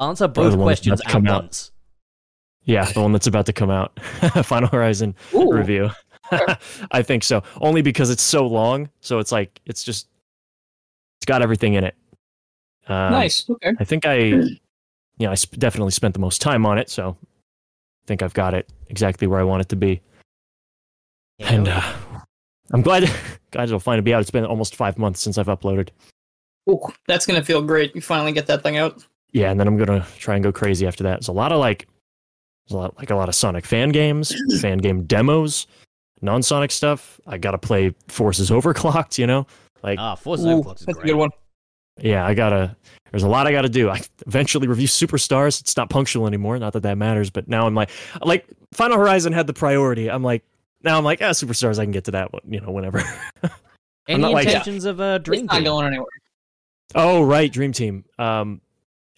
Answer Probably both the one that's questions about to at come out. once. Yeah, the one that's about to come out, (laughs) Final Horizon Ooh, review. (laughs) I think so. Only because it's so long. So it's like it's just it's got everything in it. Um, nice. Okay. I think I, you know, I sp- definitely spent the most time on it. So I think I've got it exactly where I want it to be. Hell And yeah. uh, I'm glad, (laughs) glad it'll finally be out. It's been almost five months since I've uploaded. Ooh, that's gonna feel great. You finally get that thing out. Yeah, and then I'm gonna try and go crazy after that. It's a lot of like, there's a lot like a lot of Sonic fan games, fan game demos, non-Sonic stuff. I gotta play Forces Overclocked. You know, like ah, Forza Ooh, Overclock's that's is a great. good one. yeah, I gotta. There's a lot I gotta do. I eventually review superstars. It's not punctual anymore. Not that that matters, but now I'm like, like Final Horizon had the priority. I'm like, now I'm like, ah, superstars. I can get to that one, you know, whenever. I'm Any not like- intentions of uh, Dream it's not Team? going anywhere. oh right, Dream Team. Um,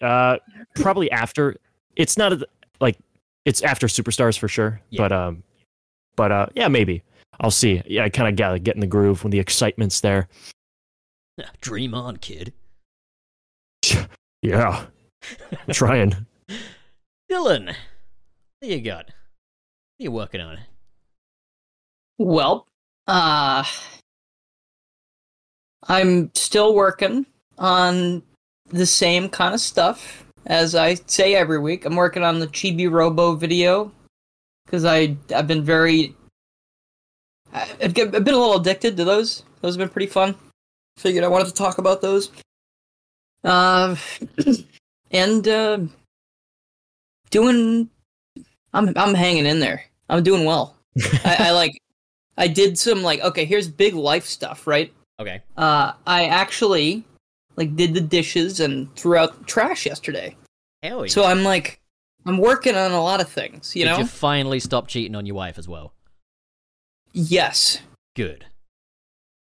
uh, probably after. It's not a, like it's after superstars for sure. Yeah. But um, but uh, yeah, maybe I'll see. Yeah, I kind of gotta get in the groove when the excitement's there. Dream on, kid. Yeah, (laughs) I'm trying. Dylan, what do you got? What are you working on? Well, uh, I'm still working on the same kind of stuff as I say every week. I'm working on the Chibi Robo video because I I've been very I- I've get- I've been a little addicted to those. Those have been pretty fun. Figured I wanted to talk about those. Uh, (clears throat) and uh, doing, I'm I'm hanging in there. I'm doing well. I, I like I did some like okay, here's big life stuff, right? Okay. Uh I actually like did the dishes and threw out trash yesterday. Hell yeah. So I'm like I'm working on a lot of things, you Did know? you finally stop cheating on your wife as well? Yes. Good.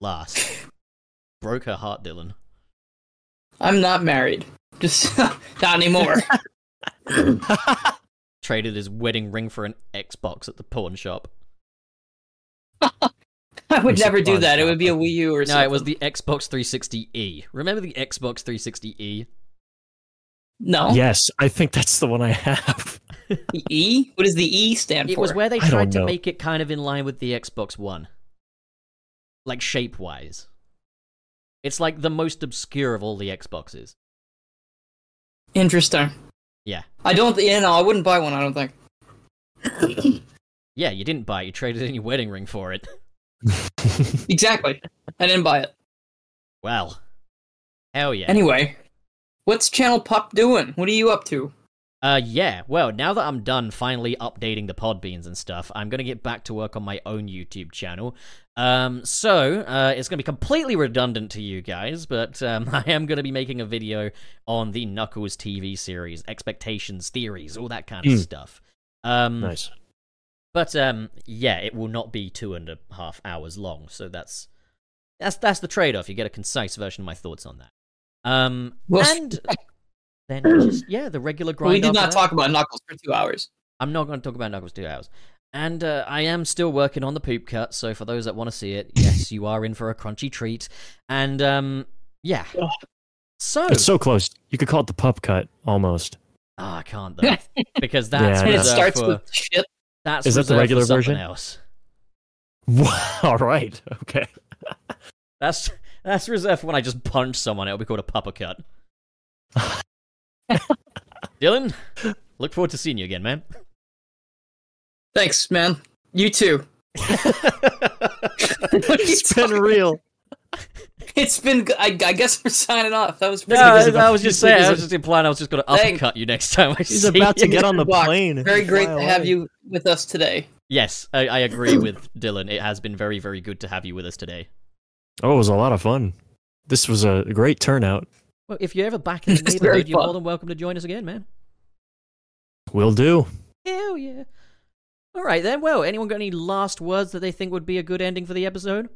Last. (laughs) Broke her heart, Dylan. I'm not married. Just (laughs) not (laughs) anymore. Traded his wedding ring for an Xbox at the pawn shop. I would I'm never do surprised that. It that would be a Wii U or No, something. it was the Xbox 360e. Remember the Xbox E? 360e? No. Yes, I think that's the one I have. The E? What does the E stand It for? was where they I don't tried to know. make it kind of in line with the Xbox One, like shape wise. It's like the most obscure of all the Xboxes. Interesting. Yeah, I don't. th- Yeah, no, I wouldn't buy one. I don't (laughs) think. yeah. You didn't buy it. You traded in your wedding ring for it. (laughs) Exactly. I didn't buy it. Well, hell yeah. Anyway, what's Channel Pup doing? What are you up to? Uh, yeah. Well, now that I'm done finally updating the Podbeans and stuff, I'm gonna get back to work on my own YouTube channel. Um, so uh, it's gonna be completely redundant to you guys, but um, (laughs) I am gonna be making a video on the Knuckles TV series, expectations, theories, all that kind of Mm. stuff. hmm. Um, nice. but um, yeah, it will not be two and a half hours long. So that's that's that's the trade-off. You get a concise version of my thoughts on that. Um, Well, and then just, yeah, the regular grind. we did after not that. talk about Knuckles for two hours. I'm not going to talk about Knuckles two hours. And uh, I am still working on the poop cut, so for those that want to see it, yes, you are in for a crunchy treat. And um, yeah, Ugh. so, It's so close. You could call it the pup cut almost. (laughs) Ah, I can't though because that's Yeah, I And know. it reserved starts for, with shit. that's Is that the reserved for regular something version? Else. All right. (laughs) Okay. That's that's reserved for when I just punch someone. It'll be called a pupper cut. (laughs) Dylan, look forward to seeing you again, man. Thanks, man. You (laughs) too. What are you It's been real. talking- it's been. g- I, I guess we're signing off. That was no, pretty I, good. I was just He's like- saying, I was just implying I was just going to Thanks. uppercut you next time I (laughs) He's see about to you. get on the Walk. plane. Very and great fly to have away. you with us today. Yes, I, (clears throat) I agree with Dylan. It has been very, very good to have you with us today. Oh, it was a lot of fun. This was a great turnout. Well, if you're (laughs) ever back in the It's very neighborhood, you're fun. more than welcome to join us again, man. Will do. Hell yeah. All right then. Well, anyone got any last words that they think would be a good ending for the episode?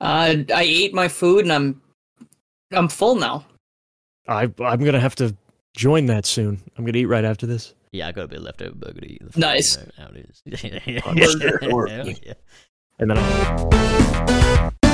Uh, I ate my food and I'm, I'm full now. I I'm gonna have to join that soon. I'm gonna eat right after this. Yeah, I got a bit of leftover burger to eat. The Nice. fucking, you know, how it is. (laughs) Burger. Hell yeah. And then I-